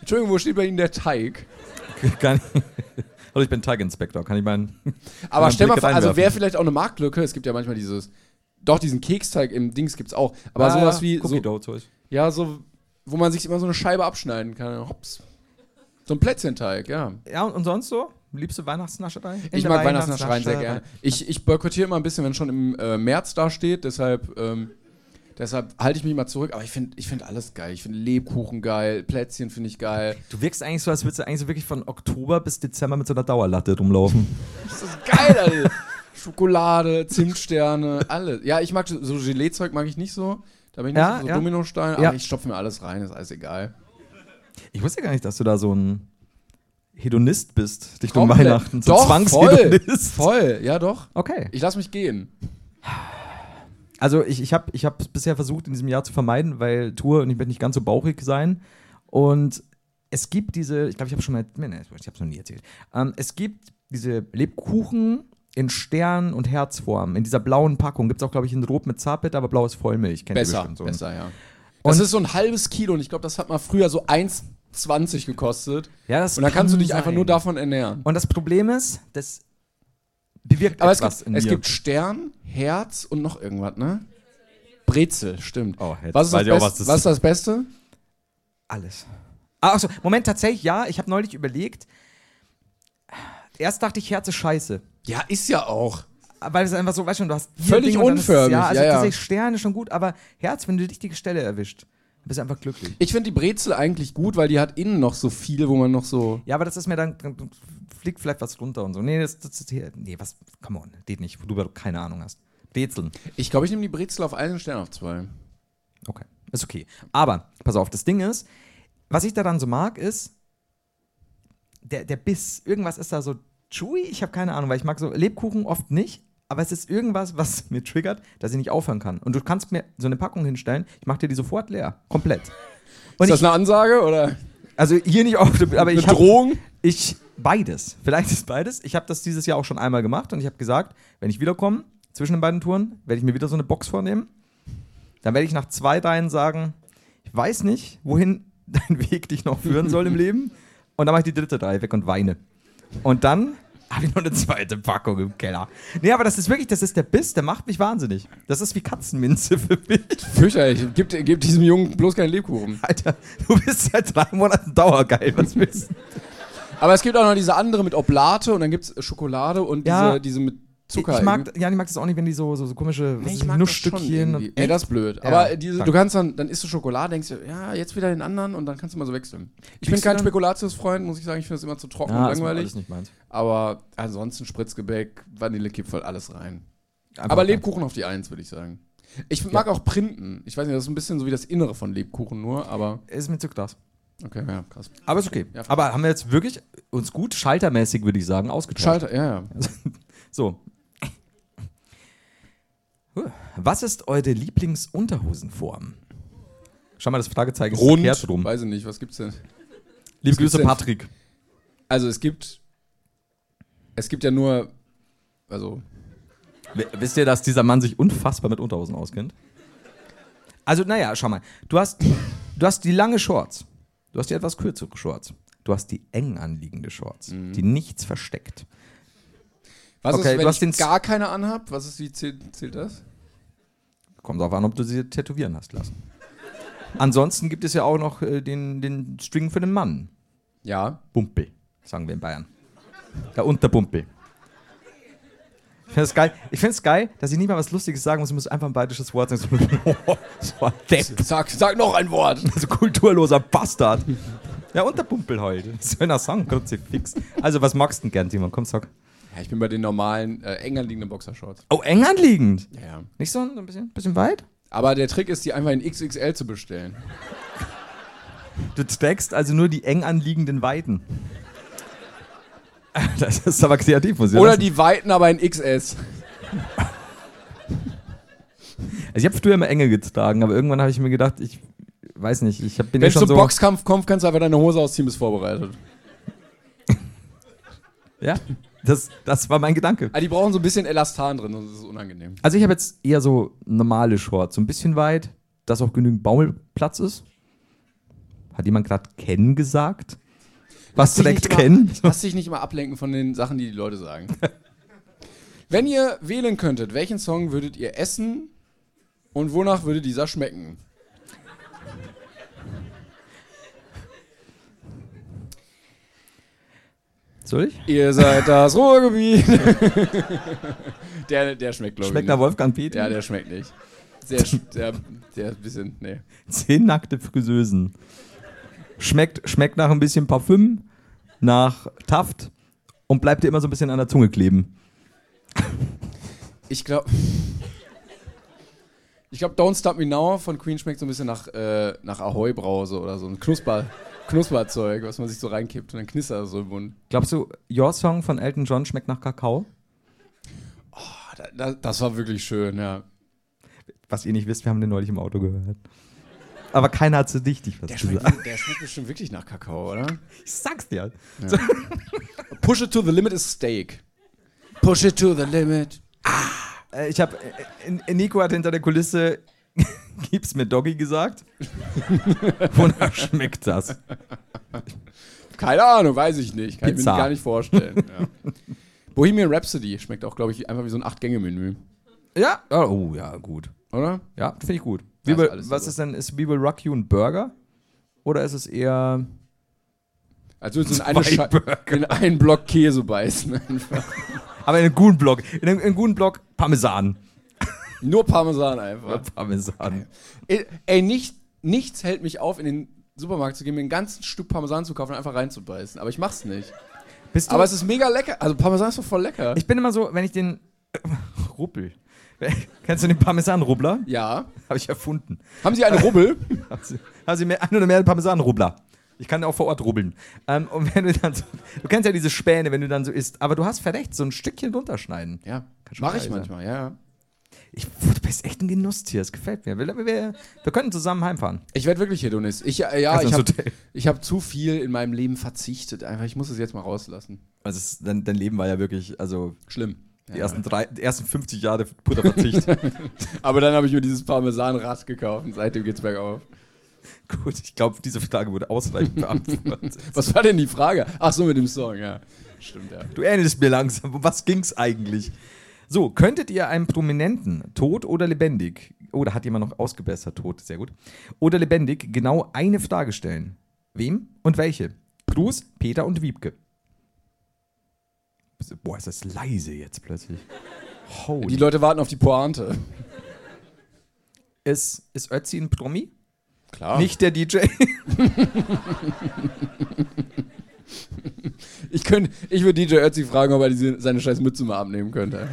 A: Entschuldigung, wo steht bei Ihnen der Teig?
B: Gar nicht. Hallo, ich bin Teiginspektor. Kann ich meinen.
A: Aber
B: Mal
A: stell mal
B: Blick
A: vor, also
B: reinwerfen.
A: wäre vielleicht auch eine Marktlücke. Es gibt ja manchmal dieses Doch, diesen Keksteig im Dings gibt's auch. Aber
B: Ah,
A: sowas wie.
B: Cookie
A: So,
B: Dough Zeug.
A: ja, so, wo man sich immer so eine Scheibe abschneiden kann. Hops. So ein Plätzchenteig, ja.
B: Ja, und, und sonst so? Liebste Weihnachtsnaschereien?
A: Ich mag Weihnachtsnaschereien sehr gerne. Ich, ich boykottiere immer ein bisschen, wenn schon im äh, März da steht, deshalb, ähm, deshalb halte ich mich mal zurück. Aber ich finde ich find alles geil. Ich finde Lebkuchen geil, Plätzchen finde ich geil.
B: Du wirkst eigentlich so, als würdest du eigentlich so wirklich von Oktober bis Dezember mit so einer Dauerlatte rumlaufen.
A: Das ist geil, Alter. Schokolade, Zimtsterne, alles. Ja, ich mag so so Gelee-Zeug mag ich nicht so. Da bin ich
B: Ja,
A: nicht so, so
B: ja.
A: Dominostein, aber
B: Ja.
A: ich stopfe mir alles rein, ist alles egal.
B: Ich wusste gar nicht, dass du da so ein Hedonist bist, dich um
A: Komplett.
B: Weihnachten. So
A: Doch, voll,
B: Zwangshedonist.
A: voll, ja doch.
B: Okay.
A: Ich lass mich gehen.
B: Also ich, ich habe ich hab es bisher versucht, in diesem Jahr zu vermeiden, weil Tour und ich werde nicht ganz so bauchig sein. Und es gibt diese, ich glaube, ich habe schon mal, nee, nee, ich habe es noch nie erzählt. Ähm, es gibt diese Lebkuchen in Stern- und Herzform, in dieser blauen Packung. Gibt es auch, glaube ich, in Rot mit Zartbitter, aber blau ist Vollmilch. Kennt ihr
A: Besser,
B: bestimmt so.
A: besser, ja. Das
B: Und-
A: ist so ein halbes Kilo und ich glaube, das hat mal früher so 1,20 gekostet.
B: Ja, das
A: Und dann kannst du
B: kann
A: dich einfach
B: sein.
A: nur davon ernähren.
B: Und das Problem ist, das bewirkt
A: Aber es
B: etwas
A: gibt,
B: in
A: es
B: mir.
A: gibt Stern, Herz und noch irgendwas, ne? Brezel, stimmt.
B: Oh, jetzt
A: was, ist das
B: weiß ich auch,
A: Best-
B: was das-
A: was ist das Beste?
B: Alles. Achso, Moment, tatsächlich, ja, ich habe neulich überlegt. Erst dachte ich, Herz ist scheiße.
A: Ja, ist ja auch.
B: Weil es einfach so, weißt du, du hast. vier
A: Völlig
B: Dinge und dann ist es-
A: unförmig,
B: Ja, also
A: ja, ja.
B: tatsächlich Sterne schon gut, aber Herz, wenn du die richtige Stelle erwischt, dann bist du einfach glücklich.
A: Ich finde die Brezel eigentlich gut, weil die hat innen noch so viel, wo man noch so.
B: Ja, aber das ist mir dann, dann fliegt vielleicht was runter und so. Nee, das, das, das hier, nee, was, come on, geht nicht, worüber du keine Ahnung hast. Brezeln.
A: Ich glaube, ich nehme die Brezel auf einen Stern auf zwei.
B: Okay, ist okay. Aber, pass auf, das Ding ist, was ich daran so mag, ist, der, der Biss, irgendwas ist da so chewy, ich habe keine Ahnung, weil ich mag so Lebkuchen oft nicht, aber es ist irgendwas, was mir triggert, dass ich nicht aufhören kann. Und du kannst mir so eine Packung hinstellen, ich mache dir die sofort leer, komplett. Und
A: Ist das
B: ich,
A: eine Ansage oder
B: also hier nicht auf, aber
A: eine
B: ich hab-
A: Drohung?
B: ich beides. Vielleicht ist beides. Ich habe das dieses Jahr auch schon einmal gemacht und ich habe gesagt, wenn ich wiederkomme, zwischen den beiden Touren, werde ich mir wieder so eine Box vornehmen. Dann werde ich nach zwei Reihen sagen, ich weiß nicht, wohin dein Weg dich noch führen soll im Leben. Und dann mache ich die dritte Reihe weg und weine. Und dann habe ich noch eine zweite Packung im Keller. Nee, aber das ist wirklich, das ist der Biss, der macht mich wahnsinnig. Das ist wie Katzenminze für mich.
A: Fürchterlich. Gib, gib diesem Jungen bloß keinen Lebkuchen.
B: Alter, du bist seit drei Monaten dauergeil. Was willst du?
A: Aber es gibt auch noch diese andere mit Oblate und dann gibt es Schokolade und
B: Ja.
A: diese, diese mit Zucker.
B: Ich mag, ja, ich mag das auch nicht, wenn die so, so, so komische was ist, Nussstückchen.
A: Ey, das ist blöd. Aber diese, du
B: Danke.
A: kannst dann, dann isst du Schokolade, denkst dir, ja, jetzt wieder den anderen und dann kannst du mal so wechseln. Ich bin
B: Kriegst du
A: kein
B: dann-
A: Spekulatius-Freund, muss ich sagen, ich finde das immer zu trocken und
B: ja,
A: langweilig.
B: Ist nicht meins.
A: Aber ansonsten Spritzgebäck, Vanillekipferl, alles rein.
B: Einfach
A: Aber
B: rein.
A: Lebkuchen auf die Eins, würde ich sagen. Ich mag auch Printen. Ich weiß nicht, das ist ein bisschen so wie das Innere von Lebkuchen nur, aber
B: Ist mir zu krass.
A: okay, ja, krass.
B: Aber ist okay.
A: Ja.
B: aber haben wir jetzt wirklich uns gut schaltermäßig, würde ich sagen, ausgetauscht.
A: Schalter, ja, ja.
B: so. Huh. Was ist eure Lieblingsunterhosenform? Schau mal, das Fragezeichen ist verkehrt rum.
A: weiß ich nicht, was gibt's denn?
B: Liebe
A: gibt's
B: Grüße,
A: denn?
B: Patrick.
A: Also es gibt, es gibt ja nur, also
B: W wisst ihr, dass dieser Mann sich unfassbar mit Unterhosen auskennt? Also, naja, schau mal. Du hast, du hast die lange Shorts. Du hast die etwas kürzere Shorts. Du hast die eng anliegende Shorts, die nichts versteckt.
A: was
B: Okay,
A: ist,
B: du
A: wenn
B: hast den
A: ich gar keine anhab? Was ist, wie zählt, zählt das?
B: Kommt darauf an, ob du sie tätowieren hast lassen. Ansonsten gibt es ja auch noch äh, den, den String für den Mann.
A: Ja.
B: Bumpel, sagen wir in Bayern. Der Unterbumpel. Ich finde es geil. Ich find's geil, dass ich nicht mal was Lustiges sagen muss. Ich muss einfach ein bayerisches Wort sagen. So, so ein Depp.
A: Sag, sag noch ein Wort.
B: Also kulturloser Bastard. Ja, und der Pumpel heute. Schöner Song, Kruzifix. Also, was magst du denn gern, Timon? Komm, sag.
A: Ja, ich bin bei den normalen, äh, eng anliegenden Boxershorts.
B: Oh, eng anliegend.
A: Ja, ja.
B: Nicht so ein bisschen, bisschen weit?
A: Aber der Trick ist, die einfach in XXL zu bestellen.
B: Du trägst also nur die eng anliegenden Weiten. Das ist aber kreativ, muss ich
A: Oder
B: sagen.
A: die Weiten aber in XS.
B: Also ich habe früher immer enge getragen, aber irgendwann habe ich mir gedacht, ich weiß nicht, ich hab, bin
A: Wenn
B: ja
A: es
B: schon
A: zum
B: so.
A: Boxkampf kommt, kannst du einfach deine Hose ausziehen, bist vorbereitet.
B: Ja, das, das war mein Gedanke.
A: Ah, die brauchen so ein bisschen Elastan drin, sonst ist es unangenehm.
B: Also ich habe jetzt eher so normale Shorts, so ein bisschen weit, dass auch genügend Baumelplatz ist. Hat jemand gerade Ken gesagt? Was trägt
A: Lass dich nicht
B: Ken?
A: immer- Lass dich nicht immer ablenken von den Sachen, die die Leute sagen. Wenn ihr wählen könntet, welchen Song würdet ihr essen, Und wonach würde dieser schmecken?
B: Soll ich?
A: Ihr seid das Ruhrgebiet. der, der schmeckt, glaube ich.
B: Schmeckt der
A: nicht.
B: Wolfgang Peter?
A: Ja, der schmeckt nicht. Der, sch- der, der ist ein bisschen, nee.
B: Zehn nackte Friseusen. Schmeckt, schmeckt nach ein bisschen Parfüm, nach Taft und bleibt dir immer so ein bisschen an der Zunge kleben.
A: Ich glaube. Ich glaube, Don't Stop Me Now von Queen schmeckt so ein bisschen nach, äh, nach Ahoi-Brause oder so ein Knusper, Knusperzeug, was man sich so reinkippt und dann knistert es so im Mund.
B: Glaubst du, Your Song von Elton John schmeckt nach Kakao?
A: Ah, da- da- Das war wirklich schön, ja.
B: Was ihr nicht wisst, wir haben den neulich im Auto gehört. Aber keiner hat so dichtig was
A: Der
B: gesagt.
A: schmeckt, der schmeckt bestimmt wirklich nach Kakao, oder?
B: Ich sag's dir.
A: Push it to the limit ist Steak. Push it to the limit.
B: Äh, Ich habe Nico hat hinter der Kulisse gib's mir Doggy gesagt. Wonach schmeckt das?
A: Keine Ahnung, weiß ich nicht. Kann
B: Pizza.
A: ich mir gar nicht vorstellen. Ja. Bohemian Rhapsody schmeckt auch, glaube ich, einfach wie so ein Acht-Gänge-Menü,
B: Ja, oh ja, gut.
A: oder?
B: Ja, finde ich gut.
A: Ja,
B: We
A: ist
B: will,
A: alles
B: was
A: super.
B: ist denn, ist We Will Rock You ein Burger? Oder ist es eher.
A: Als würdest du in, Also eine
B: Zwei
A: Schei- in einen Block Käse beißen. Einfach.
B: Aber in einem guten Block. In einem, in einem guten Block Parmesan.
A: Nur Parmesan einfach.
B: Parmesan.
A: Ey, Ey, nicht, nichts hält mich auf, in den Supermarkt zu gehen, mir ein ganzes Stück Parmesan zu kaufen und einfach reinzubeißen. Aber ich mach's nicht.
B: Bist du,
A: Aber es ist mega lecker. Also Parmesan ist doch voll lecker.
B: ich bin immer so, wenn ich den. Ruppel. Kennst du den Parmesan-Rubbler?
A: ja.
B: Habe ich erfunden.
A: Haben Sie eine Rubbel?
B: Haben Sie, haben Sie Also mehr, ein oder mehr Parmesan-Rubbler? Ich kann auch vor Ort rubbeln. Ähm, und wenn du dann so, du kennst ja diese Späne, wenn du dann so isst, aber du hast verrecht, so ein Stückchen runterschneiden.
A: ja.
B: Kann schon
A: Mach
B: geil
A: ich
B: sein.
A: manchmal, ja, ja.
B: Ich, du bist echt ein Genusstier, es gefällt mir. Wir, wir, wir können zusammen heimfahren.
A: Ich werde wirklich Hedonist. Ich, äh, ja,
B: Also
A: ich
B: ins
A: habe
B: Hotel.
A: hab zu viel in meinem Leben verzichtet. Einfach, ich muss es jetzt mal rauslassen.
B: Also es, ist- dein, dein Leben war ja wirklich, also
A: Schlimm.
B: die, ersten drei, die ersten 50 Jahre purer Verzicht.
A: Aber dann habe ich mir dieses Parmesanrad gekauft und seitdem geht's bergauf.
B: Gut, ich glaube, diese Frage wurde ausreichend beantwortet.
A: Was war denn die Frage? Ach so, mit dem Song, ja. Stimmt, ja.
B: Du ähnelst mir langsam. Um was ging's eigentlich? So, könntet ihr einem Prominenten, tot oder lebendig, oder hat jemand noch ausgebessert, tot, sehr gut, oder lebendig, genau eine Frage stellen? Wem und welche? Bruce, Peter und Wiebke. Boah, ist das leise jetzt plötzlich.
A: Die
B: Holy.
A: Leute warten auf die Pointe.
B: Ist, ist Ötzi ein Promi?
A: Klar.
B: Nicht der DJ?
A: Ich, könnt, ich würde DJ Ötzi fragen, ob er diese, seine scheiß Mütze mal abnehmen könnte.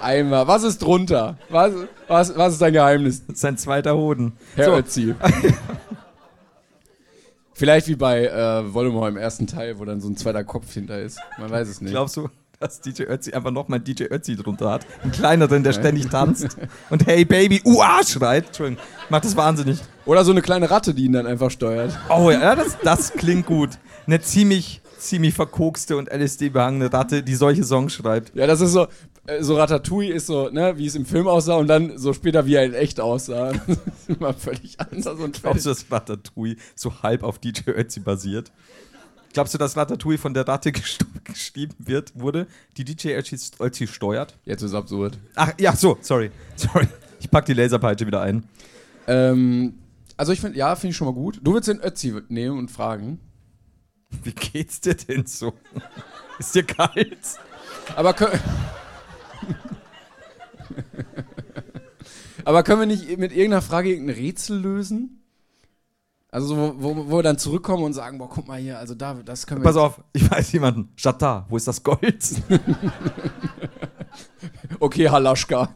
A: Einmal. Was ist drunter? Was, was, was ist dein Geheimnis,
B: Sein zweiter Hoden.
A: Herr
B: So,
A: Ötzi? Vielleicht wie bei äh, Voldemort im ersten Teil, wo dann so ein zweiter Kopf hinter ist. Man weiß es nicht.
B: Glaubst du, dass DJ Ötzi einfach nochmal DJ Ötzi drunter hat? Einen kleineren, der ständig tanzt und Hey Baby, uah schreit. Entschuldigung, macht das wahnsinnig.
A: Oder so eine kleine Ratte, die ihn dann einfach steuert.
B: Oh ja, das, das klingt gut. Eine ziemlich, ziemlich verkokste und LSD-behangene Ratte, die solche Songs schreibt.
A: Ja, das ist so, äh, so Ratatouille ist so, ne, wie es im Film aussah und dann so später, wie er in echt aussah. Das ist immer völlig anders und völlig.
B: Glaubst du, dass Ratatouille so halb auf DJ Ötzi basiert? Glaubst du, dass Ratatouille von der Ratte gesto- geschrieben wird, wurde, die DJ Ötzi, Ötzi steuert?
A: Jetzt ist absurd.
B: Ach ja, so, sorry. Sorry. Ich pack die Laserpeitsche wieder ein.
A: Ähm, also ich finde, ja, finde ich schon mal gut. Du willst den Ötzi nehmen und fragen.
B: Wie geht's dir denn so? Ist dir kalt?
A: Aber können, aber können wir nicht mit irgendeiner Frage irgendein Rätsel lösen? Also so, wo, wo, wo wir dann zurückkommen und sagen, boah, guck mal hier, also da, das können wir
B: Pass auf, ich weiß jemanden. Shatta, wo ist das Gold?
A: jetzt- Okay, Halaschka.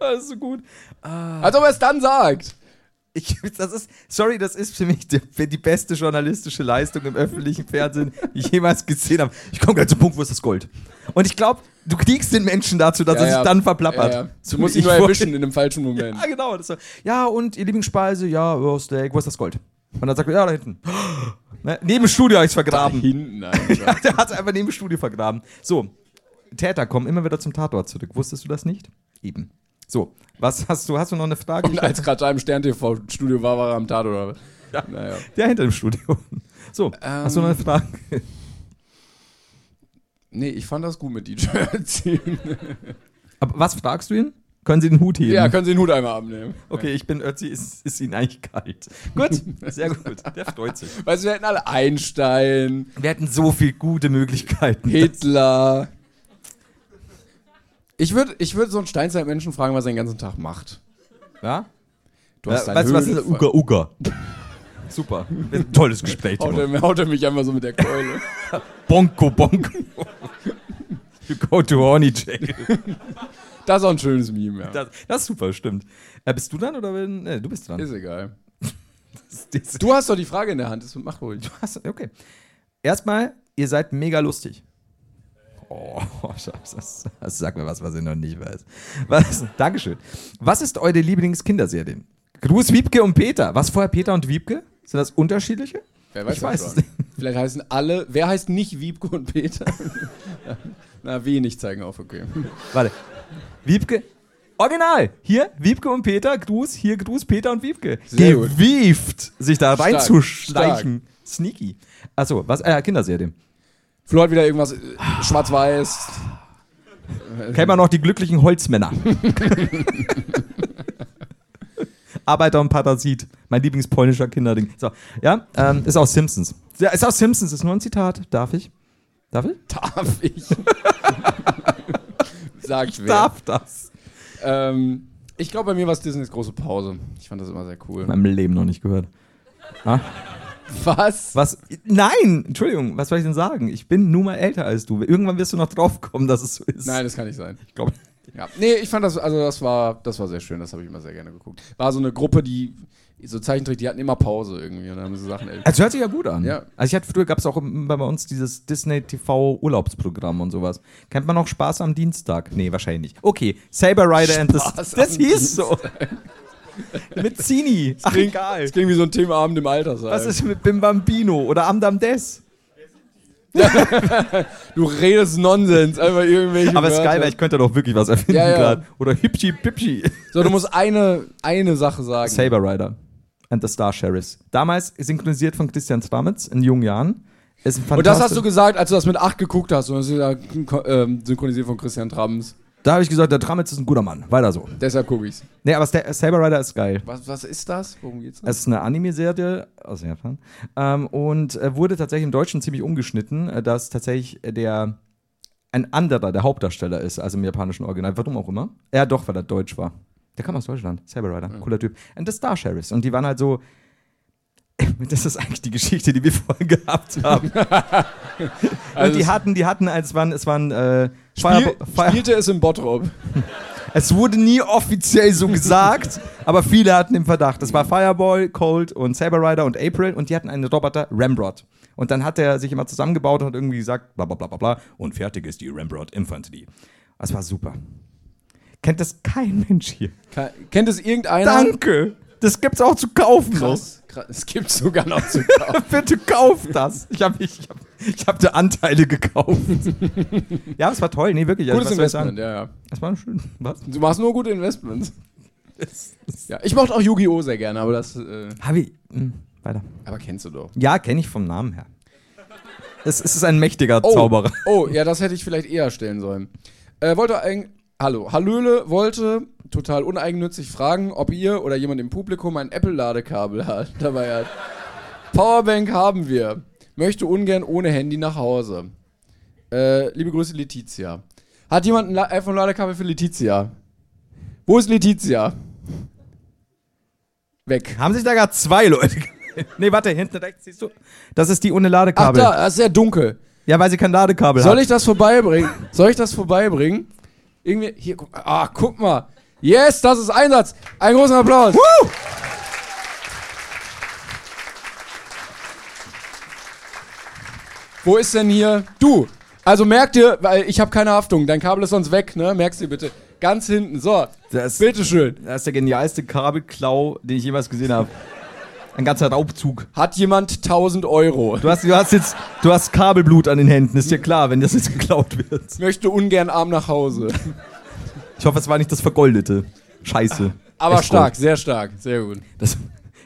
B: Das ist so gut.
A: Als ob er es dann sagt.
B: Ich, das ist, sorry, das ist für mich die, die beste journalistische Leistung im öffentlichen Fernsehen, die ich jemals gesehen habe. Ich komme gleich zum Punkt, wo ist das Gold? Und ich glaube, du kriegst den Menschen dazu, dass
A: Ja,
B: er sich
A: ja.
B: dann verplappert.
A: Ja, ja.
B: So,
A: Du musst ihn
B: ich
A: nur
B: wollte-
A: erwischen in dem falschen Moment.
B: Ja, genau. Das war, ja, und ihr Lieblingsspeise, ja, oh, Steak, wo ist das Gold? Und dann sagt er, ja, da hinten. Ne, neben dem Studio habe ich es vergraben.
A: Hinten einfach.
B: Der hat einfach neben dem Studio vergraben. So, Täter kommen immer wieder zum Tatort zurück. Wusstest du das nicht? Eben. So, was hast du? Hast du noch eine Frage?
A: Und als gerade da im Stern-TV-Studio war, war er am Tat oder was? Ja. Naja.
B: Der hinter dem Studio. So, hast du noch eine Frage?
A: Nee, ich fand das gut mit DJ Ötzi.
B: Aber was fragst du ihn? Können Sie den Hut heben?
A: Ja, können Sie den Hut einmal abnehmen.
B: Okay, ich bin Ötzi, ist, ist Ihnen eigentlich kalt. Gut, sehr gut. Der freut sich.
A: Weißt du, wir hätten alle Einstein,
B: Wir hatten so viele gute Möglichkeiten.
A: Hitler. Ich würde ich würd so einen Steinzeitmenschen fragen, was er den ganzen Tag macht.
B: Ja?
A: Du
B: Was,
A: deine
B: was, was ist
A: Höhle
B: das? Uga Uga. Super. Tolles Gespräch,
A: Haut
B: Timo.
A: er, haut er mich einmal so mit der Keule.
B: Bonko, Bonko. You go to horny jail.
A: Das ist auch ein schönes Meme, ja.
B: Das, das ist super, stimmt. Äh, bist du dran oder bin, nee, du bist dran?
A: Ist egal.
B: Das-
A: Du hast doch die Frage in der Hand, das mach ruhig.
B: Achso, okay. Erstmal, ihr seid mega lustig. Oh, das, das, das sagt mir was, was ich noch nicht weiß. Was, Dankeschön. Was ist eure Lieblingskinderserie? Gruß Wiebke und Peter. Was vorher Peter und Wiebke? Sind das unterschiedliche?
A: Wer weiß,
B: Ich
A: das
B: weiß
A: schon.
B: es nicht.
A: Vielleicht heißen alle, wer heißt nicht Wiebke und Peter? Na, wenig zeigen auf, okay.
B: Warte. Wiebke. Original. Hier Wiebke und Peter. Gruß. Hier Gruß Peter und Wiebke.
A: Sehr gut.
B: Gewieft, sich da
A: Stark,
B: reinzuschleichen. Sneaky. Achso, was? Äh, Kinderserie.
A: Flo hat wieder irgendwas äh, schwarz-weiß.
B: Kennt man noch die glücklichen Holzmänner. Arbeiter und Parasit. Mein Lieblingspolnischer Kinderding. So, ja, ähm, ist aus Simpsons. Ja, ist aus Simpsons, ist nur ein Zitat. Darf ich? Darf ich?
A: Darf ich? Sagt wer.
B: Darf das?
A: Ähm, ich glaube, bei mir war es Disneys große Pause. Ich fand das immer sehr cool.
B: In meinem Leben noch nicht gehört.
A: Was?
B: Was? Nein, Entschuldigung, was soll ich denn sagen? Ich bin nun mal älter als du. Irgendwann wirst du noch drauf kommen, dass es so ist.
A: Nein, das kann nicht sein.
B: ich glaube.
A: Ja. Nee, ich fand das, also das war, das war sehr schön, das habe ich immer sehr gerne geguckt. War so eine Gruppe, die, so Zeichentrick, die hatten immer Pause irgendwie und dann haben sie Sachen
B: Es hört sich ja gut an.
A: Ja.
B: Also ich hatte früher gab es auch im- bei uns dieses Disney TV Urlaubsprogramm und sowas. Kennt man noch Spaß am Dienstag? Nee, wahrscheinlich nicht. Okay, Saber Rider and
A: Spaß
B: the Das
A: am
B: hieß so. mit Zini. Ach egal.
A: Das klingt wie so ein Themenabend im Altersheim.
B: Was ist mit Bim Bambino oder Amdam Des?
A: Du redest Nonsens, einfach irgendwelche
B: Aber es ist geil,
A: Wörter.
B: weil ich könnte doch wirklich was erfinden
A: Ja, ja.
B: gerade. Oder Hipschi Pipschi.
A: So, du musst eine, eine Sache sagen.
B: Saber Rider and the Star Sheriffs. Damals synchronisiert von Christian Tramitz in jungen Jahren. Ist ein
A: Und das hast du gesagt, als du das mit 8 geguckt hast. Und das ist ja ähm, synchronisiert von Christian Trams.
B: da habe ich gesagt, der Tramitz ist ein guter Mann. Weiter so.
A: Deshalb gucke ich's.
B: Nee, aber Sta- Saber Rider ist geil.
A: Was, was ist das? Worum geht's?
B: Es ist eine Anime-Serie aus Japan ähm, und äh, wurde tatsächlich im Deutschen ziemlich umgeschnitten, äh, dass tatsächlich äh, der ein anderer der Hauptdarsteller ist als im japanischen Original. Warum auch immer? Ja, doch, weil er deutsch war. Der kam aus Deutschland. Saber Rider,
A: Hm.
B: cooler Typ. Und das Star Sheriffs. Und die waren halt so. Das ist eigentlich die Geschichte, die wir vorhin gehabt haben. und die
A: Also es-
B: hatten, die hatten, als waren, es waren äh,
A: Spiel,
B: Firebo- Fire-
A: spielte es in Bottrop.
B: es wurde nie offiziell so gesagt, aber viele hatten den Verdacht. Das war Fireball, Cold und Saber Rider und April und die hatten einen Roboter Ramrod. Und dann hat er sich immer zusammengebaut und hat irgendwie gesagt, bla bla bla bla bla, und fertig ist die Ramrod Infanterie. Das war super. Kennt das kein Mensch hier?
A: Ke- Kennt es irgendeiner?
B: Danke! Das gibt's auch zu kaufen.
A: Genau. Krass, krass. Es gibt sogar noch zu kaufen.
B: Bitte kauf das. Ich habe ich hab, ich hab da Anteile gekauft. ja, es war toll. Nee, wirklich. Also,
A: Gutes
B: was soll ich sagen?
A: Investment, ja, ja.
B: Es war schön. Was?
A: Du machst nur gute Investments. Ja, ich mochte auch Yu-Gi-Oh! sehr gerne, aber das. Äh,
B: Habi, hm, weiter.
A: aber kennst du doch.
B: Ja, kenne ich vom Namen her. Es, es ist ein mächtiger
A: Oh,
B: Zauberer.
A: Oh, ja, das hätte ich vielleicht eher stellen sollen. Äh, wollte ein, hallo, Hallöle wollte total uneigennützig fragen, ob ihr oder jemand im Publikum ein Apple-Ladekabel hat, dabei hat. Powerbank haben wir. Möchte ungern ohne Handy nach Hause. Äh, liebe Grüße, Letizia. Hat jemand ein La- iPhone-Ladekabel für Letizia? Wo ist Letizia? Weg.
B: Haben sich da gar zwei Leute. ge- nee, warte, hinten rechts siehst du. Das ist die ohne
A: Ach
B: Ladekabel.
A: da, das ist ja dunkel.
B: Ja, weil sie kein Ladekabel
A: Soll
B: hat.
A: ich das vorbeibringen? Soll ich das vorbeibringen? Irgendwie, hier, guck, ah, guck mal. Yes, das ist Einsatz. Einen großen Applaus. Wo ist denn hier du? Also merk dir, weil ich habe keine Haftung. Dein Kabel ist sonst weg, ne? Merkst du bitte. Ganz hinten. So,
B: Das-
A: bitteschön.
B: Das ist der genialste Kabelklau, den ich jemals gesehen habe. Ein ganzer Raubzug.
A: Hat jemand 1000 Euro?
B: Du hast, du hast jetzt, du hast Kabelblut an den Händen, ist dir klar, wenn das jetzt geklaut wird.
A: Möchte ungern arm nach Hause.
B: Ich hoffe, es war nicht das Vergoldete. Scheiße.
A: Aber
B: Echt
A: stark,
B: Gold.
A: sehr stark, sehr gut.
B: Das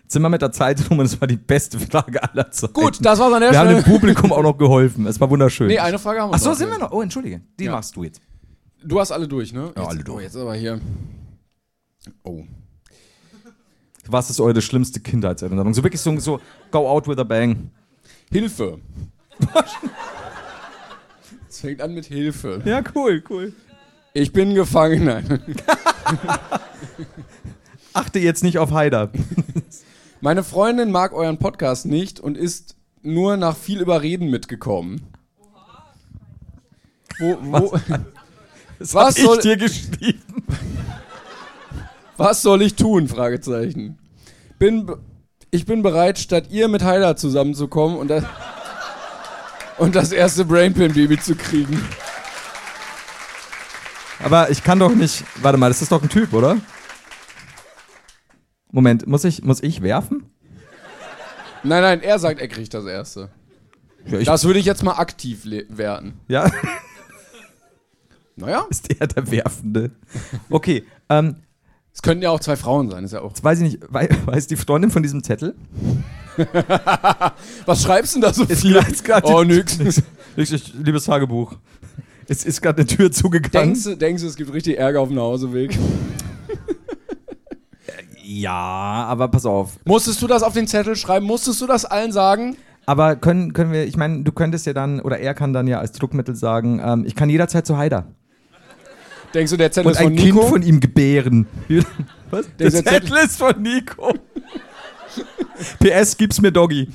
B: Zimmer mit der Zeitung, das war die beste Frage aller Zeiten.
A: Gut, das war's an der
B: Wir haben
A: Stelle.
B: dem Publikum auch noch geholfen. Es war wunderschön.
A: Nee, eine Frage haben wir
B: Ach so,
A: noch.
B: sind wir noch. Oh, entschuldige. Die
A: Ja.
B: machst du jetzt.
A: Du hast alle durch, ne? Ja,
B: alle durch.
A: Oh, jetzt aber hier. Oh.
B: Was ist eure schlimmste Kindheitserinnerung? So wirklich so, so go out with a bang.
A: Hilfe. Es fängt an mit Hilfe.
B: Ja, cool, cool.
A: Ich bin gefangen. Nein.
B: Achte jetzt nicht auf Haider.
A: Meine Freundin mag euren Podcast nicht und ist nur nach viel Überreden mitgekommen. Wo, wo,
B: Das
A: Was
B: was
A: soll-
B: ich dir geschrieben.
A: was soll ich tun? Fragezeichen. Bin, be- ich bin bereit, statt ihr mit Heiler zusammenzukommen und das, und das erste Brainpin-Baby zu kriegen.
B: Aber ich kann doch nicht. Warte mal, das ist doch ein Typ, oder? Moment, muss ich, muss ich werfen?
A: Nein, nein, er sagt, er kriegt das erste.
B: Ja, ich,
A: Das würde ich jetzt mal aktiv le- werten.
B: ja
A: Naja,
B: ist er der Werfende. Okay, ähm,
A: es könnten ja auch zwei Frauen sein, ist ja auch.
B: jetzt weiß ich nicht, wei- weiß die Freundin von diesem Zettel?
A: Was schreibst du denn da so viel?
B: lag jetzt gerade-
A: Oh, nix.
B: Ich, ich, liebes Tagebuch. Es ist gerade eine Tür zugegangen.
A: Denkst du, denkst du, es gibt richtig Ärger auf dem Hauseweg?
B: Ja, aber pass auf.
A: Musstest du das auf den Zettel schreiben? Musstest du das allen sagen?
B: Aber können, können wir, ich meine, du könntest ja dann, oder er kann dann ja als Druckmittel sagen, ähm, ich kann jederzeit zu Haider.
A: Denkst du, der Zettel
B: Und
A: ist von
B: ein
A: Nico?
B: Kind von ihm gebären. Was? Der
A: Zettel-
B: Zettel ist von Nico. PS, gib's mir Doggy.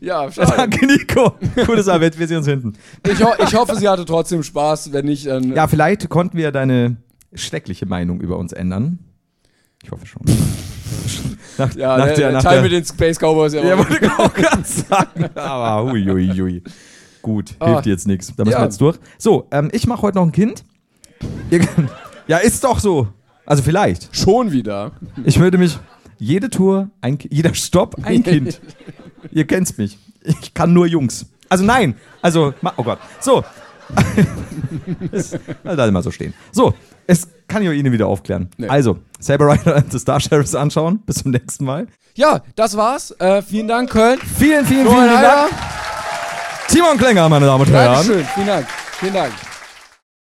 A: ja, schade.
B: Danke, Nico. Gute Arbeit, wir sehen uns hinten.
A: Ich, ho ich hoffe, sie hatte trotzdem Spaß. Wenn nicht, dann.
B: Ja, vielleicht konnten wir deine schreckliche Meinung über uns ändern. Ich hoffe schon. Nach,
A: Ja,
B: nach
A: der, der,
B: nach
A: Teil mit den Space Cowboys. Ja,
B: Ja, wollte ich auch gerade sagen. Aber hui, hui, hui. Gut,
A: Ah.
B: hilft jetzt nichts. Da müssen
A: Ja.
B: wir jetzt durch. So, ähm, ich mache heute noch ein Kind. Ihr könnt- Ja, ist doch so. Also vielleicht.
A: Schon wieder.
B: Ich würde mich jede Tour, ein, Ki- jeder Stopp, ein Kind. Ihr kennt's mich. Ich kann nur Jungs. Also nein. Also, ma- oh Gott. So. Lass mal so stehen. So, es kann ich Ihnen wieder aufklären.
A: Nee.
B: Also, Saber Rider and the Star Sheriffs anschauen. Bis zum nächsten Mal.
A: Ja, das war's. Äh, vielen Dank, Köln.
B: Vielen, vielen, vielen,
A: Florian Heider.
B: Dank. Timon Klenger, meine Damen und Herren.
A: Dankeschön. Vielen Dank. Vielen Dank.